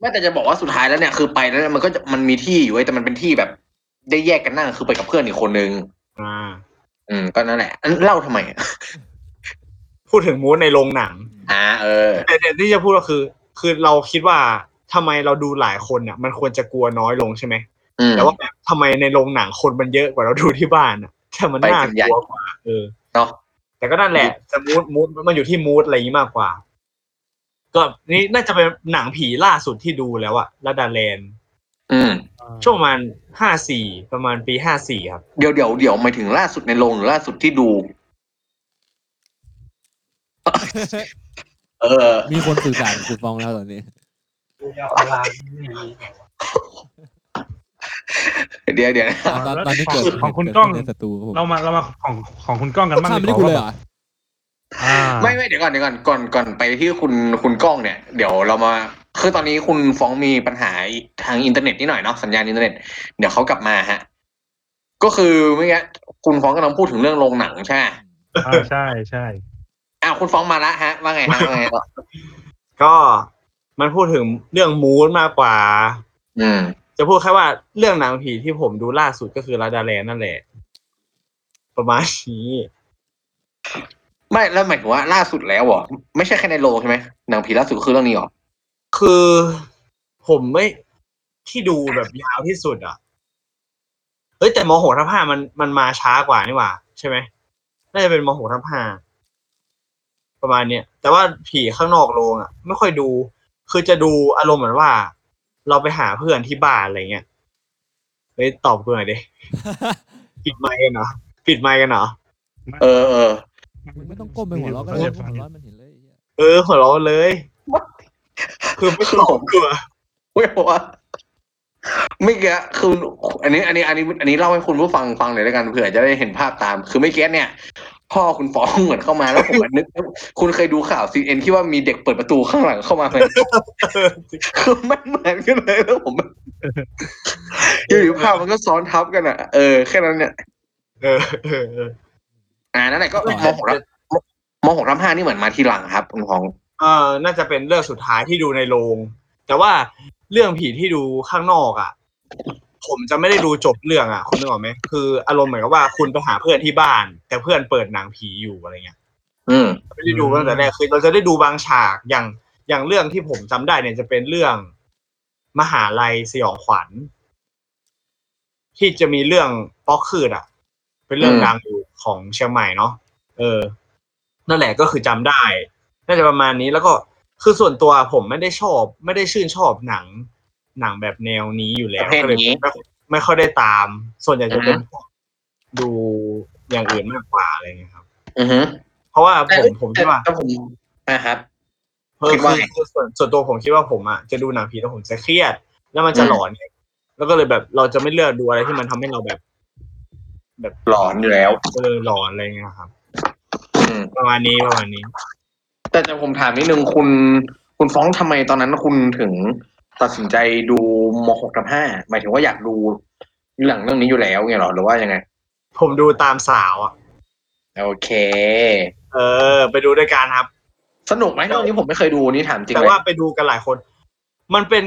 D: ไม่แต่จะบอกว่าสุดท้ายแล้วเนี่ยคือไปแล้วเนี่ยมันก็จะมันมีที่อยู่ไว้ยแต่มันเป็นที่แบบ ได้แยกกันนั่งคือไปกับเพื่อนอีกคนนึง
C: อ่า
D: อืมก็นั่นแหละอันเล่าทำไมอะ
C: พูดถึงมูดในโรงหนัง
D: อ่าเออ
C: แต่แต่ที่จะพูดก็คือ คือเราคิดว่าทำไมเราดูหลายคนอ่ะ มันควรจะกลัวน้อยลงใช่ไหม
D: อืม
C: แต่ว่าแบบทำไมในโรงหนังคนมันเยอะกว่าเราดูที่บ้านอ่ะแต่มันน่า
D: ไปกันใหญ่
C: กลัวกว่าเออ
D: เนาะ
C: แต่ก็นั่นแหละจะมูดมูดมันอยู่ที่มูดอะไรอย่างนี้มากกว่า ก็นี่น่าจะเป็นหนังผีล่าสุดที่ดูแล้วอะลาดาแลนด์
D: อืม
C: ช่วงประมาณห้าสี่ประมาณปีห้าสี่ครับ
D: เดี๋ยวเดี๋ยวเดี๋ยวหมายถึงล่าสุดในโรงหรือล่าสุดที่ดู เออ
B: มีคนสื่อสารสื่อฟ้องแล้วตอนนี้
D: เดี๋ยวเดี๋ยวนะ
E: อ่า
B: ตอน
E: แล้ว
B: ตอนที่เกิด
E: ของของคุณ
B: เกิด
E: กล้อง
B: ในศัตรูครับผม
E: เรามาเรามาของของคุณกล้องกันบ้าง
B: ข้าม
E: ดี
B: ไม่ได้
E: ก
B: กู
E: ว่า
B: เลยเหรอ
E: ว่าอ่า
D: ไม่ไม่เดี๋ยวก่อนเดี๋ยวก่อนก่อนก่อนไปที่คุณคุณกล้องเนี่ย เดี๋ยวเรามาคือตอนนี้คุณฟ้องมีปัญหาทางอินเทอร์เน็ตนิดหน่อยเนาะสัญญาณอินเทอร์เน็ตเดี๋ยวเขากลับมาฮะ ก็คือเมื่อกี้คุณฟ้องกำลังพูดถึงเรื่องโรงหนังใช่ไหม
E: อ่าใช่ใช่
D: อ้าวคุณฟ้องมาละฮะว่าไงฮะว่าไงต่อ
C: ก็มันพูดถึงเรื่องมูดมากกว่า
D: อืม
C: จะพูดแค่ว่าเรื่องหนังผีที่ผมดูล่าสุดก็คือลาดาแลนด์นั่นแหละ ประมาณนี้
D: ไม่แล้วหมายถึงว่าล่าสุดแล้วเหรอไม่ใช่แค่ในโรงใช่ไหมหนังผีล่าสุดคือเรื่องนี้เหรอ
C: คือผมไม่ที่ดูแบบยาวที่สุดอ่ะเฮ้ยแต่มโหทัพห้ามันมันมาช้ากว่านี่หว่า ใช่ไหมน่าจะเป็นมโหทัพห้าประมาณเนี้ยแต่ว่าผีข้างนอกโรงอ่ะ ไม่ค่อยดู คือจะดูอารมณ์เหมือนว่า เราไปหาเพื่อนที่บ้านอะไรเงี้ยเฮ้ยตอบกูหน่อยดิปิดไมค์กันเหรอปิดไมค์กันเหรอ
D: เออเออ
B: มึงไม่ต้องก้มไปหัวเราะก็ได้เพราะหัวเราะมันเห็นเลยไอ้เหี้ย
C: เออหัวเราะเลย คือไม่ตอบกลัว
D: เว้ยบอกว่าไม่เกี้คืออันนี้ อันนี้ อันนี้ อันนี้เล่าให้คุณผู้ฟังฟังหน่อยแล้วกันเผื่อจะได้เห็นภาพตาม คือไม่เกี้เนี่ย พ่อคุณฟ้องเหมือนเข้ามาแล้วผมอะนึก คุณเคยดูข่าวซีเอ็นที่ว่ามีเด็กเปิดประตูข้างหลังเข้ามาไหมคือมันเหมือนกันเลยแล้วผมแบบอยู่ๆภาพมันก็ซ้อนทับกันอ่ะเออแค่นั้นเนี่ย
C: เออเออเออ
D: อ่านั่นแหละก็มหกรับมหกรับห้านี่เหมือนมาทีหลังครับคุณของ
C: เออน่าจะเป็นเรื่องสุดท้ายที่ดูในโรง แต่ว่าเรื่องผีที่ดูข้างนอกอ่ะ ผมจะไม่ได้ดูจบเรื่องอ่ะคุณนึกออกไหมคืออารมณ์เหมือนกับว่าคุณไปหาเพื่อนที่บ้าน แต่เพื่อนเปิดหนังผีอยู่อะไรเงี้ย
D: อืม
C: ไม่ได้ดูตั้งแต่แรกคือเราจะได้ดูบางฉากอย่างอย่างเรื่องที่ผมจำได้เนี่ยจะเป็นเรื่องมหาลัยสยองขวัญ ที่จะมีเรื่องป๊อกคืดอ่ะ เป็นเรื่อง
D: อืม
C: ดังอยู่ของเชียงใหม่เนาะเออ นั่นแหละก็คือจำได้ น่าจะประมาณนี้แล้วก็คือส่วนตัวผมไม่ได้ชอบ ไม่ได้ชื่นชอบหนัง หนังแบบแนวนี้อยู่แล้ว
D: ประเภท
C: ก็เลย
D: นี้
C: ไม่ไม่ค่อยได้ตาม ส่วนใหญ่จะเป็นดูอย่างอื่นมากกว่าอะไรเงี้ยครับ
D: อือฮึ
C: เพราะว่าผมผมคิดว่า
D: แต่ผมอ่าครับ
C: เออ
D: คิดว่าไง
C: คือส่วนส่วนตัวผมคิดว่าผมอ่ะจะดูหนังผีแล้วผมจะเครียด แล้วมันจะหลอนไงแล้วก็เลยแบบเราจะไม่เลือกดูอะไรที่มันทำให้เราแบบ แบบ
D: หลอนอยู่แล้ว
C: เออหลอนอะไรเงี้ยครับ
D: อืม
C: ประมาณนี้ประมาณนี้
D: แต่แต่ผมถามนิดนึงคุณ คุณฟ้องทำไมตอนนั้นคุณถึงตัดสินใจดูมหกกับห้าหมายถึงว่าอยากดูหลังเรื่องนี้อยู่แล้วไงเหรอหรือว่ายังไง
C: ผมดูตามสาวอ่ะ
D: โอเค
C: เออ ไปดูด้วยกันครับ
D: สนุกไหมเรื่องนี้ผมไม่เคยดูนี่ถามจริง
C: แต่
D: เลย
C: ว่าไปดูกันหลายคน มันเป็น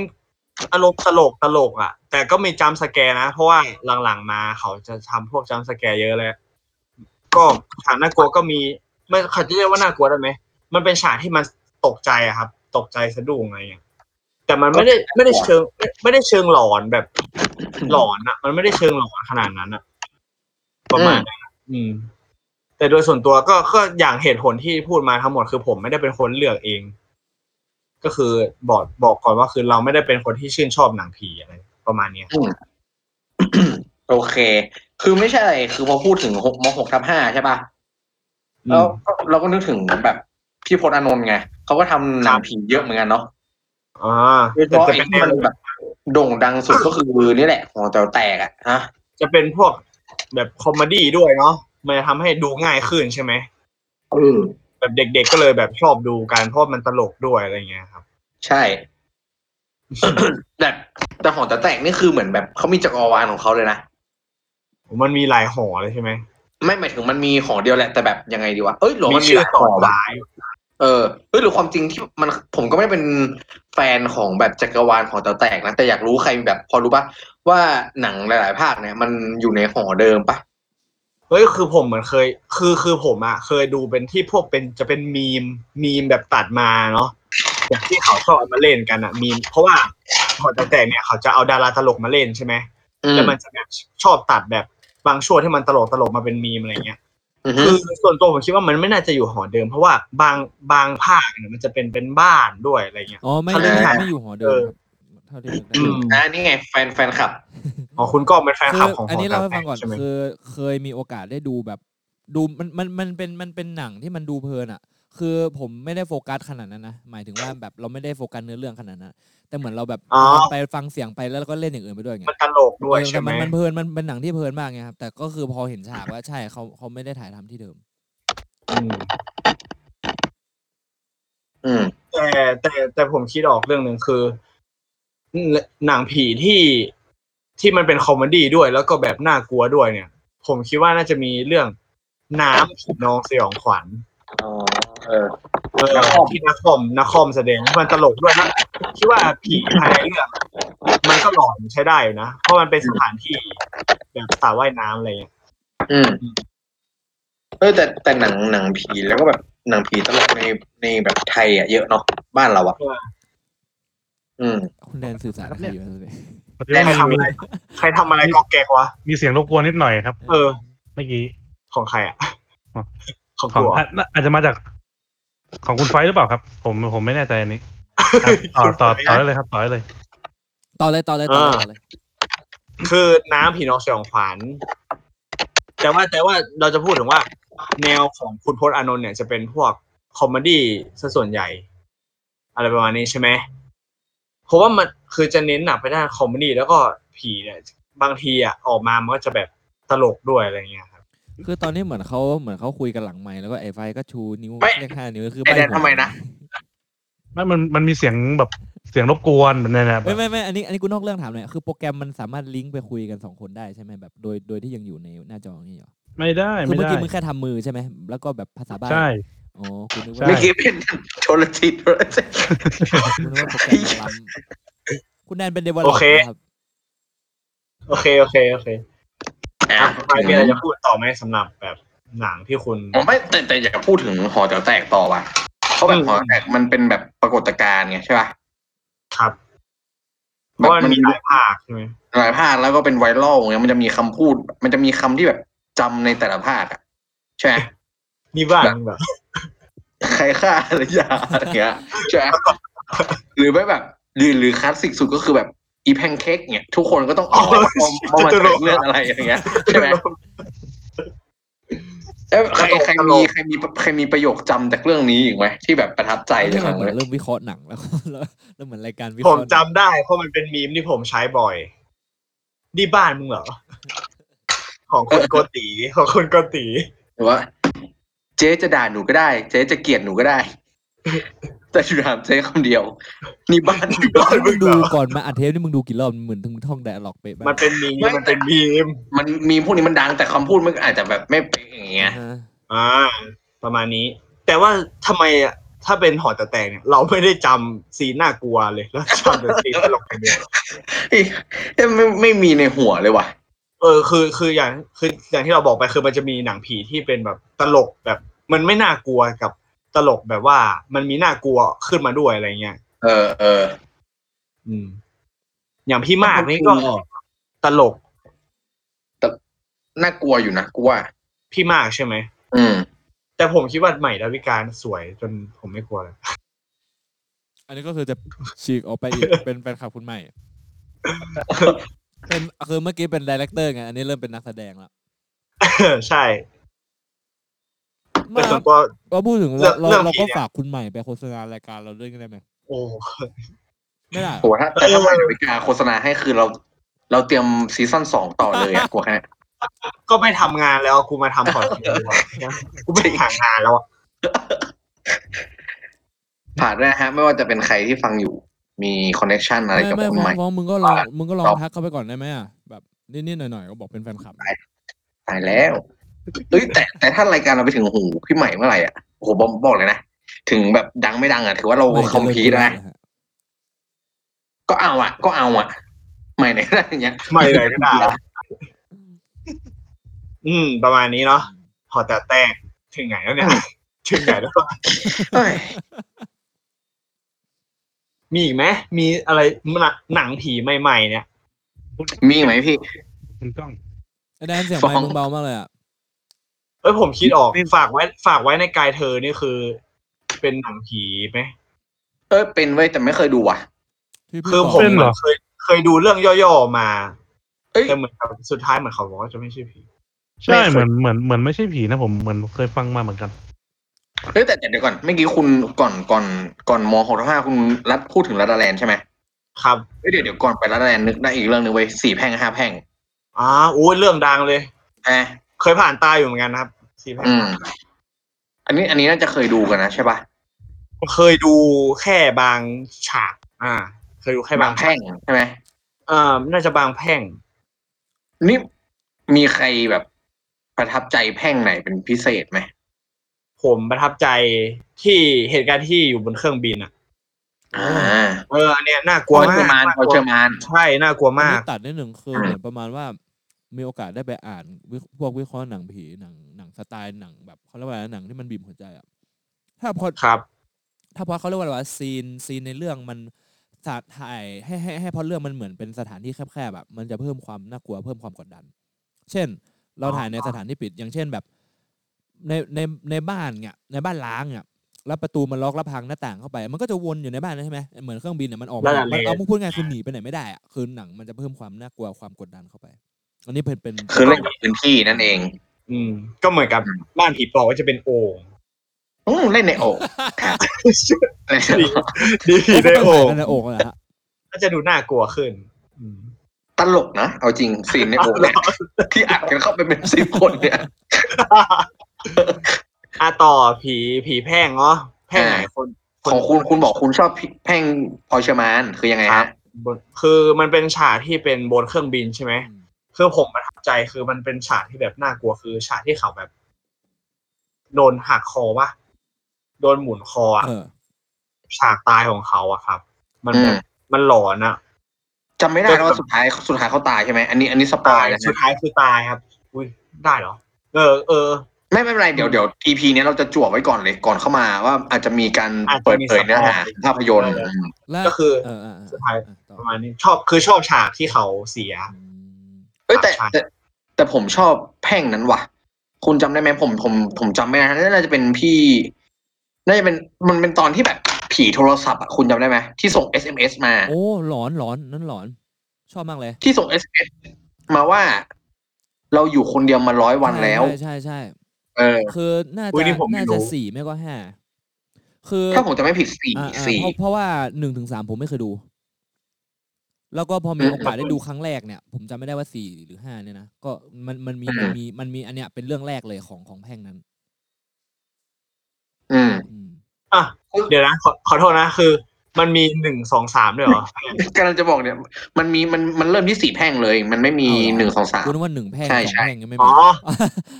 C: อารมณ์ตลกตลกอ่ะ แต่ก็มีจำสแกร์นะ เพราะว่าหลังๆมาเขาจะทำพวกจำสแกร์เยอะเลย ก็ฉากน่ากลัวก็มี ไม่เขาจะเรียกว่าน่ากลัวได้ไหม มันเป็นฉากที่มันตกใจอะครับ ตกใจสะดุ้งอะไรอย่างเงี้ย แต่ แต่มันไม่ได้ไม่ได้เชิงไม่ไม่ได้เชิงหลอนแบบ หลอนอะมันไม่ได้เชิงหลอนขนาดนั้นอะประมาณนั้นอะอืม แต่โดยส่วนตัวก็ก็อย่างเหตุผลที่พูดมาทั้งหมดคือผมไม่ได้เป็นคนเลือกเอง ก็คือบอกบอกก่อนว่าคือเราไม่ได้เป็นคนที่ชื่นชอบหนังผีอะไรประมาณเนี้ย
D: โอเค คือไม่ใช่อะไร คือพอพูดถึงหกมหกทับห้าใช่ปะแล้วก็เราก็นึกถึงแบบพี่พลอานนท์ไงเขาก็ทำหนังผีเยอะเหมือนกันเนาะ
C: อ่า
D: โดยเฉ
C: แต่
D: พาะ
C: จะ
D: ไอ้
C: เป็นแน
D: ที่
C: ว
D: มันแบบโด่งดังสุดก็คือนี่แหละของแต๋วแตกอะฮะ
C: จะเป็นพวกแบบคอมเมดี้ด้วยเนาะมันจะทำให้ดูง่ายขึ้นใช่ไหม
D: เออ
C: แบบเด็กๆก็เลยแบบชอบดูกันเพราะมันตลกด้วยอะไรเงี้ยครับ
D: ใช่ แต่แต่ของแต๋วแตกนี่คือเหมือนแบบเขามีจักรวาลของเขาเลยนะ
C: มันมีหลายหอเลยใช่ไหม
D: ไม่หมายถึงมันมีของเดียวแหละ แต่แบบยังไงดีวะ เอ้ยหรือว่ามันมี
C: ชื่อ
D: หลาย
C: ต่
D: ข
C: อ
D: องวะ
C: ท้าย
D: เออเฮ้ยหรือความจริงที่มันผมก็ไม่ได้เป็นแฟนของแบบจักรวาลของเต๋าแตกนะ แต่อยากรู้ใครแบบ พอรู้ปะว่าหนังหลาย ๆ ภาคเนี่ย มันอยู่ในหอเดิมปะ
C: เฮ้ยคือผมเหมือนเคย คือคือผมอ่ะเคยดูเป็นที่พวกเป็นจะเป็นมีมมีมแบบตัดมาเนาะอย่างที่เขาชอบเอามาเล่นกันอ่ะมีมเพราะว่าหอแต่แต่เนี่ยเขาจะเอาดาราตลกมาเล่นใช่ไหม
D: อืม
C: แล้วมันจะแบบชอบตัดแบบบางช่วงที่มันตลกตลกมาเป็นมีมอะไรเงี้ย
D: อือฮึ
C: คือส่วนตัวผมคิดว่ามันไม่น่าจะอยู่หอเดิม เพราะว่าบางบางภาคเนี่ยมันจะเป็นเป็นบ้านด้วยอะไรเงี้ย
B: อ๋อไม่
C: เขาเรียก
B: ไม่ไม่อยู่หอเดิมครับเท่าที่จำได้
C: อืม
D: อ่านี่ไงแฟนแฟนคลับ
C: อ๋อคุณก็เป็นแฟนค
B: คื
C: ลับ
B: อ
C: ของห
B: อัน
C: อ
B: นี้
C: แต่
B: เราให้ฟังก่อน
C: ใช่ไหม
B: คือเคยมีโอกาสได้ดูแบบ ดูมันมันมันเป็นมันเป็นหนังที่มันดูเพลินอ่ะ คือผมไม่ได้โฟกัสขนาดนั้นนะหมายถึงว่าแบบเราไม่ได้โฟกัสเนื้อเรื่องขนาดนั้นแต่เหมือนเราแบบ
C: อ๋อ
B: ไปฟังเสียงไปแล้วก็เล่นอย่างอื่นไปด้วยไง
C: มันตลกด้วย
B: เออ
C: ใช่
B: แต่
C: ไหม
B: มันมันเพลินมันเป็นหนังที่เพลินมากไงครับแต่ก็คือพอเห็นฉากว่าใช่เขาเขาไม่ได้ถ่ายทำที่เดิม
D: อืม
C: แต่แต่แต่ผมคิดออกเรื่องหนึ่งคือ หนังผีที่ที่มันเป็นคอมเมดี้ด้วย แล้วก็แบบน่ากลัวด้วยเนี่ย ผมคิดว่าน่าจะมีเรื่องน้ำผีน้องสยองขวัญ
D: อ๋อ เออ
C: เออที่นักคอมนักคอมแสดงมันตลกด้วยนะผมคิดว่าผีภายในเรื่องมันก็หลอนใช้ได้อยู่นะ เพราะมันเป็นสถานที่แบบสระว่ายน้ำอะไรอย่างเงี้ย
D: อืม เออแต่แต่หนังหนังผีแล้วก็แบบหนังผีตลกในในแบบไทยอ่ะเยอะเนาะบ้านเราอ่ะ
C: ใช่
D: อืม
B: คุณแดนสื่อสารกับใครอยู่ต อนนี้
D: แน่
C: ใคร
D: นอน
C: ทำอะไรใครทำอะไรก็แกกวะ
E: มีเสียงรบกวนนิดหน่อยครับ
C: เออ
E: เมื่อกี้
C: ของใครอ่ะของ
E: ของ
C: กูเหรอ
E: อ่ะน่าอาจจะมาจากของคุณไฟท์หรือเปล่าครับ ผมผมไม่แน่ใจอั นนี้อ่ะต่อต่อต่อได้เลยครับต่อได้เลย
B: ต่อเลยต่อเลยต่อเลยต่อเลย
C: คือน้ำผีน้องสยองขวัญแต่ว่าแต่ว่าเราจะพูดถึงว่า แนวของคุณพจน์อานนท์เนี่ยจะเป็นพวกคอมเมดี้ซะส่วนใหญ่ อะไรประมาณนี้ใช่ไหมเพราะว่ามันคือจะเน้นหนักไปด้านคอมเมดี้แล้วก็ผีเนี่ยบางทีอ่ะออกมามันก็จะแบบตลกด้วยอะไรเงี้ยครับ
B: คือตอนนี้เหมือนเขาเหมือนเขาคุยกันหลังไมค์แล้วก็ไอ้ไฟก็ชูนิ้ว
D: ไม่
B: เลขห้านิ้วคือ
D: ไอ้แดน
B: ใบ้หวย
D: ทำไมนะ
E: ไม่มันมันมีเสียงแบบเสียงรบกวนแบบนั้นนะ
B: ไม่ไม่ไม่อันนี้อันนี้กูนอกเรื่องถามหน่อยคือโปรแกรมมันสามารถลิงก์ไปคุยกันสองคนได้ใช่ไหมแบบโดยโดยที่ยังอยู่ในหน้าจออย่างนี้เหรอ
E: ไม่ได้
B: คือ
E: ไม่
B: เมื่อ
E: ได้
B: กี้มึงแค่ทำมือใช่ไหม แล้วก็แบบภาษาบ้าน
E: ใช่
B: อ๋อคุณนึก
E: ใช่
B: ว่า
D: เมื่อกี้เป็นโทรจิ ตโทรจิต
B: คุณนึกว่าโปรแกรมมันล้ำคุณแดนเป็นเดเวลลอปครับ
C: โอเคโอเคโอเคอ่ะคุณไปมีอะไรจะพูดต่อไหมสำหรับแบบหนังที่คุณ
D: ผมไม่แต่แต่อยากพูดถึงหอแต๋วแตกต่อว่ะเพราะแบบหอแต๋วแตกมันเป็นแบบปรากฏการณ์ไงใช่ป่ะ
C: ครับเพ
D: แบบ
C: ราะว่ามั
D: มัน น
C: มีหลายภาคใช่ไหม
D: หลายภาคแล้วก็เป็นไวรัลไงมันจะมีคำพูด มันจะมีคำที่แบบจำในแต่ละภาคอ่ะใช่ไหม
C: นี่บ้างนี่แบบ
D: ใครฆ่าอะไรอย่างเงี้ยใช่ไหมหรือไม่แบบหรือหรือคลาสสิกสุดก็คือแบบอีแพนเค้กเนี่ยทุกคนก็ต้องออกมาว่ามันเป็นเรื่องอะไรอย่างเงี้ยใช่ไหมเอ้ยใครใครมีใครมีใครมีประโยคจำจากเรื่องนี้อีกไหมที่แบบประทับใจเล
B: นี่
D: ย
B: มั
D: มั้
B: น
D: ง
B: เหมื
D: เล
B: อย นเริ่มวิเคราะห์หนังแล้ว แล้วแล้วเหมือนรายการวิเค
C: ผ
B: ราะ
C: ม
B: ห์
C: จำได้ เพราะมันเป็นมีมที่ผมใช้บ่อยนี่บ้านมึงเหรอ ของคุณโกตีของคุณโกตี
D: หรือว่า เจ๊จะด่าหนูก็ได้ เจ๊จะเกลียดหนูก็ได้ แต่หนูถามเจ๊คำเดียว นี่บ้านหนู
B: นี่มึงดูก่อนมาอัดเทปนี่มึงดูกี่รอบเหมือนถึงท่องไดอะล็อกเป๊ะ
C: มันเป็นมีมมันเป็นมีม
D: มันมีพวกนี้มันดังแต่คำพูดมันอาจจะแบบไม่เป๊ะอย่างเงี้ย
B: ฮะ
C: อ่า ประมาณนี้ แต่ว่าทำไมอะถ้าเป็นหอแต่แตงเนี่ย เราไม่ได้จำซีนน่ากลัวเลยแล้วจำแต่ซีนตลกอย่างเดียว
D: เอ้ยไม่ไม่มีในหัวเลยว่ะ
C: เออคือคืออย่างคืออย่างที่เราบอกไปคือมันจะมีหนังผีที่เป็นแบบตลกแบบ มันไม่น่ากลัวกับตลกแบบว่า มันมีน่ากลัวขึ้นมาด้วยอะไรเงี้ย
D: เออเออ
B: อืม
C: อย่างพี่มากนี่ก็ตลก
D: แต่น่ากลัวอยู่นะกูว่า
C: พี่มากใช่ไหม
D: อืม
C: แต่ผมคิดว่าใหม่ดาวิกาสวยจนผมไม่กลัว แล้ว
B: อันนี้ก็คือจะฉีกออกไปอีก เป็นแฟนคลับ คุณใหม่ เป็นคือเมื่อกี้เป็นดีเลกเตอร์ไง อันนี้เริ่มเป็นนักแสดงแล้ว
C: ใช่ แต่
B: มา
C: ส่วนตัว
B: เราพูดถึง
C: เรื่อง
B: เรา
C: เรื่อง
B: เราก็
C: ผีเนี่ย
B: ฝากคุณใหม่ไปโฆษณารายการเราด้วยได้ไหม
C: โอ้
B: ไม่ได้
D: โหถ้าแต่ถ้าใหม่ดาวิกาโฆษณาให้คือเรา เราเตรียมซีซั่นสองต่อเลยอะกลัวแค่
C: ก็ไม่ทำงานแล้วกูมาทำพอร์ตดีกว่ากูไม่หางานแล้วอะ
D: ผ่านด้วยนะฮะ ไม่ว่าจะเป็นใครที่ฟังอยู่ มีคอนเนคชันอะไร
B: ไม่
D: กับ
B: ไม่
D: คน
B: ฟ้อง
D: ใหม่
B: ฟ้องมึงก็ลอง
D: ว่า
B: มึงก็ลองทักเข้าไปก่อนได้ไหมอ่ะแบบนิดๆหน่อยๆก็บอกเป็นแฟนคลับ
D: ตายแล้วเอ้ยแต่แต่ถ้ารายการเราไปถึงหูพี่ใหม่เมื่อไหร่อ่ะโอ้โหบอมบอกเลยนะ ถึงแบบดังไม่ดังอ่ะถือว่าเราคอมพีทนะ ก็เอาอ่ะ ก็เอาอ่ะ ใหม่ไหนก็ได้อย่างเงี้ย
C: ไม่เลยก็ได้อืม ประมาณนี้เนาะพอแต่แต้งถึงไหนแล้วเนี่ย ถึงไหนแล้ว
D: เอ้ย
C: มีอีกไหมมีอะไรหนังหนังผีใหม่ ๆ เนี่ย
D: มีไหมพี่
E: คุณกล้อง
B: ไอ้แดนเสียง
D: ฟ้
B: ไม
D: อง
B: ค์มึงเบามากเลยอ่ะ
C: เอ้ยผมคิดออก
E: นี่
C: ฝากไว้ ฝากไว้ในกายเธอนี่คือ เป็นหนังผีไหม
D: เออเป็นไว้ยแต่ไม่เคยดูว่ะ
B: ที่พี่
C: คือผ
B: บ
C: ม
B: ก
E: เป็นเหรอ
C: เคยเคยดูเรื่องย่อๆมา
D: เอ้ย
C: แต่เหมือนกับสุดท้ายเหมือนเขาบอกว่าจะไม่ใช่ผี
E: ใช่เหมือนเหมือนเหมือนไม่ใช่ผีนะผมเหมือนเคยฟังมาเหมือนกัน
D: เอ้ยแต่แต่เดี๋ยวก่อนเมื่อกี้คุณก่อนก่อนก่อนมหกห้าคุณรัดพูดถึงรัดดาแลนด์ใช่ไหม
C: ครับ
D: เอ้ยเดี๋ยวเดี๋ยวก่อนไปรัดดาแลนด์นึกได้อีกเรื่องหนึงเว้ยสี่แพร่งห้าแพร่ง
C: อ้าอู้เรื่องดังเลย
D: อ่ะ
C: เคยผ่านตาอยู่เหมือนกันนะครับสีแพร่ง
D: อืม อันนี้อันนี้น่าจะเคยดูกันนะใช่ป่ะ
C: เคยดูแค่บางฉาก อ่า เคยดูแค่
D: บา
C: บาง ง
D: แพร่งใช่ไหม
C: เอ่อน่าจะบางแพร่ง
D: นี่มีใครแบบประทับใจแพร่งไหนเป็นพิเศษไหม
C: ผมประทับใจที่เหตุการณ์ที่อยู่บนเครื่องบินอ่ะ
D: อ่า
C: เออ อันเนี้ยน่าก
D: พ
C: ลัว
D: อ
C: มา
D: เชอร์มาน
C: ก
D: พอเชอร์มาน
C: ใช่ น่ากลัว
B: อัน
C: มาก
B: นี้ตัดนิดหนึ่งคือเหมือนประมาณว่า มีโอกาสได้ไปอ่านวิเคพวกวิเคราะห์หนังผีหนังหนังสไตล์หนังแบบเขาเรียกว่าอะไรนะหนังที่มันบีบหัวใจอ่ะถ้าพอ
C: ครับ
B: ถ้าพอเขาเรียกว่าอะไรวะซีนซีนในเรื่องมันสาดถ่ายให้ให้ให้พอเรื่องมันเหมือนเป็นสถานที่แคบๆแบบมันจะเพิ่มความน่ากลัวเพิ่มความกดดัน เช่น เราถ่ายในสถานที่ปิด อย่างเช่นแบบ ในในในบ้านเนี่ยในบ้านล้างเนี่ยแล้วประตูมันล็อกแล้วพังหน้าต่างเข้าไป มันก็จะวนอยู่ในบ้านนั้นใช่ไหมเหมือนเครื่องบินเนี่ยมันออกมา
C: นั่นแหละ
B: มันเอาพูดง่ายคือหนีไปไหนไม่ได้อะคือหนังมันจะเพิ่มความน่ากลัวความกดดันเข้าไป อันนี้เป็นเป็น
D: คือเล่นกับพื้นที่นั่นเอง
C: อืม ก็เหมือนกับ
D: อืม
C: บ้านผีปอบก็จะเป็นโอ่ง
D: อืมเล่นใน โอ่งเล่นในโอ่ง
C: ดี
B: เอ้ย
C: ใน
B: เขา
C: โอ่ง
B: เป็นในโอ่งเหรอฮะ
C: ก็จะดูน่ากลัวขึ้น อืม
D: ตลกนะ เอาจริงซีนในโอ่งเนี่ยที่อัดกันเข้าไปเป็นสิบคนเนี่ย
C: อ่ะต่อผีผีแพร่งเนาะแพร่งไหน
D: อ่า
C: คน
D: ของคุณคุณบอกคุณชอบแพ่งพอชมานคือยังไง
C: ครั
D: ฮะ
C: บ คือมันเป็นฉากที่เป็นบนเครื่องบินใช่ไหม คือผมประทับใจคือมันเป็นฉากที่แบบน่ากลัวคือฉากที่เขาแบบ โดนหักคอปะโดนหมุนคออะ
B: เออ
C: ฉากตายของเขาอะครับ มันแบบมันหลอนอะ
D: จำไม่ได้แล้วว่าสุดท้ายสุดท้ายเขาตายใช่ไหมอันนี้อันนี้สปอ
C: ตาย ย
D: ล์นะ
C: สุด
D: ฮะ
C: ท้ายคือตายครับ อุ้ยได้เหรอ เออ เออ
D: ไม่ไม่เป็นไรเดี๋ยวเดี๋ยว EP เนี้ยเราจะจั่วไว้ก่อนเลยก่อนเข้ามาว่าอาจจะมีการ
C: อาจจะ
D: เปิด
C: มี
D: เผยเนื้อหา
C: สปอยล์
D: ภาพยนตร์
C: เออ
D: อืม
B: แล้ว
C: ก็คือ
B: เออเออเออ
C: สุดท้าย
B: เออต่อ
C: ประมาณนี้ชอบคือชอบฉากที่เขาเสีย
B: อืม
D: เอ้ยแต่
C: ใช่
D: แต่แต่ผมชอบแพ่งนั้นว่ะ คุณจำได้ไหมผมผมผมจำไม่ได้นะน่าจะเป็นพี่น่าจะเป็นมันเป็นตอนที่แบบผีโทรศัพท์อ่ะคุณจำได้ไหมที่ส่ง SMS มา
B: โอ้หลอนหลอนนั่นหลอน ชอบมากเลย
D: ที่ส่งเอสเอสมาว่า เราอยู่คนเดียวมาร้อยวันแล้ว
B: ใช่ใช่ใช่
D: เออ
B: คือน่า
C: อุ๊
B: จะ
C: ยนี่ผมไม่
B: น่า
C: รู้
B: จะสี่ไม่ก็ห้าคือ
D: ถ้าผมจะไม่ผิดสี่
B: อ่าอ่า
D: สี่
B: เพราะเพราะว่าหนึ่งถึงสามผมไม่เคยดู แล้วก็พอมี
D: อืม
B: โอกาสได้ดูครั้งแรกเนี่ย ผมจำไม่ได้ว่าสี่หรือห้าเนี่ยนะก็มันมันมี
D: อืม
B: มันมีมันมีอันเนี้ยเป็นเรื่องแรกเลยของของแพ่งนั้น
D: อืม
B: อืม
C: อ่ะเดี๋ยวนะขอขอโทษนะคือ มันมีหนึ่งสองสามด้วยเหรอก
D: ำลังจะบอกเนี่ย มันมีมันมันเริ่มที่สี่แพร่งเลย มันไม่มีหนึ่งสองสาม
B: คุณว่าหนึ่งแพ่ง
D: ใช่
B: สอง
D: ใช่
B: แพ่งยังไม่มี
C: อ๋อ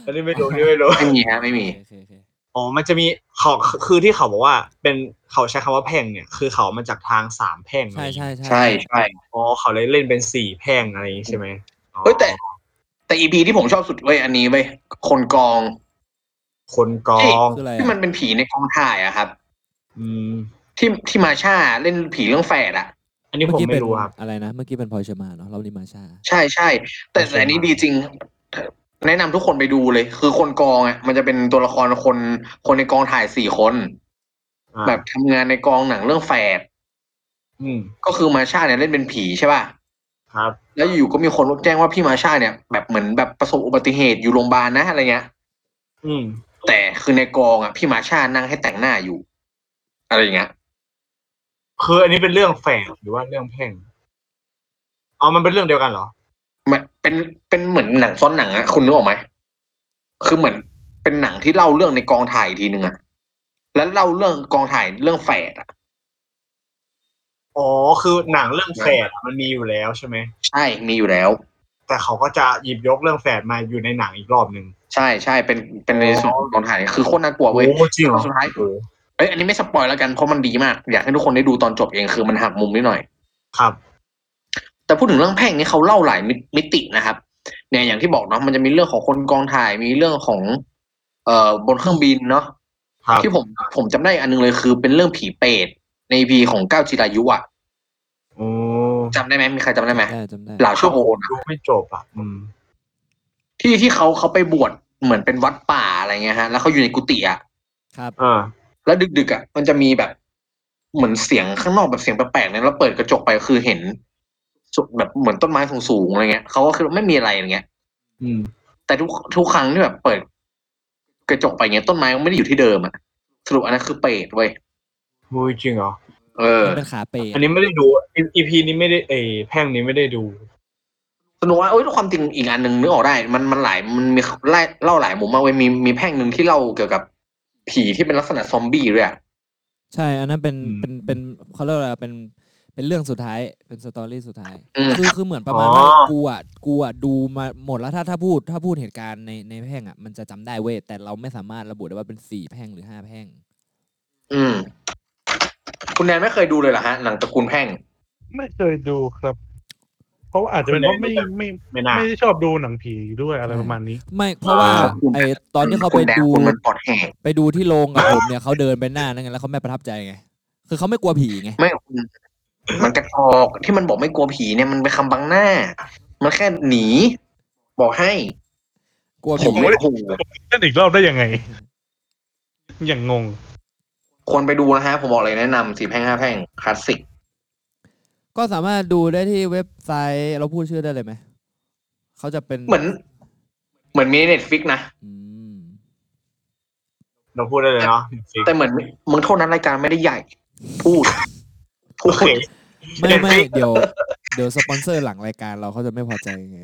C: อันนี้ไม่รู้อันนี่ไม่รู้
D: ไม่มีฮะไม่มี
B: โอเคโอเคโอเค
C: อ๋อ มันจะมีเขาคือที่เขาบอกว่า เป็นเขาใช้คำว่าแพ่งเนี่ย คือเขามาจากทางสามแพ่ง
B: ใช่ใช่ใช่
D: ใช่ใช่
C: อ๋อเขาเลยเล่นเป็นสี่แพ่งอะไรอย่างงี้ใช่ไหมอ๋อ
D: เอ้ยแต่ แต่อีพีที่ผมชอบสุดเว้ยอันนี้เว้ยคนกอง
C: คนกอ
D: ที่
C: ง
B: คืออะไร
D: ที่มัน
B: อะ
D: เป็นผีในกองถ่ายอะครับ
C: อืม
D: ที่ที่มาชาเล่นผีเรื่องแฝดอะ
C: อันนี้
B: เมื่
C: ผม
B: กี้เป็
C: ไม่
B: น
C: รู้ครับ
B: อะไรนะ เมื่อกี้เป็นพลอยเชอร์มานเนาะรอบนี้มาชา
D: ใช่ใช่แต่แต่อันนี้ดีจริง แนะนำทุกคนไปดูเลย คือคนกองอ่ะมันจะเป็นตัวละครคนคนในกองถ่ายสี่คน
C: อ่า
D: แบบทำงานในกองหนังเรื่องแฝด
C: อืม
D: ก็คือมาชาเนี่ยเล่นเป็นผีใช่ป่ะ
C: ครับ
D: แล้วอยู่ๆก็มีคนแจ้งว่าพี่มาชาเนี่ยแบบเหมือนแบบประสบอุบัติเหตุอยู่โรงพยาบาลนะอะไรเงี้ย
C: อืม
D: แต่คือในกองอ่ะพี่มาชานั่งให้แต่งหน้าอยู่ อะไรอย่างเงี้ย
C: คืออันนี้เป็นเรื่องแฝงหรือว่าเรื่องแพ่งอ๋อมันเป็นเรื่องเดียวกันเหรอ
D: มันเป็นเป็นเหมือนหนังซ้อนหนังอะคุณนึกออกไหมคือเหมือนเป็นหนังที่เล่าเรื่องในกองถ่ายอีกทีหนึ่งอะแล้วเล่าเรื่องกองถ่ายเรื่องแฝดอะ
C: อ๋อคือหนังเรื่องแฝดอะมันมีอยู่แล้วใช่ไหม
D: ใช่มีอยู่แล้ว
C: แต่เขาก็จะหยิบยกเรื่องแฝดมาอยู่ในหนังอีกรอบหนึ่ง
D: ใช่ ใช่เป็นเป็นในส่วนของกองถ่ายคือโคตรน่ากลัวเว้ย
C: โอ้จริงเหรอ
D: สุดท้าย
C: โอ้
D: เอ้ยอันนี้ไม่สปอยแล้วกันเพราะมันดีมาก อยากให้ทุกคนได้ดูตอนจบเองคือมันหักมุมนิดหน่อย
C: ครับ
D: แต่พูดถึงเรื่องแพ่งนี่เขาเล่าหลายมิมิตินะครับ เนี่ยอย่างที่บอกเนาะมันจะมีเรื่องของคนกองถ่ายมีเรื่องของ เอ่อบนเครื่องบินเนาะ
C: ครับ
D: ที่ผมผมจำได้อันนึงเลยคือเป็นเรื่องผีเปรตในพีของก้าวจิรายุอะ
C: โอ้
D: จำได้ไหมมีใครจำได้ไหม
B: ได้จำได้
D: เหล่าชั่วโอนอะ
C: ดูไม่จบอ่ะอืม
D: ที่ที่เขาเขาไปบวชเหมือนเป็นวัดป่าอะไรเงี้ยฮะ แล้วเขาอยู่ในกุฏิอะ
B: ครับ
C: เออ
D: แล้วดึกๆอะมันจะมีแบบเหมือนเสียงข้างนอกแบบเสียงแปลกๆเนี่ยแล้วเปิดกระจกไปคือเห็นสุดแบบเหมือนต้นไม้สูงๆอะไรเงี้ยเขาก็คือไม่มีอะไรอย่างเงี้ย
C: อืม
D: แต่ทุกทุกครั้งที่แบบเปิด กระจกไปเงี้ยต้นไม้มันไม่ได้อยู่ที่เดิมอะสรุปอันนั้นคือเปรตเว้ย
C: โอ้ยจริงเหรอ
D: เออ
B: เป็นขาเปย์
C: อันนี้ไม่ได้ดูอีพีนี้ไม่ได้เอยแพ่งนี้ไม่ได้ดู
D: สนุกว่าเอ้ยความจริงอีกอันหนึ่งนึกออกได้ มันมันหลายมันมีไล่เล่าหลายมุมมากเว้ยมีมีแพ่งหนึ่งที่เล่าเกี่ยวกับผีที่เป็นลักษณะซอมบี้ด้วยอะ
B: ใช่อันนั้นเป็น
C: อืม
B: เป็นเป็นเขาเรียกว่าอะไรเป็นเป็นเรื่องสุดท้ายเป็นสตอรี่สุดท้าย
D: อืม
B: คือคือเหมือนประมาณ
C: อ๋อ
B: ว่ากูอ่ะกูอ่ะดูมาหมดแล้วถ้าถ้าพูดถ้าพูดเหตุการณ์ในในแพ่งอ่ะมันจะจำได้เว้ยแต่เราไม่สามารถระบุได้ว่าเป็นสี่แพ่งหรือห้าแพ่ง
D: อืม คุณแนนไม่เคยดูเลยเหรอฮะหนังตระกูลแพ่ง
E: ไม่เคยดูครับ เพราะว่าอาจจะเป็นเพราะไม่ไม่
C: ไม่น่า
E: ไม่ได้ชอบดูหนังผีด้วยอะไรประมาณนี้
B: ไม่เพราะว่า
D: ขอบคุณ
B: ไอตอนที่เขา
D: คุ
B: ไป
D: ณแดง
B: ดู
D: คุณมันปลอดแหก
B: ไปดูที่โรงกับผมเนี่ยเขาเดินไปหน้านั่นไงแล้วเขาไม่ประทับใจไงคือเขาไม่กลัวผีไง
D: ไม่อืมมันกระจอกที่มันบอกไม่กลัวผีเนี่ยมันไปนคำบังหน้า มันแค่หนี บอกให้
B: กลัว
D: ผ
B: ผี
D: มไม่ถูก
E: เล่นอีกรอบได้ยังไง อย่างงง
D: ควรไปดูนะฮะ ผมบอกเลยแนะนำสี่แพ่งห้าแพ่งคลาสสิก
B: ก็สามารถดูได้ที่เว็บไซต์เราพูดชื่อได้เลยไหมเขาจะเป็น
D: เหมือน เหมือนมีเน็ตฟิกนะ
B: อืม
C: เราพูดได้เลยเนาะ
D: แต่เหมือนมึงโทษนั้นรายการไม่ได้ใหญ่ พูด พู
C: โอ
D: ด
C: เค
B: ไม่ไม่
C: Netflix
B: เดี๋ยวเดี๋ยวสปอนเซอร์หลังรายการเราเขาจะไม่พอใจไง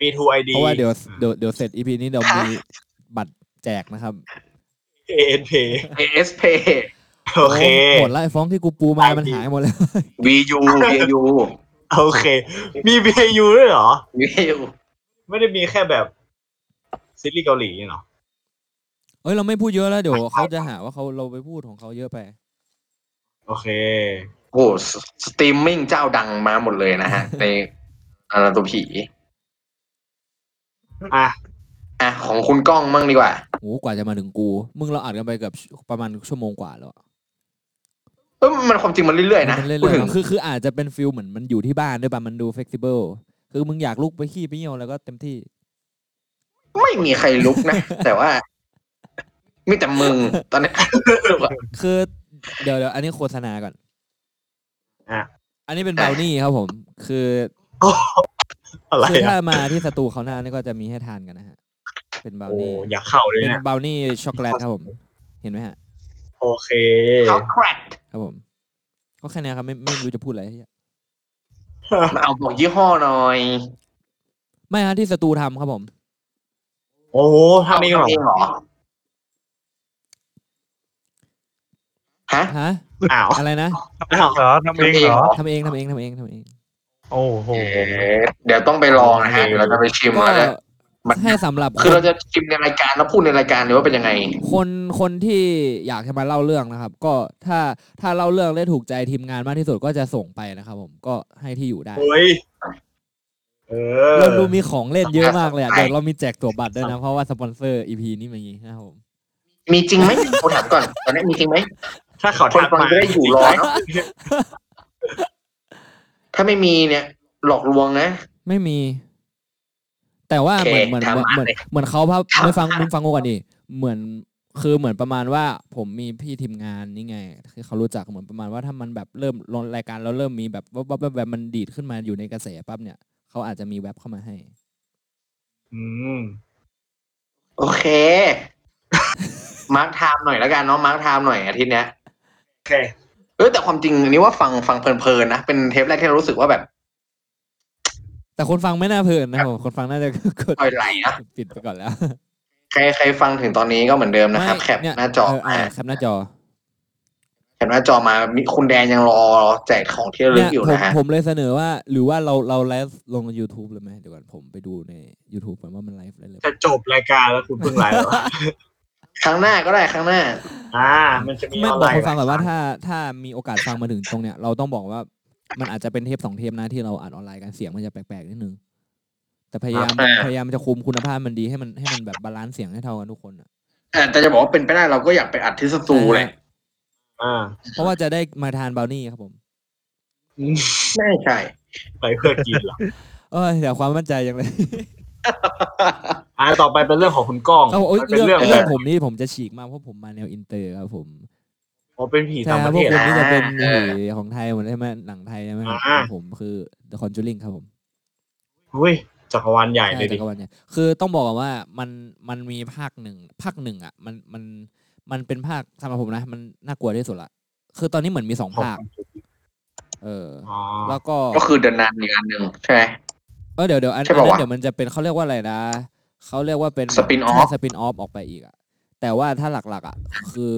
C: มีทูไอดี
B: เพราะว่าเดี๋ยวเดี๋ยวเดี๋ยวเสร็จอีพีนี้เดี๋ยวมีบัตรแจกนะครับ
C: เอ็นเพ
D: เอสเพ
C: โอเค
B: หมดแล้วไอ้ฟ้องที่กูปูมามันหายหมดแล้ว
D: วียูวี ยู
C: โอเค มีบียูด้วยเหรอ
D: วียู
C: ไม่ได้มีแค่แบบซีรีส์เกาหลีเนี่ยเหรอ
B: เอ้ยเราไม่พูดเยอะแล้วเดี๋ยวเขาจะหาว่าเขาเราไปพูดของเขาเยอะไป
C: โอเค
D: โหสสตรีมมิ่งเจ้าดังมาหมดเลยนะฮะ ในอาราตัวผี
C: อ่ะ
D: อ่ะของคุณก้องมั่งดีกว่า
B: โหกว่าจะมาถึงกู มึงเราอัดกันไปเกือบประมาณชั่วโมงกว่าแล้วอะ
D: เอ้ยมันความจริงมันเรื่อยๆนะ
B: มันเล่น
D: พูด
B: เลย
D: ถึง
B: ๆคือคืออาจจะเป็นฟิลเหมือนมันอยู่ที่บ้านด้วยป่ะมันดูเฟกซิเบิลคือมึงอยากลุกไปขี้ไปเยี่ยวแล้วก็เต็มที่
D: ไม่มีใครลุกนะ แต่ว่า มีแต่มึงตอน นี้
B: คือเดี๋ยวเดี๋ยวอันนี้โฆษณาก่อน
C: อ่ะ
B: อันนี้เป็นเบลนี่ครับผม คือ
C: อะไร
B: คือถ้า
C: อ่ะ
B: มาที่สตูเขาหน้านี่ก็จะมีให้ทานกันนะฮะเป็นเบล
C: โอ้
B: นี่
C: อยากเข้าเลย
B: เป็น
C: เนี่ย
B: บราวนี่ช็อกโกแลตครับผม เห็นไหมฮะ
C: โอเค
D: เขาแครก
B: ครับผม ก็แค่เนี้ยครับไม่ไม่รู้จะพูดอะไร
D: มาเอาบอกยี่ห้อหน่อย
B: ไม่ฮะที่สตูทำครับผม
C: โอ้โหทำเองเหรอ
D: เองเหรอฮะ
B: ฮะ
C: อ้าว
B: อะไรนะ
C: อ้าว
E: เหรอทำเองเหรอ
B: ทำเองทำเองทำเองทำเอง
E: โอ้โห
D: เอ๊ะเดี๋ยวต้องไปลองนะฮะ เดี๋ยวเราจะไปชิม
B: ก็
D: แล้วจะ
B: ให้สำหรับ
D: คือเราจะชิมในรายการแล้วพูดในรายการเลยว่าเป็นยังไง
B: คนคนที่อยากจะมาเล่าเรื่องนะครับ ก็ถ้าถ้าเล่าเรื่องได้ถูกใจทีมงานมากที่สุดก็จะส่งไปนะครับผมก็ให้ที่อยู่ได้
C: เฮ้ย เออ
B: เราดูมีของเล่นเยอะมากเลยอะ
D: ใช่
B: เดี๋ยวเรามีแจกตัวบัตรด้วยนะเพราะว่าสปอนเซอร์ EP นี้มันอย่างงี้นะครับผม
D: มีจริงไหมผมถามก่อนตอนนี้มีจริงไหม
C: ถ้าเขา
D: คน
C: ทัก
D: ฟัง
C: มา
D: จะได้อยู่รอเนาะ ถ้าไม่มีเนี่ยหลอกลวงนะ
B: ไม่มี แต่ว่าเหมือน
D: โอ
B: เหมือนเห
D: เคทำ
B: มือน
D: อะไร
B: เหมือนเขาพับ
D: ทำ
B: ไม่ฟัง
D: อะไร
B: มึงฟังกูก่อนดิเหมือนคือเหมือนประมาณว่า ผมมีพี่ทีมงานนี่ไงคือเขารู้จักเหมือนประมาณว่าถ้ามันแบบเริ่มลงรายการแล้วเริ่มมีแบบว่าแบบแบบมันดีดขึ้นมาอยู่ในกระแสปั๊บเนี่ยเขาอาจจะมีแว็บเข้ามาให้
C: อืม
D: โอเค มาร์คไทม์หน่อยแล้วกันเนาะมาร์คไทม์หน่อยอาทิตย์เนี้ย
C: โอเค
D: เออแต่ความจริงอันนี้ว่าฟังฟังเพลินๆนะ เป็นเทปแรกที่เรารู้สึกว่าแบบ
B: แต่คนฟังไม่น่าเพลินนะผมคนฟังน่าจะ กด
D: ปล่อยไหลนะ
B: ปิดไปก่อนแล้ว
D: ใครใครฟังถึงตอนนี้ก็เหมือนเดิมนะครับ
B: ไม่
D: แคป
B: เย
D: หน้าจอ
B: เเ
D: มา
B: แคปหน้าจอ
D: แคปหน้าจอมามีคุณแดนยังรอแจกของที่ระลึ
B: เนี่
D: ก
B: ย
D: อยู่
B: ผม
D: นะฮะ
B: ผมเลยเสนอว่า หรือว่าเราเราไลฟ์ลง YouTube เลยไหมเดี๋ยวก่อนผมไปดูใน YouTube ก่อนว่ามันไลฟ์ได้เลย
C: จะจบรายการแล้วคุณเพิ่งไลฟ์ เหรอ
D: ครั้งหน้าก็ได้ครั้งหน้า
C: อ่า มันจะมี
B: ไม่
C: ออน
B: บ
C: ไล
B: อกค
C: น์
B: นฟังแบบว่าถ้าถ้ามีโอกาสฟังมาถึงตรงเนี้ยเราต้องบอกว่ามันอาจจะเป็นเทปสองเทปนะที่เราอัดออนไลน์กันเสียงมันจะแปลกๆนิดนึง แต่พยายาม
D: อ่า
B: พยายามจะคุมคุณภาพมันดีให้มันให้มันแบบบาลานซ์เสียงให้เท่ากันทุกคนอ่ะ
D: อ่าแต่จะบอกว่าเป็นไปได้เราก็อยากไปอัดที่สตูแหละ
C: อ่า
B: เพราะว่าจะได้มาทานบราวนี่ครับผม
C: อืม
D: ไม่ใช่
C: ไปเพื่อกินเหรอ
B: เอ้ยแต่ความมั่นใจยังเลย
C: อ่า ต่อไปเป็นเรื่องของคุณก้อง
B: ครับผมเอ้ย
C: มัน
B: เรื่อง
C: เป็นเรื่อ
B: เรื่อง
C: งข
B: ผ
C: อง
B: มนี่ผมจะฉีกมากเพราะผมมาแนวอินเตอร์ครับผม
C: อ๋อเป็นผี
B: แต่
C: ต่างประ
B: พ
C: เท
B: วก
C: ศ
B: คุณ
C: นะ
B: นี่จะเป็น
D: เออ
B: ผีของไทยหมดใช่ไหมหนังไทยใช่ไหมครับ
C: อ่า
B: ผมคือ The Conjuring ครับผม
C: อุ้ยจักรวาลใหญ่เล
B: ใช่
C: ยดิ
B: จักรวาลเนี่ยคือต้องบอกก่อนว่ามันมันมีภาคหนึ่งภาคหนึ่งอ่ะมันมันมันเป็นภาคสำหรับผมนะ มันน่ากลัวที่สุดละคือตอนนี้เหมือนมีสองภาค เออ
C: อ๋อ
B: แล้วก็
D: ก็คือเดินนานอีกอันหนึ่งใช่ไหม
B: เออเดี๋ยวเดี๋ยวอัน
D: ใช่
B: อั
D: ปะ
B: นนั้น
D: วะ
B: เดี๋ยวมันจะเป็นเขาเรียกว่าอะไรนะเขาเรียกว่าเป็น
D: Spin-off
B: สปินออฟออกไปอีกอ่ะแต่ว่าถ้าหลักๆอ่ะคือ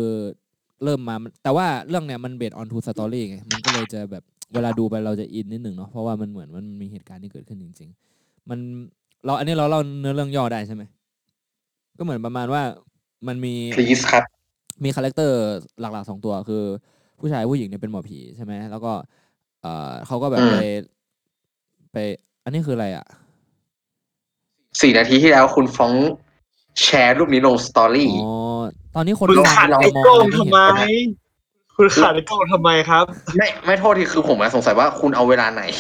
B: เริ่มมาแต่ว่าเรื่องเนี้ยมันเบสออนทูสตอรี่ไงมันก็เลยจะแบบเวลาดูไปเราจะอินนิดหนึ่งเนาะเพราะว่ามันเหมือนมันมีเหตุการณ์ที่เกิดขึ้นจริง ๆ มันเราอันนี้เราเล่าเนื้อเรื่องย่อได้ใช่ไหม ก็เหมือนประมาณว่ามันมี
D: please ครับ
B: มีคาแรคเตอร์หลักๆสองตัวคือ ผู้ชายผู้หญิงเนี่ยเป็นหมอผีใช่ไหมแล้วก็ เออเขาก็แบบ
D: อืม
B: ไปไป อันนี้คืออะไรอ่ะ
D: สี่นาทีที่แล้วคุณฟ้องแชร์รูปนี้ลงสตอรี่
B: อ๋อตอนนี้คน
C: คุณ
B: ฟัง
C: ขาด
B: เรา
C: ไอ้
B: มอง
C: กล้อง
B: อะไรไม่
C: ทำ
B: เห็น
C: ไม คุณขาดไอ้กล้องทำไมครับ
D: ไม่ไม่โทษทีคือผมอะสงสัยว่าคุณเอาเวลาไหน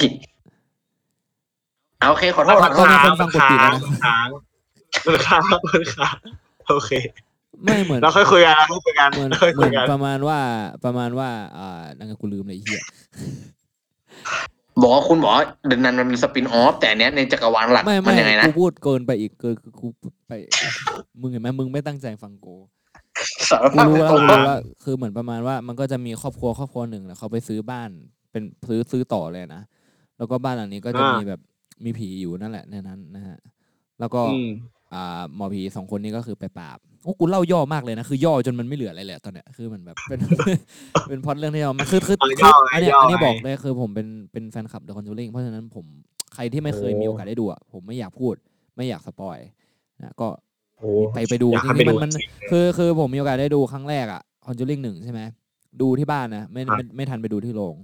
D: เอาโอเคขอโทษขอโท
B: ตอน
D: ษ
B: นี้คนฟังกดติดแล้วนะ
C: ค้างมันค้างมันค้างโอเค
B: ไม่เหมือน
C: เราค่อยคุยกันเราค่อยคุยกัน
B: เหมือน
C: เราค่อย
B: เห
C: คุ
B: มือย น
C: กัน
B: ประมาณว่าประมาณว่าอ่านั่นไงกูลืมเลยไอ้เฮีย
D: บอกว่าคุณบอกว่าเดินนันมันมีสปินออฟ แต่อันเนี้ยในจักรวาลหลัก
B: ไม่
D: มั
B: ไม่
D: นยังไงนะ
B: กูพูดเกินไปอีกเกินกูไป มึงเห็นไหมมึงไม่ตั้งใจฟังกู
D: สาร
B: กู
D: ภาพ
B: รู้
D: ไม่
B: แล้ว
D: ตรง
B: กู
D: เล
B: รู้
D: ย
B: แล้วคือเหมือนประมาณว่ามันก็จะมีครอบครัวครอบครัวหนึ่งนะเขาไปซื้อบ้านเป็นซื้อซื้อต่อเลยนะ แล้วก็บ้านหลังนี้ก็จะ
C: อ่ามี
B: มีแบบมีผีอยู่นั่นแหละในนั้นนะฮะ แล้วก็
C: อืม
B: อ่าหมอผีสองคนนี้ก็คือไปปราบโอ้กูเล่าย่อมากเลยนะ คือย่อจนมันไม่เหลืออะไรเลยตอนเนี้ยคือมันแบบเป็น เป็นพล็อดเรื่องที่เรามันคือคือ
C: เอา
B: คื
C: ย่
B: อ
C: อไง
B: อันเนี้ย
C: ย่อ
B: อัน
C: ไง
B: นี้บอกเลยคือผมเป็นเป็นแฟนคลับเดอะคอนจูริงเพราะฉะนั้นผมใครที่ไม่เคยมีโอกาสได้ดูอ่ะผมไม่อยากพูดไม่อยากสปอยนะก็
C: โอ้
B: ไปไปดู
C: อยาก
B: จ
C: ให้
B: ริงๆ
C: ไปดู
B: มันมัน
C: จริง
B: คือคือผมมีโอกาสได้ดูครั้งแรกอ่ะคอนจูริงหนึ่งใช่ไหมดูที่บ้านนะไม่
C: ครับ
B: ไม่ไม่ทันไปดูที่โรง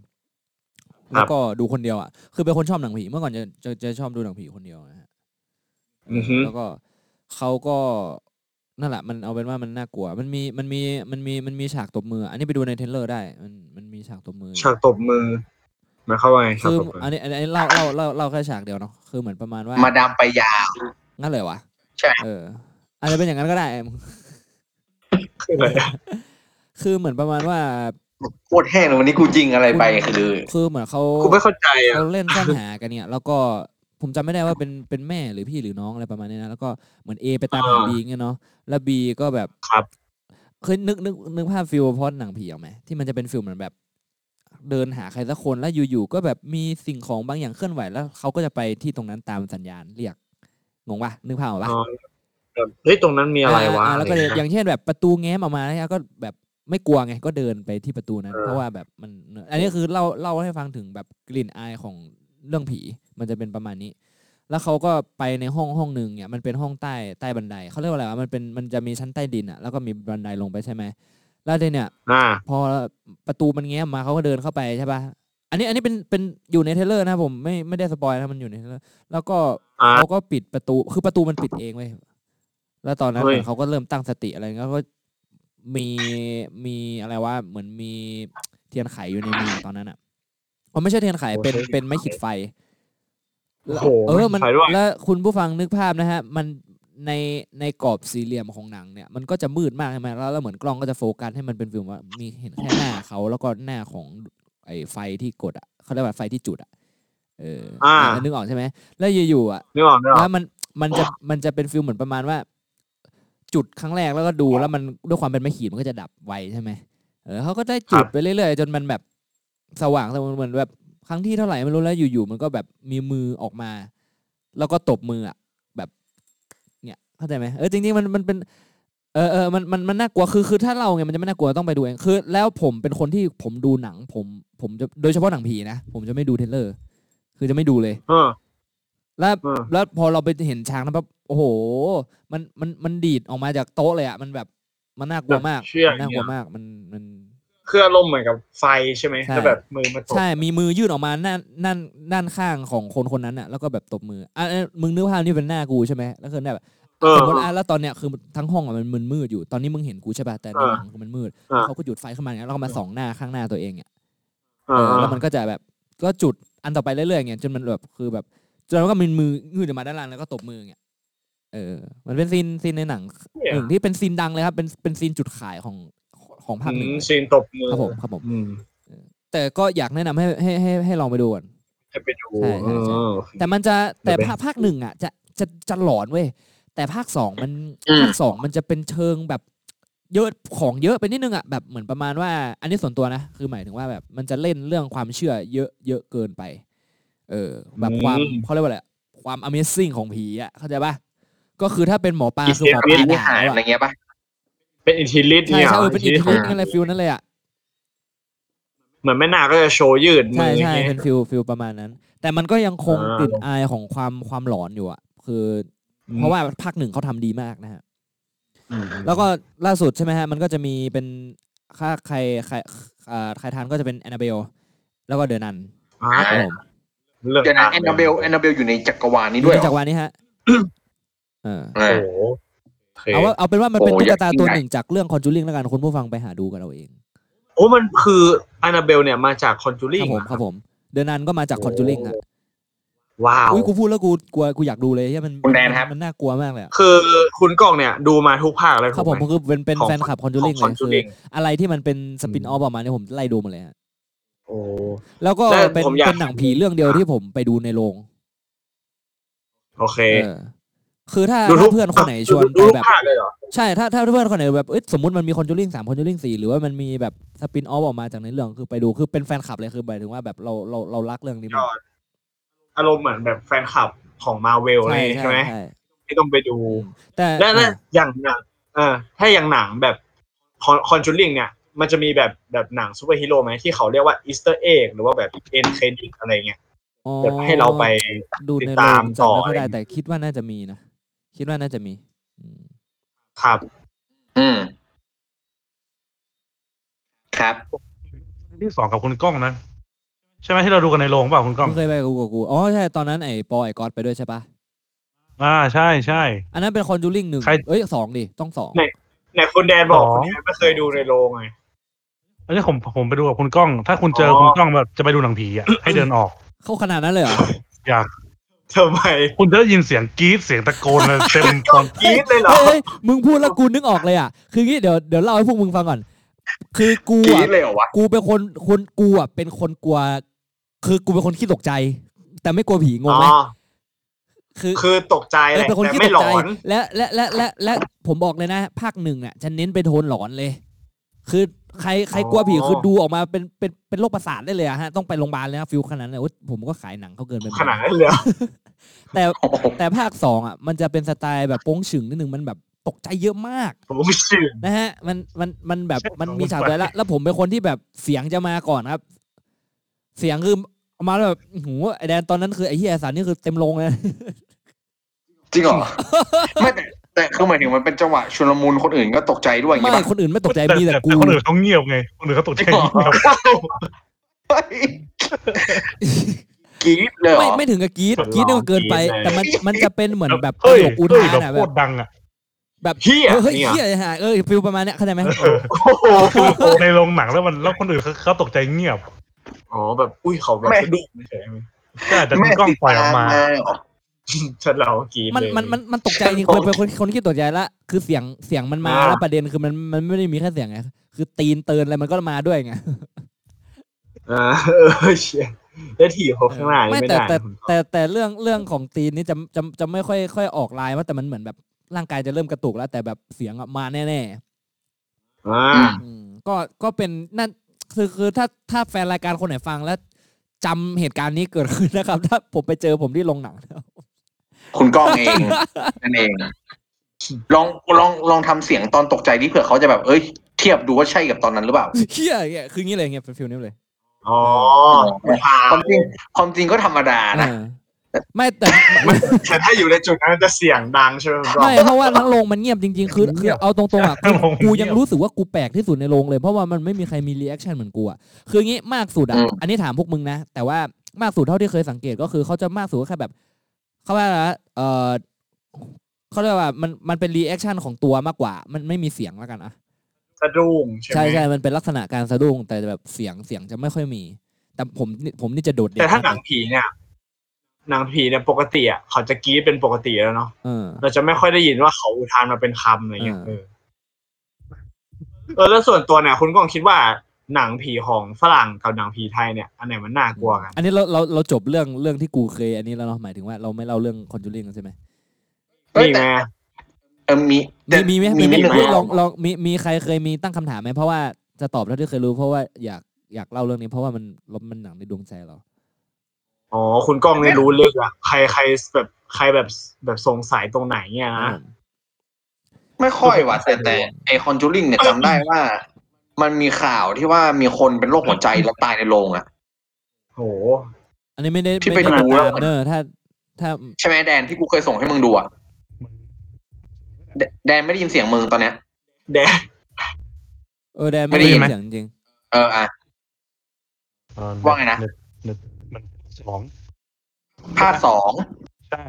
C: ครับ
B: แล้วก็ดูคนเดียวอ่ะคือเป็นคนชอบหนังผีเมื่อก่อนจะจะจะชอบดูหนังผีคนเดียวนะฮะ
C: อือฮึ
B: แล้วก็เขาก็นั่นแหละมันเอาเป็นว่ามันน่ากลัว มันมีมันมีมันมีมันมีฉากตบมือ อันนี้ไปดูในเทรลเลอร์ได้ มันมันมีฉากตบมืออยู่
C: ฉากตบมือหมายความว่าไงฉาก
B: คือ
C: ตบมือ
B: อันนี้อันนี้เล่าเล่าเล่าเล่าแค่ฉากเดียวเนาะคือเหมือนประมาณว่า
D: มาดามไปยาว
B: งั้นเลยวะ
D: ใช่ไหม
B: เอออาจจะเป็นอย่างนั้นก็ได้
C: คืออะไรอะ
B: คือเหมือนประมาณว่า
D: โคตรแห้งเลยวันนี้กูจริงอะไรไปคือ
B: คือเหมือนเขา
C: กูไม่เข้าใจอ่ะ
B: เขาเล่นซ่อนหากันเนี่ย แล้วก็ผมจำไม่ได้ว่าเป็นเป็นแม่หรือพี่หรือน้องอะไรประมาณนี้นะแล้วก็เหมือนเอไปตามหา
C: อ่า
B: บีเงี้ยเนาะแล้วบีก็แบบ
C: ครับ
B: เคยนึกนึกนึกภาพฟิลพอดหนังผีออกไหมที่มันจะเป็นฟิลเหมือนแบบ เดินหาใครสักคนแล้วอยู่ๆก็แบบมีสิ่งของบางอย่างเคลื่อนไหวแล้วเขาก็จะไปที่ตรงนั้นตามสัญญาณเรียกงงปะนึกภาพออกปะ
C: อ๋อแบบเฮ้ยตรงนั้นมีอะไรวะ
B: อ่าแล้วก็
C: อะไร
B: จะ
C: เงี้ย
B: อย่างเช่นแบบประตูแง้มออกมาแล้วก็แบบไม่กลัวไงก็เดินไปที่ประตูนั้น
C: เออ
B: เพราะว่าแบบมัน อันนี้คือเล่าเล่าให้ฟังถึงแบบกลิ่นอายของเรื่องผีมันจะเป็นประมาณนี้ แล้วเขาก็ไปในห้องห้องหนึ่งเนี่ยมันเป็นห้องใต้ใต้บันไดเขาเรียกว่าอะไรวะมันเป็นมันจะมีชั้นใต้ดินอ่ะแล้วก็มีบันไดลงไปใช่ไหมแล้วทีเนี่ย
C: อ่า
B: พอประตูมันแง้มมาเขาก็เดินเข้าไปใช่ปะอันนี้อันนี้เป็นเป็นอยู่ในเทรลเลอร์นะครับผมไม่ไม่ได้สปอยนะมันอยู่ในเทรลเลอร์แล้วก็
C: อ่า
B: เขาก็ปิดประตูคือประตูมันปิดเองเว้ยแล้วตอนนั้น
C: เฮ้ย
B: เหมือนเขาก็เริ่มตั้งสติอะไรเงี้ยก็มีมีอะไรว่าเหมือนมีเทียนไขอยู่ในมือตอนนั้นอ่ะ อ๋อไม่ใช่เทียนไข
C: โอ้
B: เป็น
C: ใช่เทียนไข
B: เป็นไม้ขีดไฟ
C: โอ้โห
B: เออมัน
C: ไฟด้วย
B: แล้วคุณผู้ฟังนึกภาพนะฮะ มันในในกรอบสี่เหลี่ยมของหนังเนี่ย มันก็จะมืดมากใช่ไหมแล้วแล้วเหมือนกล้องก็จะโฟกัสให้มันเป็นฟิลว่ามีเห็นแค่หน้าเขาแล้วก็หน้าของไอ้ไฟที่กดอ่ะเขาเรียกว่าไฟที่จุดอ่ะเอออา นึกออกใช่ไหมแล้วอยู่ๆอ่ะ
C: นึกออกนึกออก
B: แล้วมันมันจะมันจะเป็นฟิลเหมือนประมาณว่า จุดครั้งแรกแล้วก็ดูแล้วมันด้วยความเป็นไม้ขีดมันก็จะดับไวใช่ไหมเออเขาก็ได้จุดไปเรื่อยๆ จนมันแบบสว่างแต่มันเหมือนแบบครั้งที่เท่าไหร่ไม่รู้แล้วอยู่ๆมันก็แบบมีมือออกมา แล้วก็ตบมืออ่ะแบบ เนี่ยเข้าใจไหมเออจริงๆมันมันเป็น เออเออมันมันมันน่ากลัวคือคือถ้าเราไงมันจะไม่น่ากลัวต้องไปดูเองคือ แล้วผมเป็นคนที่ผมดูหนัง ผมผมจะโดยเฉพาะหนังผีนะผมจะไม่ดูเทรลเลอร์ คือจะไม่ดูเลย
C: เออ
B: แล้ว
C: เออ
B: แล้วพอเราไปเห็นช้างนะปั๊บโอ้โห มันมันมันดีดออกมาจากโต๊ะเลยอ่ะมันแบบมันน่ากลัวมาก
C: แบบเชือก
B: มันน่ากลัว
C: เนี่ย
B: มากมันมัน
C: คืออารมณ์เหมือนกับไฟใช่ไหม
B: ใช่
C: แล้วแบบมือมาตก
B: ใช่มีมือยื่นออกมาด้านด้านด้านข้างของคนคนนั้นอ่ะแล้วก็แบบตบมืออ่ะเอ้ยมึงนึกภาพนี่เป็นหน้ากูใช่ไหมแล้วคือแบบ
C: เออ
B: สมมติอ่ะแล้วตอนเนี้ยคือทั้งห้องอ่ะมันมืดมืดอยู่ตอนนี้มึงเห็นกูใช่ป่ะแต่ใน
C: เออ
B: หนังคือมันมืด
C: เออ
B: เขาก็หยุดไฟขึ้นมาเนี่ยแล้วก็มาส่องหน้าข้างหน้าตัวเองเนี่ย
C: เอ
B: เอ
C: อ
B: อ
C: เออ
B: แล้วมันก็จะแบบก็จุดอันต่อไปเรื่อยๆเงี้ยจนมันแบบคือแบบจนมันก็มีมือยื่นออกมาด้านล่างแล้วก็ตบมือเงี้ยเออ มันเป็นซีนซีนในหนัง หนึ่งที่เป็นซีนดังเลยครับ เป็นเป็นซีนจุดขายของของภาคหนึ่ง
C: อืม
B: เลย
C: ซีนตบมือ
B: ครับผมครับผม
C: อืม
B: แต่ก็อยากแนะนำให้ให้ให้ให้ลองไปดูก่อน
C: ให้ไปดู
B: ใช่ใช่ใช่
C: เออ
B: แต่มันจะแต่
C: เดี๋ยวไป
B: ภาคภาคหนึ่งอ่ะจะจะจะหลอนเว้ยแต่ภาคสองมัน
D: อืม
B: ภาคสองมันจะเป็นเชิงแบบเยอะของเยอะไปนิดนึงอ่ะแบบเหมือนประมาณว่า อันนี้ส่วนตัวนะ คือหมายถึงว่าแบบมันจะเล่นเรื่องความเชื่อเยอะเยอะเกินไป เออ แบบความเขาเรียกว่าอะไรความ Amazing ของผีอ่ะเข้าใจปะก็คือถ้าเป็นหมอปลาคือหมอป
D: มี
B: ลา
D: นิ
B: ด่า
D: หาร
B: แล้ว
D: อะไร
B: อะ
D: เงี้ยป่ะ
C: เป็นอินทิลิต
B: ใช่
C: เนี่ย
B: ใช่เออเป็นอิน
C: หร
B: ทิลิอะไรฟิลนั่นเลยอ่ะ
C: เหมือนแม่นาคก็จะโชว์ยืดมื
B: ใช่
C: ออย่า
B: ใช่
C: งเงี้ย
B: เป็นฟิลฟิลประมาณนั้น แต่มันก็ยังคง
C: อ่า
B: ติดอายของความความหลอนอยู่อะคือ เพราะว่าภาคหนึ่งเขาทำดีมากนะฮะ แล้วก็ล่าสุดใช่ไหมฮะ มันก็จะมีเป็นค่าใครใครอ่าใครทานก็จะเป็นแอนนาเบลแล้วก็เดอนัน
C: อ่า
B: ครับผม
C: เลือก
D: เดี๋ยวนะ
C: ภาค
D: แอนนาเบลแอนนาเบลอยู่ในจักรวาลนี้
B: ดู
D: ด้วยเหร
B: จาก
D: อ
B: วันนี้ฮะเออ
D: เอ
C: โอ้
D: อ
C: โหโอเค
B: เอาว่าเอาเป็นว่ามันเป็น
D: โอ้
B: ตุ๊
D: ย
B: ก
D: อยาก
B: ตาตัวห
D: กินไก่
B: นึ่งจากเรื่องคอนจูริงแล้วกันคุณผู้ฟังไปหาดูกันเอาเอง
C: โอ้มันคืออ n น b เบลเนี่ยมาจากคอนจู
B: ค
C: ริ
B: รั
C: ง
B: บผมครับผมเดอนันก็มาจากคอนจูริงฮะ
C: ว้าว
B: อุ้ยกูพูดแล้วกูกลัวกูอยากดูเลยที่มัน
D: คุณแดนครับ
B: มันน่ากลัวมากเลยอะ
C: คือคุณกล้องเนี่ยดูมาทุกภาคเลย
B: ครับ
C: ถู
B: ผ
C: ก
B: ม
C: ไหม
B: คือเป็นเป็น
C: ของ
B: แฟนคลับคอนจูริง
C: ของ
B: เลยคือ
C: Conjuring
B: อะไรที่มันเป็นสปินออฟออกมาเนี่ยผมไล่ดูหมาเลยฮะ
C: โอ้
B: แล้วก็
C: แล้ว
B: เป็น
C: ผมอยาก
B: เป็นหนังผีเรื่องเดียวที่ผมไปดูในโรง
C: โอเค
B: เออ คือถ้า
C: ดูทุ
B: ถ้าก เพื่อนคนไหนชวนไป
C: ดูทุก
B: แบบ
C: ภาคเลยเหรอ
B: ใช่ถ้าถ้าเพื่อนคนไหนแบบเอ้ยสมมติมันมีคอนจูริงสามคอนจูริงสี่หรือว่ามันมีแบบสปินออฟออกมาจากในเรื่องคือไปดูคือเป็นแฟนคลับเลยคือหมายถึงว่าแบบเราเราเรารักเรื่องนี้มาก
C: อารมณ์เหมือนแบบแฟนคลับของมาเวลอะไร
B: ใช่
C: อย่างงี้
B: ใช่
C: ใช่ไหม
B: ใช่
C: ที่ต้องไปดู
B: อืมแต่
C: และและ
B: อ่ะ
C: อย่างหนังเออถ้าอย่างหนังแบบคอนจูริงเนี่ย มันจะมีแบบแบบหนังซูเปอร์ฮีโร่ไหมที่เขาเรียกว่าอีสเตอร์เอ็กหรือว่าแบบเอ็นเครดิตอะไรเงี้ย
B: อ๋อ
C: แบบให้เราไป
B: ดูใน
C: ติด
B: โร
C: ตาง ม
B: จำไม่ค่อย
C: ต่ออะไร
B: ได้แต่คิดว่าน่าจะมีนะคิดว่าน่าจะมีอืม
C: ครับ
D: อืม ครับ
E: ที่สองกับคุณกล้องนะ ใช่ไหมที่เราดูกันในโรงเปล่าคุณกล้อง
B: มึงเคยไปกับกูกับกู อ๋อใช่ ตอนนั้นไอ้ปอไอ้ก๊อตไปด้วยใช่ปะ
E: อ่าใช่ใช่
B: อันนั้นเป็นคอนจูริงหนึ่ง
E: ใคร
B: เอ้ยสองดิ ต้องสอง
C: ไหนคุณแดนบอก
E: หรอ
C: คุณแดนไม่เคยดูในโรงไง
E: อันนี้ผมผมไปดูกับคุณกล้อง ถ้าคุณเจอ
C: อ๋อ
E: คุณกล้องแบบจะไปดูหนังผีอ่ะ ให้เดินออก
B: เข้าขนาดนั้นเลยเหรอ
E: อยาก
C: ทำไม
E: คุณจะได้ยินเสียงกรี๊ดเสียงตะโกนเลยเต็มตอน
C: กรี๊ดเลยเหรอ
B: เฮ้ยเฮ้ยมึงพูดแล้วกูนึกออกเลยอ่ะ คืองี้เดี๋ยวเดี๋ยวเล่าให้พวกมึงฟังก่อน คือกู
D: กรีด
B: อ่ะ
D: เลยเหรอ วะ
B: กูเป็นคนคนกูอ่ะเป็นคนกลัว คือกูเป็นคนขี้ตกใจ แต่ไม่กลัวผีงง
C: อ๋อ
B: ไหมคือ
C: คือตกใจ
B: เอ
C: แห
B: อ
C: ละ
B: เป็นคน
C: แต่
B: ขี้ต
C: ไม่
B: ก
C: หล
B: ใจ
C: อน
B: และและและและและผมบอกเลยนะ ภาคหนึ่งอ่ะจะเน้นไปโทนหลอนเลย คือใครใครกลัวผี
C: อ๋อ
B: คือดูออกมาเป็นเป็นเป็นโรคประสาทได้เลยอะฮะต้องไปโรงพยาบาลเลยนะฟิลขนาดนั้นเลยโอ๊ยผมก็ขายหนังเขาเกินไปหม
C: ขนาดนั้นเลยเหรอ
B: แต่แต่ภาคสองอ่ะมันจะเป็นสไตล์แบบโป้งฉึงนิดนึงมันแบบตกใจเยอะมาก
C: ผมไม่เชื่อ
B: นะฮะ มันมันมันแบบมันมีฉากด้วยละแล้วผมเป็นคนที่แบบเสียงจะมาก่อนครับ เสียงคือมาแล้วแบบโอ้โหูไอแดนตอนนั้นคือไอเฮียสารนี่คือเต็มโรงเลย
D: จริงเหรอ ไม่แต่แต่คือหมายถึงมันเป็นจังหวะชุลมุนคนอื่นก็ตกใจด้วยอย่าง
B: ไม่
D: งี้ป่ะ
B: คนอื่นไม่ตกใจ
E: แต่
B: มี
E: แต่
B: แต่
E: แต่
B: กู
E: คนอื่นเขาเงียบไง คนอื่นเขาตกใจเงียบ
D: เฮ้ยกรีดเลยเหร
B: ไม่
D: อ
B: ไม่ถึงกับกรีดกรีดนี่ก็เกินไป แต่มันมันจะเป็นเหมือนแบบประ
E: เฮ้ย
B: โยคอุ
E: เฮ้ย
B: ทาน
E: แบบ
B: อะ
E: โค
B: แบบ
E: ตรดังอ่ะ
B: แบบ
C: เฮีย
B: เออเฮ้ย
C: เนี่ย
B: เฮียฮะเออฟิลประมาณเนี้ยเข้าใจไหม
E: เออ
C: โอ้โห
E: ในโรงหนังแล้วมันแล้วคนอื่นเขาเขาตกใจเงียบ
C: อ๋อแบบอุ้ยเขาแบบ
D: ไม่
C: สะดุ้งเฉย
E: ก็อาจจะเป็นกล้องปล่อยออกมา
D: เหรอ
C: ๆฉันเรากรีด
B: มัน
C: เลย
B: มันมันมันตกใจจริงคนเป็นคนคนที่ตกใจละคือเสียงเสียงมันมาแล้วประเด็นคือมันมันไม่ได้มีแค่เสียงไงคือตีนเตือนอะไรมันก็มาด้วยไง
C: อ่า เออเชี่ยได้ถีบเขาข้างหน้านี่
B: ไม่
C: ไม่
B: แต่
C: ได้
B: แต่
C: นะผม
B: แต่แต่เรื่องเรื่องของตีนนี่จะจะจะไม่ค่อยค่อยออกลายว่าแต่มันเหมือนแบบร่างกายจะเริ่มกระตุกแล้ว แต่แบบเสียงอะมาแน่
C: อ่า
B: ๆอืมก็ก็เป็นนั่นคือคือถ้าถ้าแฟนรายการคนไหนฟังแล้วจำเหตุการณ์นี้เกิดขึ้นนะครับ ถ้าผมไปเจอผมที่โรงหนังแล้ว
D: คุณกล้องเองนั่นเอง ลองลองลองทำเสียงตอนตกใจดิเผื่อเขาจะแบบเอ้ยเทียบดูว่าใช่กับตอนนั้นหรือเปล่า
B: เฮียเงี้ยคืองี้เลยเงี้ยเป็นฟิลนี้เลย
C: อ๋อ
D: ความจริงความจริงก็ธรรมดานะ
B: เออไม่แต่
C: แต่ถ้าอยู่ในจุดนั้นจะเสียงดังใช่ไหมครับ
B: ไม่เพราะว่าทั้งโรงมันเงียบจริงๆ คือ
E: เงี
B: คือย
E: บ
B: เอาตรงๆ อ่ะ
E: ทั้งโรงมันเงียบ
B: กูยังรู้สึกว่ากูแปลกที่สุดในโรงเลย เพราะว่ามันไม่มีใครมีรีแอคชั่นเหมือนกูอ่ะคืองี้มากสุดอ่ะ
D: อืม
B: อันนี้ถามพวกมึงนะ แต่ว่ามากสุดเท่าที่เคยสังเกตก็คือเขาจะมากสุดก็แค่แบบเขาว่าอะไรนะเออเขาเรียกว่ามันมันเป็นรีแอคชั่นของตัวมากกว่า มันไม่มีเสียงแล้วกันอ่ะ
C: สะดุ้งใช่ไห
B: ใช่
C: ม
B: ใช่มันเป็นลักษณะการสะดุ้งแต่แบบเสียงเสียงจะไม่ค่อยมี แต่ผมนี่ผมนี่จะโดดเด่น
C: แต่ถ้าห
B: ม
C: นั
B: ก
C: ง
B: เลย
C: ผีเนี่ยหนังผีเนี่ยปกติอ่ะเขาจะกรีดเป็นปกติแล้วเนาะ
B: เออ
C: เราจะไม่ค่อยได้ยินว่าเขาอุทานมาเป็นคำอะไรเงี้ย
B: อ่า
C: เออเออแล้วส่วนตัวเนี่ย คุณกองคิดว่าหนังผีของฝรั่งกับหนังผีไทยเนี่ย อันไหนมันน่ากลัวกัน
B: อันนี้เราเราเราจบเรื่องเรื่องที่กูเคยอันนี้แล้วเนาะหมายถึงว่าเราไม่เล่าเรื่องคอนจูริงใช่ไหม
D: เอ้ย
C: มี
D: แต่
C: ไหม
D: เออมี
B: มีมีไหม
D: มี
B: มี
D: นิดนึง
B: มี
C: ไหม
B: ลองลองมีมีใครเคยมีตั้งคำถามไหมเพราะว่าจะตอบเท่าที่เคยรู้ เพราะว่าอยากอยากเล่าเรื่องนี้ เพราะว่ามันเรามันหนังในดวงใจเรา
C: อ๋อคุณกองไม่รู้ลึก อ่ะใครใครแบบใครแบบแบบสงสัยตรงไหนเนี่ยนะ
D: ไม่ค่อยว่ะแต่แต่ไอคอนจูริงเนี่ยจำได้ว่า มันมีข่าวที่ว่ามีคนเป็นโรคหัวใจแล้วตายในโรงอ่ะ
C: โอ้
B: อันนี้ไม่ได้
D: ที่
B: ไม่
D: ไป
B: ได้
D: ดู
B: ตาม
D: แล้ว
B: เนอะถ้าถ้า
D: ใช่ไหมแดนที่กูเคยส่งให้มึงดูอ่ะแดแดนไม่ได้ยินเสียงมึงตอนเนี้ย
C: แดด
B: เออแดน
D: ไม่
B: ไม่
D: ได้
B: ได้
D: ยิ
B: ยิ
D: น
B: น
D: ไหม
B: เสียงจริง
D: เอออ่ะ
E: เออ
D: ว่าไงนะ
E: เตเน็ตมันสอง
D: ภาคสอง
E: ใช่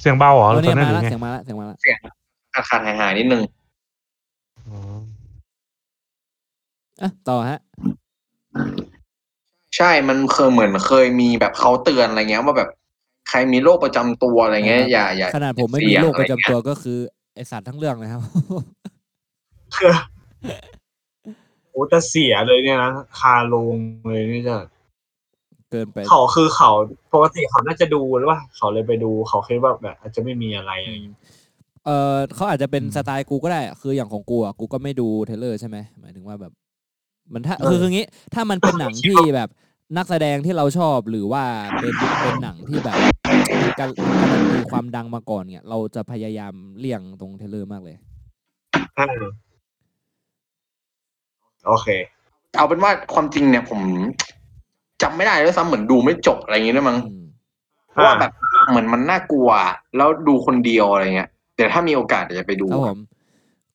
E: เสียงเบาเหรอ
B: เอ
E: ห
B: อ
E: รือต
B: เนี่
E: อยนนั้
B: มา
E: นหรื
B: ละ
E: อไง
B: เสียงมาละเสียงมาละ
D: อาคารหายหายๆนิดนึง
E: อ๋อ
B: อ่ะต่อฮะ
D: ใช่มันเคยเหมือนเคยมีแบบเขาเตือนอะไรเงี้ยว่าแบบใครมีโรคประจำตัวอะไรเงี้ยอย่าอย่า
B: ขนาดผมไม่มี
D: เสี่ยง
B: โรคประจำ
D: อไเงี้ย
B: ตัวก็คือไอสัตว์ทั้งเรื่องนะครับ
C: คือโอ้แต่เสียเลยเนี่ยนะคาลงเลยนี่จะ
B: เกินไป
C: เขาคือเขาปกติเขาน่าจะดูหรือว่าเขาเลยไปดูเขาคิดว่าแบบ อาจจะไม่มีอะไรอะไรอย่างเงี้ย
B: เออเขาอาจจะเป็นสไตล์กูก็ได้อะคืออย่างของกูอ่ะกูก็ไม่ดูเทรลเลอร์ใช่ไหมหมายถึงว่าแบบ มันถ้า
C: เออ
B: คือคืองี้ ถ้ามันเป็นหนังที่แบบนักแสดงที่เราชอบหรือว่าเป็นเป็นหนังที่แบบการการันตีความดังมาก่อนเนี่ย เราจะพยายามเลี่ยงตรงเทรลเลอร์มากเลย
C: ใช่โอเค
D: เอาเป็นว่าความจริงเนี่ยผมจำไม่ได้ด้วยซ้ำเหมือนดูไม่จบอะไรเงงี้ยด้วยมั้ง
B: อืม
D: เพราะว่าแบบเหมือนมันน่ากลัว แล้วดูคนเดียวอะไรเงี้ยเดี๋ยวถ้ามีโอกาสเดี๋ยวจะไปดู
B: ครับผม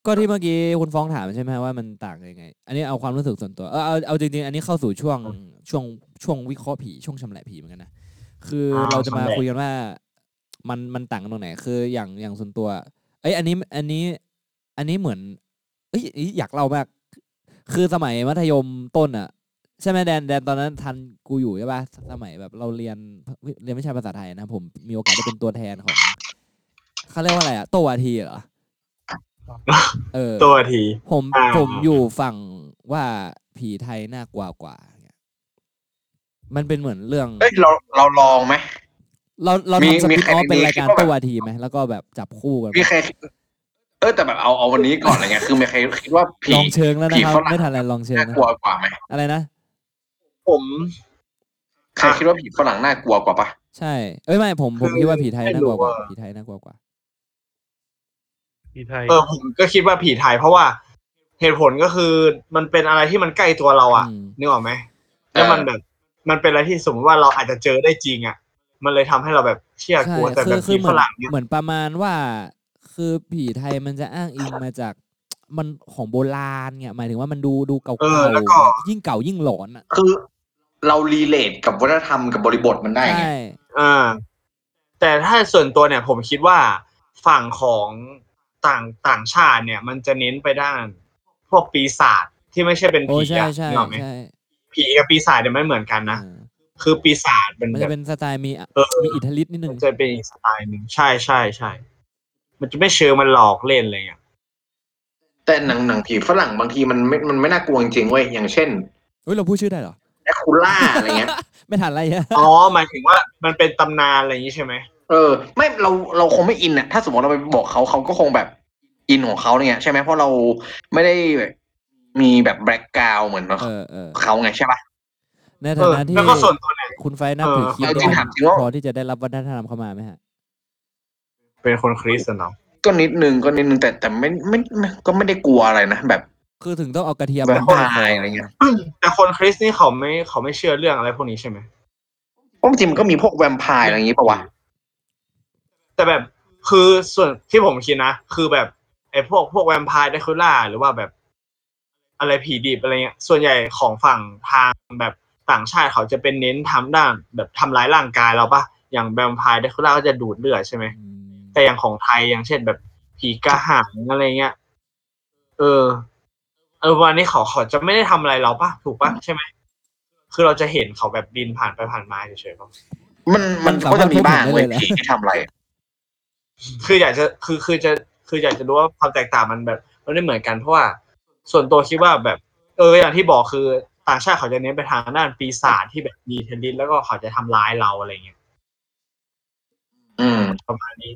B: ก็ที่เมื่อกี้คุณฟ้องถามใช่ไหมว่ามันต่างยังไง อันนี้เอาความรู้สึกส่วนตัวเออเอาเอาจริงๆ อันนี้เข้าสู่ช่วงช่วงช่วงวิเคราะห์ผีช่วงชำแหละผีเหมือนกันนะ คือ
C: อ่า
B: เราจะมา
C: ชำแหละ
B: คุยกันว่ามันมันต่างกันตรงไหน คืออย่างอย่างส่วนตัว เอ้ยอันนี้อันนี้อันนี้เหมือนเอ้ยอีอยากเล่ามาก คือสมัยมัธยมต้นอ่ะ ใช่ไหมแดนแดนตอนนั้นทันกูอยู่ใช่ป่ะสมัยแบบเราเรียนเรียนวิชาภาษาไทยนะผมมีโอกาสได้เป็นตัวแทนของเขาเรียกว่าอะไรอ่ะโตวาทีเหรอเออ
C: ตัวที
B: ผม
C: อ่า
B: ผมอยู่ฝั่งว่าผีไทยน่ากลัวกว่าเนี่ยมันเป็นเหมือนเรื่อง
D: เอ้ยเราเราลองไหม
B: เราเรา
D: มี
B: ทำส
D: มี
B: ปิน
D: ใคร
B: ออฟ
D: ใน
B: เป็น
D: นี้
B: รายการ
D: คิดว่าแบบ
B: ตัวทีไหมแล้วก็แบบจับคู่กัน
D: มีใครเออแต่แบบเอาเอาวันนี้ก่อนอะไรเงี้ยคือมีใครคิดว่าผี
B: ลองเชิงแล้วนะ
D: ผี
B: ครับ
D: ฝรั่ง
B: ไม่ทันอะไรลองเชิง
D: น่า
B: นะ
D: กลัวกว่าไหม
B: อะไรนะ
C: ผม
D: ใครคิดว่าผีฝรั่งน่ากลัวกว่าปะ
B: ใช่ เอ้ยไม่ผมผมคิดว่าผีไทยน่ากลัวกว่าผีไทยน่ากลัวกว่า
E: พี่ไทย
C: เออผมก็คิดว่าผีไทยเพราะว่า เหตุผลก็คือมันเป็นอะไรที่มันใกล้ตัวเราอ่ะ
B: อืม
C: นึกออกไหมแล้วมันแบบ มันเป็นอะไรที่สมมติว่าเราอาจจะเจอได้จริงอ่ะ มันเลยทำให้เราแบบเชื่อก
B: ใช่
C: ลัวแต่
B: คื
C: แบ
B: อบ คื
C: ผี
B: อเห
C: ฝ
B: มือน
C: รั่งเนี่ย
B: เหมือนประมาณว่า คือผีไทยมันจะอ้างอิงมาจากมันของโบราณเนี่ยหมายถึงว่ามันดูดูเก่า
C: เออ แล้วก็
B: ๆยิ่งเก่ายิ่งหลอนอ่ะ
D: คือ เรารีเลทกับวัฒนธรรมกับบริบทมันได้ไง
B: ใช่
C: อ่าแต่ถ้าส่วนตัวเนี่ยผมคิดว่าฝั่งของต่างต่างชาติเนี่ย มันจะเน้นไปด้าน พวกปีศาจที่ไม่ใช่เป็น
B: โอ้
C: ผี
B: ใช่
C: อะ
B: ใช่
C: นึกออกไหม
B: ใช่
C: ผีกับปีศาจเนี่ยไม่เหมือนกันนะ
B: อ่า
C: คือปีศาจมัน
B: มัน
C: แบ
B: จะ
C: บ
B: เป็นสไตล์มี
C: เออ
B: มีอิทธิฤทธิ์นิดนึ
C: มั
B: ง
C: นจะเป็นอีกสไตล์หนึ่งใช่ใช่ใช่ มันจะไม่เชิงมันหลอกเล่นอะไรเงี้ ย
D: แต่หนังหนังผีฝรั่งบางทีมันไม่มันไม่น่ากลัวจริงๆเว้ยอย่างเช่น
B: เฮ้ยเราพูดชื่อได้เหรอ
D: แอคูล่าอะไรเงี้ ย
B: ไม่ทันอะไรอะ
C: อ๋อหมายถึงว่ามันเป็นตำนานอะไรอย่างนี้ใช่ไหม
D: เออ ไม่เราเราคงไม่อินอะถ้าสมมติเราไปบอกเขาเขาก็คงแบบอินของเขาเนี่ยใช่ไหมเพราะเราไม่ได้แบบมีแบบแบล็กกราวเหมือน
B: เออเออ
D: เขาไงใช่ปะ
B: ใน
C: เอ
B: ฐา
C: อ
B: นะที่
C: แล้วก็ส่วนตัวเนี่ย
B: คุณไฟนับถือคริด
D: เออจริงถามจริงว่า
B: พอที่จะได้รับวัฒนธรรมเข้ามาไหมฮะ
C: เป็นคนคริสต์เนาะ
D: ก็นิดนึงก็นิดนึงแต่แต่ไม่ไม่ไม่ก็ไม่ได้กลัวอะไรนะแบบ
B: คือถึงต้องเอากระเทียม
D: แบ
B: ม
D: บ
B: ห้ย
D: ตายอะไรเงี้ย
C: แต่คนคริสต์นี่เขาไม่เขาไม่เชื่อเรื่องอะไรพวกนี้ใช่ไหม
D: พวกจริมนก็มีพวกแวมไพร์อะไรอย่างงี้ปะวะ
C: แต่แบบคือส่วนที่ผมคิดนะคือแบบไอ้พวกพวกแวมไพร์ไดคูล่าหรือว่าแบบ อะไรผีดิบอะไรเงี้ย ส่วนใหญ่ของฝั่งทางแบบต่างชาติเขาจะเป็นเน้นทำด้าน แบบทำร้ายร่างกายเราปะอย่างแวมไพร์ไดคูล่าก็จะดูดเลือดใช่ไหม
B: อืม
C: แต่อย่างของไทยอย่างเช่นแบบผีกระหังอะไรเงี้ยเออ เออวันนี้เขาเขาจะไม่ได้ทำอะไรเราปะถูกปะใช่ไหมคือเราจะเห็นเขาแบบบินผ่านไปผ่านมาเฉยๆปะ
D: มันมันก็จะมีบ้างเว้ยผีที่ทำอะไร
C: คืออยากจะคือคือจะคืออยากจะรู้ว่าความแตกต่างมันแบบมันไม่เหมือนกันเพราะว่า ส่วนตัวคิดว่าแบบ เอออย่างที่บอกคือต่างชาติเขาจะเน้นไปทางด้านปีศาจที่แบบมีเทนดิสแล้วก็เขาจะทำร้ายเราอะไรเงี้ย
D: อืม
C: ประมาณนี้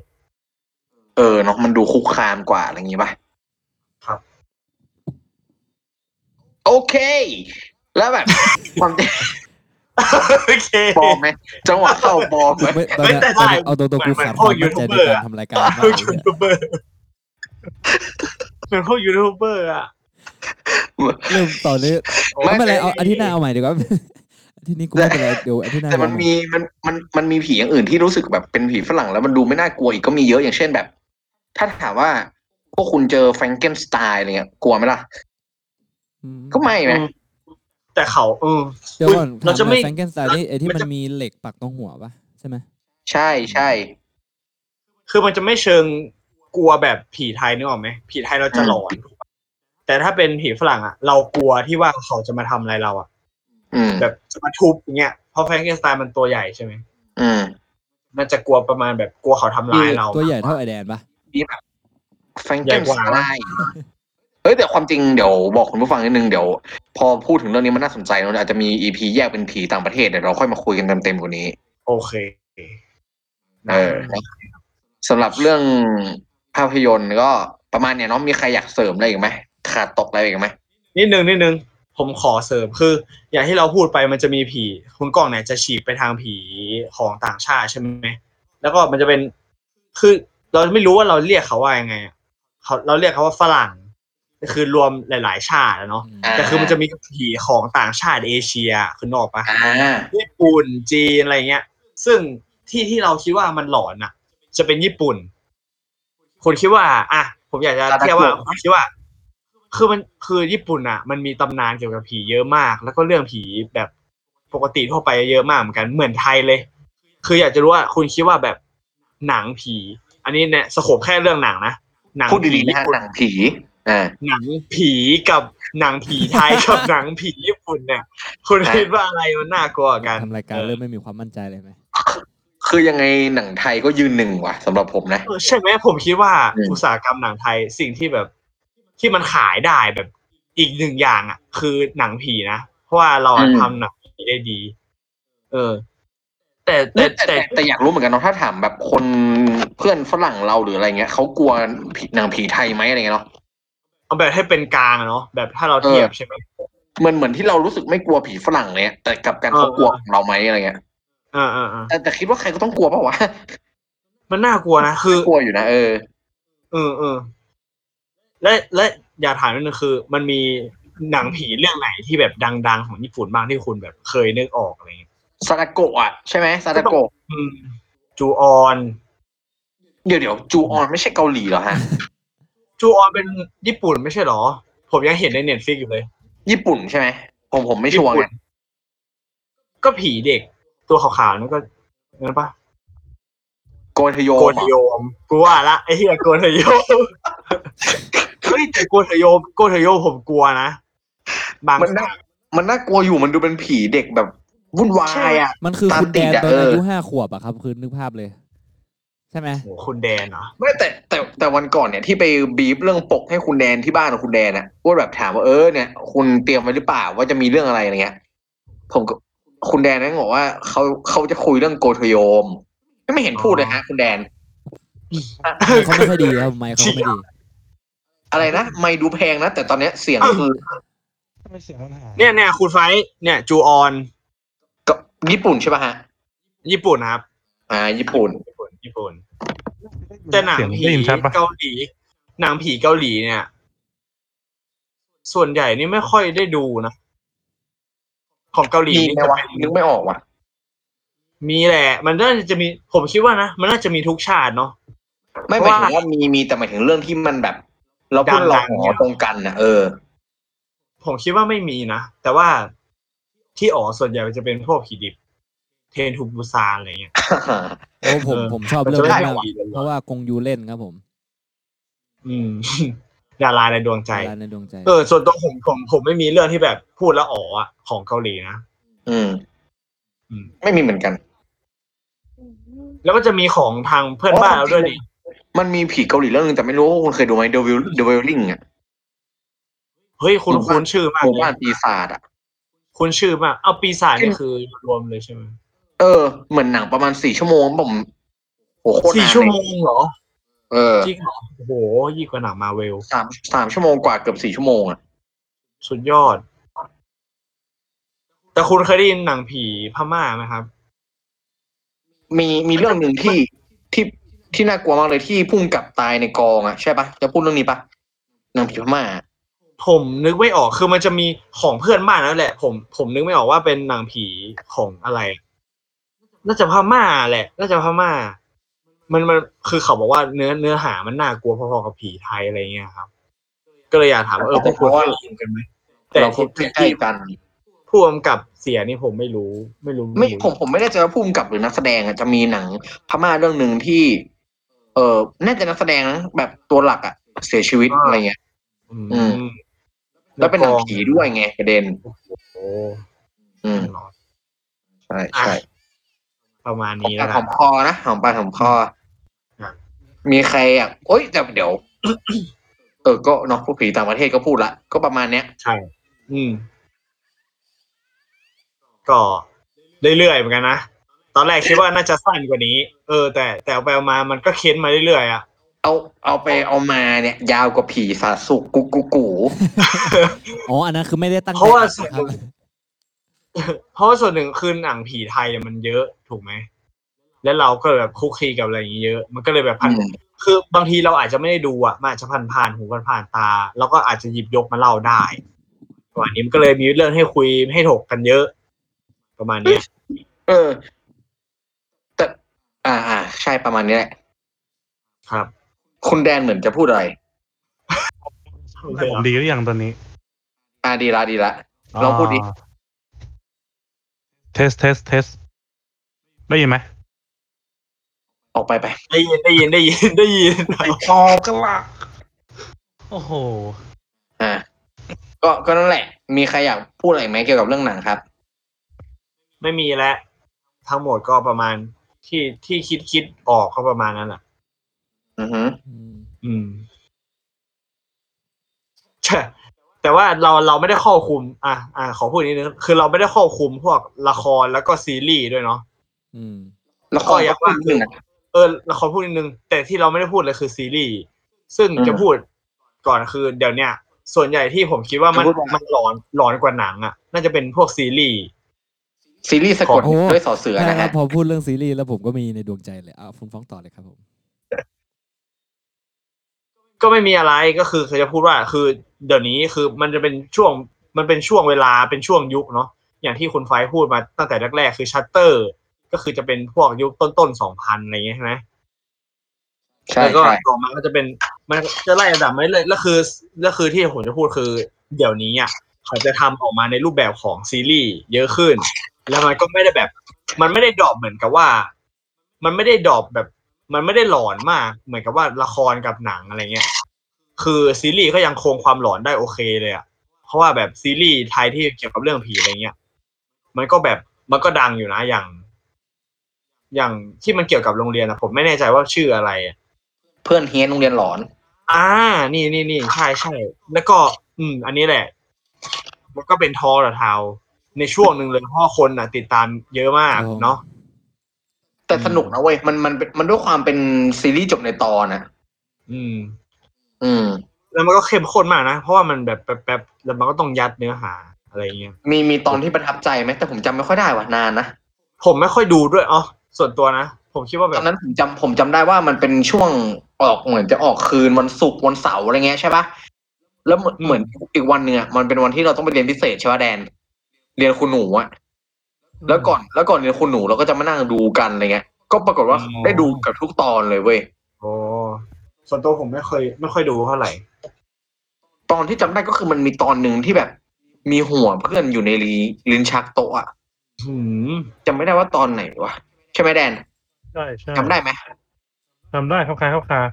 D: เออเนาะมันดูคุกคามกว่าอะไรอย่างงี้ป่ะ
C: ครับ
D: โอเค แล้ว แบบ ความ
C: โอเค
D: ปลอมไหมจังหวะเข้าปลอมไหม
B: ไม่ตอนเนี้ย
C: แต่ได้
B: เอาตัวตัวกู
C: เหมือน
B: ขาด
C: เหมือน
B: ค
C: พ
B: วาก มมั่นใจใน
C: ว YouTuber
B: การ
C: อะ
B: ทำรายการมาก
C: พวก
B: เล
C: ยู
B: ย
C: ทูบเบอร์เหมือนพวกยูทูบเบอร์อะ
B: เริ่มต่อเลยไม่เป็นไรเอาอาทิตย์หน้าเอาใหม่ดีกว่า อาทิตย์นี้กูไม่เป็นไรเดี๋ยวอาทิตย์หน้า
D: แต่มันมีมันมันมันมีผีอย่างอื่นที่รู้สึกแบบเป็นผีฝรั่งแล้วมันดูไม่น่ากลัวอีกก็มีเยอะอย่างเช่นแบบ ถ้าถามว่าพวกคุณเจอแฟรงเกนสไตล์อะไรเงี้ยกลัวไหมล่ะ
B: อืม
D: ก็ไม่นะ
C: แต่เขาเออ
B: เดี๋ยวก่อน
C: เราจะไม่
B: แฟรงเกนสไตน์นี่ไอ้ที่มันมีเหล็กปักตรงหัวปะใช่ไหม
D: ใช่ใช่
C: คือมันจะไม่เชิงกลัวแบบผีไทยนึกออกไหมผีไทยเราจะหลอนถูกปะแต่ถ้าเป็นผีฝรั่งอะเรากลัวที่ว่าเขาจะมาทำอะไรเราอะ
D: อืม
C: แบบจะมาทุบอย่างเงี้ยเพราะแฟรงเกนสไตน์มันตัวใหญ่ใช่ไหม
D: อืม
C: มันจะกลัวประมาณแบบกลัวเขาทำร้ายเรา
B: ตัวใหญ่เท่าไอแดนปะ
D: แฟรง
C: ให
D: เก
C: ญ่
D: น
C: ก
D: ส
C: ว่า
D: ไตล์เฮ้ยแต่ความจริงเดี๋ยวบอกคุณผู้ฟังนิดนึงเดี๋ยว พอพูดถึงเรื่องนี้มันน่าสนใจเนอะอาจจะมีอีพีแยกเป็นผีต่างประเทศเดี๋ยวเราค่อยมาคุยกันเต็มๆกว่านี้
C: โอเค
D: เออสำหรับเรื่องภาพยนตร์ก็ประมาณเนี่ยเน้องมีใครอยากเสริมอะไรอีกไหมขาดตกอะไรอีกไหม
C: นิดนึงนิดนึงผมขอเสริมคือ อย่างที่เราพูดไปมันจะมีผี คุณกล้องเนี่ยจะฉีกไปทางผีของต่างชาติใช่ไหมแล้วก็มันจะเป็นคือเราไม่รู้ว่าเราเรียกเขาว่ายังไงอะเขาเราเรียกเขาว่าฝรั่งคือรวมหลาย ๆ ชาติอะเนาะ
D: า
C: แต่คือมันจะมีผีของต่างชาติเอเชียคุณนึกออกปะ
D: อ่า
C: ญี่ปุ่นจีนอะไรเงี้ย ซึ่งที่ที่เราคิดว่ามันหลอนอ่ะ จะเป็นญี่ปุ่นคนคิดว่าอ่ะผมอยากจะ
D: ตาตะ
C: เทียบว่า
D: กุ่ม
C: ผมคิดว่า คือมันคือญี่ปุ่นอ่ะ มันมีตำนานเกี่ยวกับผีเยอะมาก แล้วก็เรื่องผีแบบปกติทั่วไปเยอะมากเหมือนกันเหมือนไทยเลย คืออยากจะรู้ว่าคุณคิดว่าแบบหนังผี อันนี้เนี่ยสโคปแค่เรื่องหนังนะหนัง
D: พูดดี
C: ผี
D: ๆนะฮะหนังผีอ่า
C: หนังผีกับหนังผีไทยกับหนังผีญี่ปุ่นเนี่ย คุณคิดว่าอะไรมันน่ากลัวกัน
B: ทำรายการเริ่มไม่มีความมั่นใจเลยไหม
D: คือยังไงหนังไทยก็ยืนหนึ่งว่ะสำหรับผมนะ
C: เออใช่ไหมผมคิดว่า
D: อืม
C: อุตสาหกรรมหนังไทยสิ่งที่แบบ ที่มันขายได้แบบอีกหนึ่งอย่างอ่ะ คือหนังผีนะ เพราะว่าเราอะทำหนังผีได้ดี เออ แต่แต่
D: แต่
C: แต่
D: แต่แต่แต่อยากรู้เหมือนกันเนาะถ้าถามแบบคนเพื่อนฝรั่งเราหรืออะไรเงี้ยเขากลัวผีหนังผีไทยไหมอะไรเงี้ยเนาะ
C: เอาแบบให้เป็นกลางอะเนาะแบบถ้าเราเทียบใช่ไหม
D: เหมือนเหมือนที่เรารู้สึกไม่กลัวผีฝรั่งเลยอะแต่กลับกัน
C: เออ
D: เขากลัวของเราไหมอะไรเงี้ย
C: อ่าอ่าอ่า
D: แต่แต่คิดว่าใครก็ต้องกลัวเปล่าวะ
C: มันน่ากลัวนะคือ
D: กลัวอยู่นะเออ
C: เออเออและและอยากถามนิดนึงคือ มันมีหนังผีเรื่องไหนที่แบบดัง ๆ ของญี่ปุ่นบ้างที่คุณแบบเคยนึกออกอะไรอย่างเงี้ย
D: ซาดาโกะอ่ะใช่ไหมซาดาโกะ
C: อืมจูออน
D: เดี๋ยวเดี๋ยวจูออนไม่ใช่เกาหลีเหรอฮะ
C: จูออนเป็นญี่ปุ่นไม่ใช่เหรอ ผมยังเห็นในเน็ตฟิกอยู่เลย
D: ญี่ปุ่นใช่ไหมผมผมไม่ชัวร์
C: ญี่
D: ไง
C: ปุ่นก็ผีเด็ก ตัวขาวๆนั่นก็นั่นปะ
D: โกเทโย
C: โกเทโยมกูว่าละไอ้เหี้ยโกเทโย มเฮ้ยแต่โกเทโยมโกเทโยมผมกลัวนะบาง
D: มันน่า มันน่ากลัวอยู่มันดูเป็นผีเด็กแบบวุ่นวายอ่ะ
B: มันคือคุณแดน
D: ตามติดอะ
B: ตอนอายุ
D: เออ
B: ห้าขวบอะครับ คือนึกภาพเลย ใช่ไหม
C: คุณแดนเหรอ
D: ไม่แต่แต่แต่วันก่อนเนี่ยที่ไปบีบเรื่องปกให้คุณแดนที่บ้านของคุณแดนอะว่าแบบถามว่าเออเนี่ย คุณเตรียมไว้หรือเปล่าว่าจะมีเรื่องอะไรอะไรเงี้ย ผมก็คุณแดนนั่นบอกว่าเขาเขาจะคุยเรื่องโกโทโยม ไม่เห็นพูดเลยฮะ คุณแดน
B: เขาไม่ค่อยดีครับไมค์เขาไม่ดี
D: อะไรนะไม่ดูแพงนะแต่ตอนเนี้ยเสียงคือ
E: ทำไมเสียงมันหาย
C: เนี่ยเนี่ยคุณไฟท์เนี่ยจูออน
D: กับญี่ปุ่นใช่ป่ะฮะ
C: ญี่ปุ่นนะครับ
D: อ่า ญี่ปุ่น
C: ญี่ปุ่นญี่ปุ่น แต่หนัง
E: เสียง
C: ผี
E: ได้ยินชัดปะ
C: เกาหลี หนังผีเกาหลีเนี่ย ส่วนใหญ่นี่ไม่ค่อยได้ดูนะ ของเกาหลี
D: มี
C: นี่จะ
D: ไหมวะ
C: เป็น
D: นึกไม่ออกว่ะ
C: มีแหละ มันน่าจะมีผมคิดว่านะ มันน่าจะมีทุกชาติเนาะ
D: ไม่หมายถึงว่ามีมีแต่หมายถึงเรื่องที่มันแบบ เราพูดเราหอตรงกันนะเออ
C: ผ มคิดว่าไม่มีนะ แต่ว่าที่อ๋อส่วนใหญ่มันจะเป็นพวกผีดิบ เทนทูบูซานอะไรเงี้ย
B: โอ้ผม
C: เออ
B: ผมชอบ
C: มัน
B: เรื่อ
C: จะ
B: ง
C: ไม่
B: นี้
C: ได้
B: มาก
C: หรอก
B: เพราะว่ากงยูเล่นครับผม
C: อืม ดาราในดวงใจ
B: ดาราในดวงใจ
C: เออ ส่วนตัวผมผมผมไม่มีเรื่องที่แบบพูดแล้วอ๋ออะของเกาหลีนะ
D: อืม
C: อืม
D: ไม่มีเหมือนกัน
C: แล้วก็จะมีของทางเพื่อนบ้านเราด้วยนี่
D: มันมีผีเกาหลีเรื่องนึงแต่ไม่รู้ว่าคุณเคยดูไหม The Will The Wailing อ่ะ
C: เฮ้ย คุณคุณชื่อมาก
D: หมู่
C: เล
D: บ้าน
C: ย
D: ปีศาจอ่ะ
C: คุณชื่อมาก เอาปีศาจนี่คือรวมเลยใช่ไหม
D: เออ เหมือนหนังประมาณสี่ชั่วโมงผมโหโคตร
C: สี่
D: นาน
C: ชั่วโม
D: เลย
C: งเหรอ
D: เออ
C: จริงเหรอ โอ้โหยิ่งกว่าหนังมาเวล
D: สามสามชั่วโมงกว่าเกือบสี่ชั่วโมงอ่ะ
C: สุดยอด แต่คุณเคยได้ยินหนังผีพม่าไหมครับ
D: มีมีเรื่องหนึ่งที่ที่ที่น่ากลัวมากเลยที่พุ่งกับตายในกองอ่ะใช่ปะจะพูดเรื่องนี้ปะหนังผีพม่า
C: ผมนึกไม่ออกคือมันจะมีของเพื่อนบ้านนั่นแหละ ผมผมนึกไม่ออกว่าเป็นหนังผีของอะไร น่าจะพม่าแหละ น่าจะพม่า มันมันคือเขาบอกว่าเนื้อเนื้อหามันน่ากลัวพอๆกับผีไทยอะไรเงี้ยครับ ก็เลยอยากถามว่าเออพวกคุณเคยได้ยินกันไหมแต่
D: เรา
C: ที่
D: ก็ใกล้
C: ที่
D: ๆกัน
C: พ่วงกับเสียนี่ผมไม่รู้ ไม่รู้
D: ไม่
C: รู้
D: ผมผมไม่แน่ใจว่าพุ่มกับหรือนักแสดงอ่ะจะมีหนังพม่าเรื่องหนึ่งที่ เออน่าจะนักแสดงนะแบบตัวหลักอ่ะ เสียชีวิตอะไรเงี้ย
C: อื
D: อืม
C: ม
D: แล้วเป็นหนังผีด้วยไงประเด็น
C: โอ้
D: อืม
C: หลอน
D: ใช่ใช่
C: ประมาณ
D: หอม
C: นี้
D: ปา
C: แล้
D: ก
C: ว
D: ห
C: กั
D: อน มคอนะหอมปากหอมคอ
C: ครับ
D: มีใครอ่ะโอ๊ยแต่เดี๋ยว เออ ก็เนาะผู้ผีต่างประเทศก็พูดละ ก็ประมาณเนี้ย
C: ใช่ อืม ก็เรื่อยๆเหมือนกันนะ ตอนแรกคิดว่าน่าจะสั้นกว่านี้ เออ แต่แต่เอาไปเอามามันก็เค้นมาเรื่อยๆอ่ะ
D: เอาเอาไปเอามาเนี่ย ยาวกว่าผีสาสุกกุกกุกกู
B: อ๋ออันนั้นคือไม่ได้ตั้งใจ
C: เพราะว่า
B: อัด
C: ส่วน
B: นะค
C: ห
B: รับ
C: นึ่ง เพราะว่าส่วนหนึ่งคือหนังผีไทยอะมันเยอะถูกไหม แล้วเราก็แบบคุกคีกับอะไรอย่างเงี้ยเยอะ มันก็เลยแบบพั
D: อื
C: น
D: ม
C: คือบางทีเราอาจจะไม่ได้ดูอ่ะมันอาจจะผ่านผ่านๆหูผ่านผ่านๆตา แล้วก็อาจจะหยิบยกมาเล่าได้ประมาณนี้มันก็เลยมีเรื่องให้คุยให้ถกกันเยอะ ประมาณเนี้ย
D: เออ แต่ อ่าอ่าใช่ประมาณนี้แหละ
C: ครับ
D: คุณแดนเหมือนจะพูดอะไร
E: ผมดีหรือยังตอนนี้
D: อ่าดีละดีละ ลองพูดดิ
E: เทสเทสเทสได้ยินไหม
D: ออกไปไป
C: ได้ยินได้ยินได้ยิน ได้ยิน
D: พอกันละ
E: โอ้โห
D: อ่าก็ก็นั่นแหละ มีใครอยากพูดอะไรไหมเกี่ยวกับเรื่องหนังครับ
C: ไม่มีแล้วทั้งหมดก็ประมาณที่ที่คิดคิดออกก็ประมาณนั้นแหละ
D: อือฮึ
B: อืม
C: อืมใช่แต่ว่าเราเราไม่ได้ครอบคลุม อ่ะอ่ะขอพูดนิดนึงคือเราไม่ได้ครอบคลุมพวกละครแล้วก็ซีรีส์ด้วยเนาะ
B: อืม
D: ละคร
C: ก็อยากว่า
D: หนึ่งอะ
C: เออละครพูดนิดนึง แต่ที่เราไม่ได้พูดเลยคือซีรีส์ซึ่ง
D: อืม
C: จะพูดก่อนคือเดี๋ยวเนี้ยส่วนใหญ่ที่ผมคิดว่ามัน
D: จะพูดว่ามั
C: มันหลอนหลอนกว่าหนังอ่ะ น่าจะเป็นพวกซีรีส์
D: ซีรีส์สะกดด้วยสอเสือ
B: ได้
D: นะ
B: ครั
D: ฮะ
B: บพอพูดเรื่องซีรีส์แล้วผมก็มีในดวงใจเลยอ่ะคุณฟ้องต่อเลยครับผม
C: ก็ไม่มีอะไรก็คือเขาจะพูดว่าคือเดี๋ยวนี้คือมันจะเป็นช่วงมันเป็นช่วงเวลาเป็นช่วงยุคเนาะอย่างที่คุณไฟท์พูดมาตั้งแต่แรกๆคือชัตเตอร์ ก็คือจะเป็นพวกยุคต้นๆสองพันอะไรอย่างเงี้ยใช่ไหม
D: ใช่
C: แล้วก็
D: ใช่
C: ต่อมาก็จะเป็นมันจะไล่ระดับมาเรื่อยๆแล้วคือแล้วคือที่ผมจะพูดคือ เดี๋ยวนี้อ่ะเขาจะทำออกมาในรูปแบบของซีรีส์เยอะขึ้น แล้วมันก็ไม่ได้แบบ มันไม่ได้ดรอปเหมือนกับว่า มันไม่ได้ดรอปแบบ มันไม่ได้หลอนมาก เหมือนกับว่าละครกับหนังอะไรเงี้ย คือซีรีส์ก็ยังคงความหลอนได้โอเคเลยอะเพ ราะว่าแบบซีรีส์ไทยที่เกี่ยวกับเรื่องผีอะไรเงี้ย มันก็แบบมันก็ดังอยู่นะอย่าง อย่างที่มันเกี่ยวกับโรงเรียนนะผมไม่แน่ใจว่าชื่ออะไรอะ
D: เพื่อนเฮียนโรงเรียนหลอน
C: อ่า นี่นี่นี่ใช่ใช่ แล้วก็ อืม อันนี้แหละ มันก็เป็นทอร์ทาวในช่วงหนึ่งเลยเพราะว่าคนอ่ะ ติดตามเยอะมาก
B: อ๋อ
C: เนาะ
D: แต่สนุกนะเว้ยมันมันมันมันด้วยความเป็นซีรีส์จบในตอนนะ
C: อืม
D: อืม
C: แล้วมันก็เข้มข้นมากนะ เพราะว่ามันแบบแป๊บๆแล้วมันก็ต้องยัดเนื้อหาอะไรเงี้ย
D: มีมีตอนที่ประทับใจไหมแต่ผมจำไม่ค่อยได้ว่ะนานนะ
C: ผมไม่ค่อยดูด้วยอ๋อส่วนตัวนะ ผมคิดว่าแบ
D: ต
C: บ
D: อนนั้นผมจำผมจำได้ว่ามันเป็นช่วงออกเหมือนจะออกคืนวันศุกร์วันเสาร์อะไรเงี้ยใช่ปะแล้วเหมือน
C: อืม
D: เหมือนอีกวันหนึ่งอะมันเป็นวันที่เราต้องไปเรียนพิเศษใช่ปะแดน เรียนคุณหนูอะแล้วก่อนแล้วก่อนเรียนคุณหนูเราก็จะมานั่งดูกันอะไรเงี้ย ก็ปรากฏว่าได้ดูเกับทุกตอนเลยเว้ย
C: โอ้ส่วนตัวผมไม่เคย ไม่ค่อยดูเท่าไหร่
D: ตอนที่จำได้ก็คือมันมีตอนหนึ่งที่แบบ มีหัวเพื่อนอยู่ในลีลิ้นชักโต๊ะอะ
C: หืม
D: จำไม่ได้ว่าตอนไหนวะใช่ไหมแดน
E: ใช่ใช่
D: จำได้ไหม
E: จำได้ครับคล้ายครับคล้าย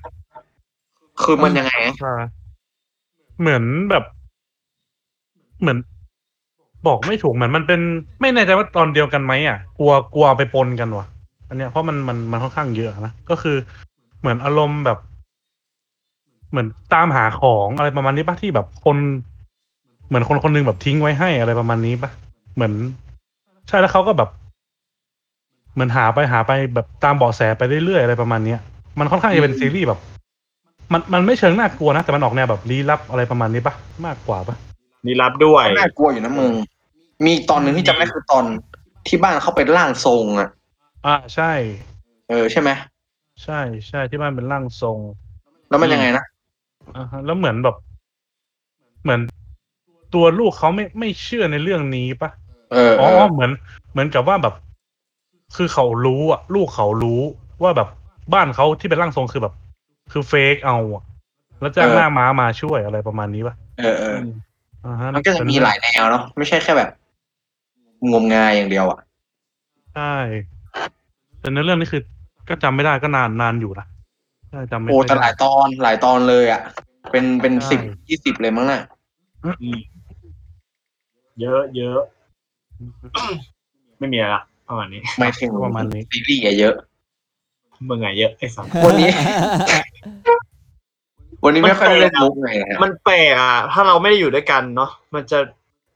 D: คือมันยังไงอะ
E: คล้ายเหมือนแบบ เหมือน บอกไม่ถูกเหมือนมันเป็น ไม่แน่ใจว่าตอนเดียวกันไหมอ่ะกลัวกลัวเอาไปปนกันว่ะ อันเนี้ยเพราะมันมันมันค่อนข้างเยอะนะก็คือ เหมือนอารมณ์แบบ เหมือนตามหาของอะไรประมาณนี้ปะที่แบบคน เหมือนคนคนหนึงแบบทิ้งไว้ให้อะไรประมาณนี้ปะเหมือน ใช่แล้วเขาก็แบบ เหมือนหาไปหาไปแบบตามเบาะแสไปเรื่อยๆอะไรประมาณเนี้ยมันค่อนข้างจะเป็นซีรีส์แบบ มันมันไม่เชิงน่ากลัวนะ แต่มันออกแนวแบบลี้ลับอะไรประมาณนี้ปะมากกว่าปะ
C: นี่รับด้วย
D: น่ากลัวอยู่นะมึงมีตอนหนึ่งที่จำได้คือตอนที่บ้านเขาเป็นร่างทรงอะ
E: อ่าใช่
D: เออใช่ไหม
E: ใช่ใช่ที่บ้านเป็นร่างทรง
D: แล้วมันยังไงนะ
E: อ่าฮะแล้วเหมือนแบบ เหมือนตัวลูกเขาไม่ไม่เชื่อในเรื่องนี้ปะ
D: เออเอ
E: อ๋อ
D: อ
E: เหมือนเหมือนกับว่าแบบ คือเขารู้อ่ะ ลูกเขารู้ว่าแบบบ้านเขาที่เป็นร่างทรงคือแบบ คือเฟกเอาอะแล้วจ้างหน้าม้ามาช่วยอะไรประมาณนี้ป่ะ
D: เออเออ
E: อ่าฮ
D: มันก็จะมีหลายแนวเนาะไม่ใช่แค่แบบ งมงายอย่างเดียวอะ
E: ใช่แต่เนื้อเรื่องนี่คือ ก็จำไม่ได้ก็นานนานอยู่นะใช่จำไม่
D: โอ้
E: ค่อย
D: แต่ห
E: ได้
D: ลายตอนหลายตอนเลยอะเป็นเป็น
E: ใช่
D: สิบยี่สิบเลยมั้งน่ะ
C: เยอะเยอะ ไม่มีอะไรละประมาณนี้
D: ไม่ถึง
E: ประมาณนี้
D: ซีรีส์อะเยอะ
C: มึงไงเยอะไอ้สัส
D: วันนี้ วันนี้ไม่ค่อยได้เล่นมุกไงฮะ
C: มันแปลกอ่ะ ถ้าเราไม่ได้อยู่ด้วยกันเนาะ มันจะ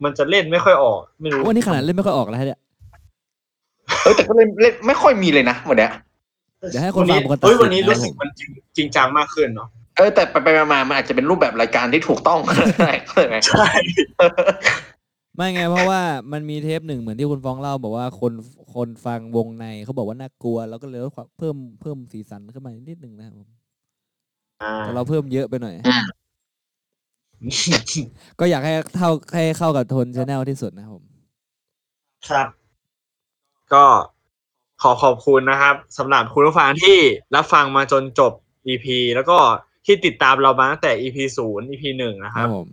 C: มันจะเล่นไม่ค่อยออก ไม่รู้
B: วันนี้ขนาดเล่นไม่ค่อยออกแล้วเนี่ย
D: เออแต่ก็เล่นเล่นไม่ค่อยมีเลยนะวันเนี้ย
B: เดี๋ยวให้คนฟังเป็นคนตัด
C: เฮ้ย
B: สิ
C: วัน
B: น
C: นี้
B: นะ
C: รู้
B: ผ
C: สึก
B: ม
C: มันจริงจริงจังมากขึ้นเนาะ
D: เออแต่ไปไปมามามันอาจจะเป็นรูปแบบรายการที่ถูกต้อง อะไรเลย
C: ใช่
B: ไม่ไงเพราะว่ามันมีเทปหนึ่งเหมือนที่คุณฟ้องเล่าบอกว่าคนคนฟังวงในเขาบอกว่าน่ากลัวเราก็เลยลดความเพิ่มเพิ่มสีสันขึ้นมานิดหนึ่งนะครับผม
C: อ่า
B: แต่เราเพิ่มเยอะไปหน่อย
D: อืม
B: ก็อยากให้เท่าให้เข้ากับโทนชาแนลที่สุดนะครับผม
C: ครับ ก็ขอขอบคุณนะครับสำหรับคุณผู้ฟังที่รับฟังมาจนจบ EP แล้วก็ที่ติดตามเรามาตั้งแต่ EP ศูนย์ EP หนึ่งนะ
B: ค
C: ค
B: รับ
C: รั
B: บ ผม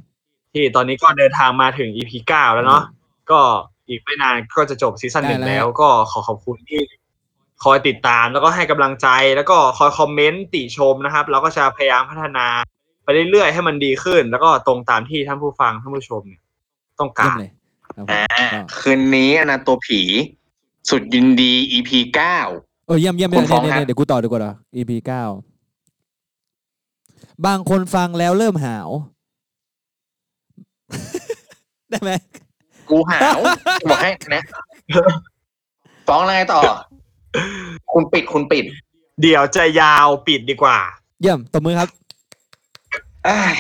C: ที่ตอนนี้ก็เดินทางมาถึง EP เก้าแล้วเนาะ ก็อีกไม่นานก็จะจบซีซั่นหนึ่งแล้ว ก็ขอขอบคุณที่คอยติดตามแล้วก็ให้กำลังใจแล้วก็คอยคอมเมนต์ติชมนะครับ เราก็จะพยายามพัฒนาไปเรื่อยๆให้มันดีขึ้น แล้วก็ตรงตามที่ท่านผู้ฟังท่านผู้ชมเนี่ยต้องกา
B: เริ่ม
C: ร
B: เลยครับผม
D: อ่า
B: ก็
D: คืนนี้อนาโตัวผี สุดยินดี EP เก้า
B: เออเยี่ยมเยี่ยม
D: คุณฟ้อง
B: เนี่ย
D: ครับ
B: เดี๋ยวกูต่อดีกว่าเหรอ EP เก้าบางคนฟังแล้วเริ่มหาว ได้ไหม
D: กูหาวบอกให้ นะฟ้องอะไรต่อ คุณปิดคุณปิด
C: เดี๋ยวจะยาวปิดดีกว่า
B: เยี่ยมตบมือครับ
D: อ้าย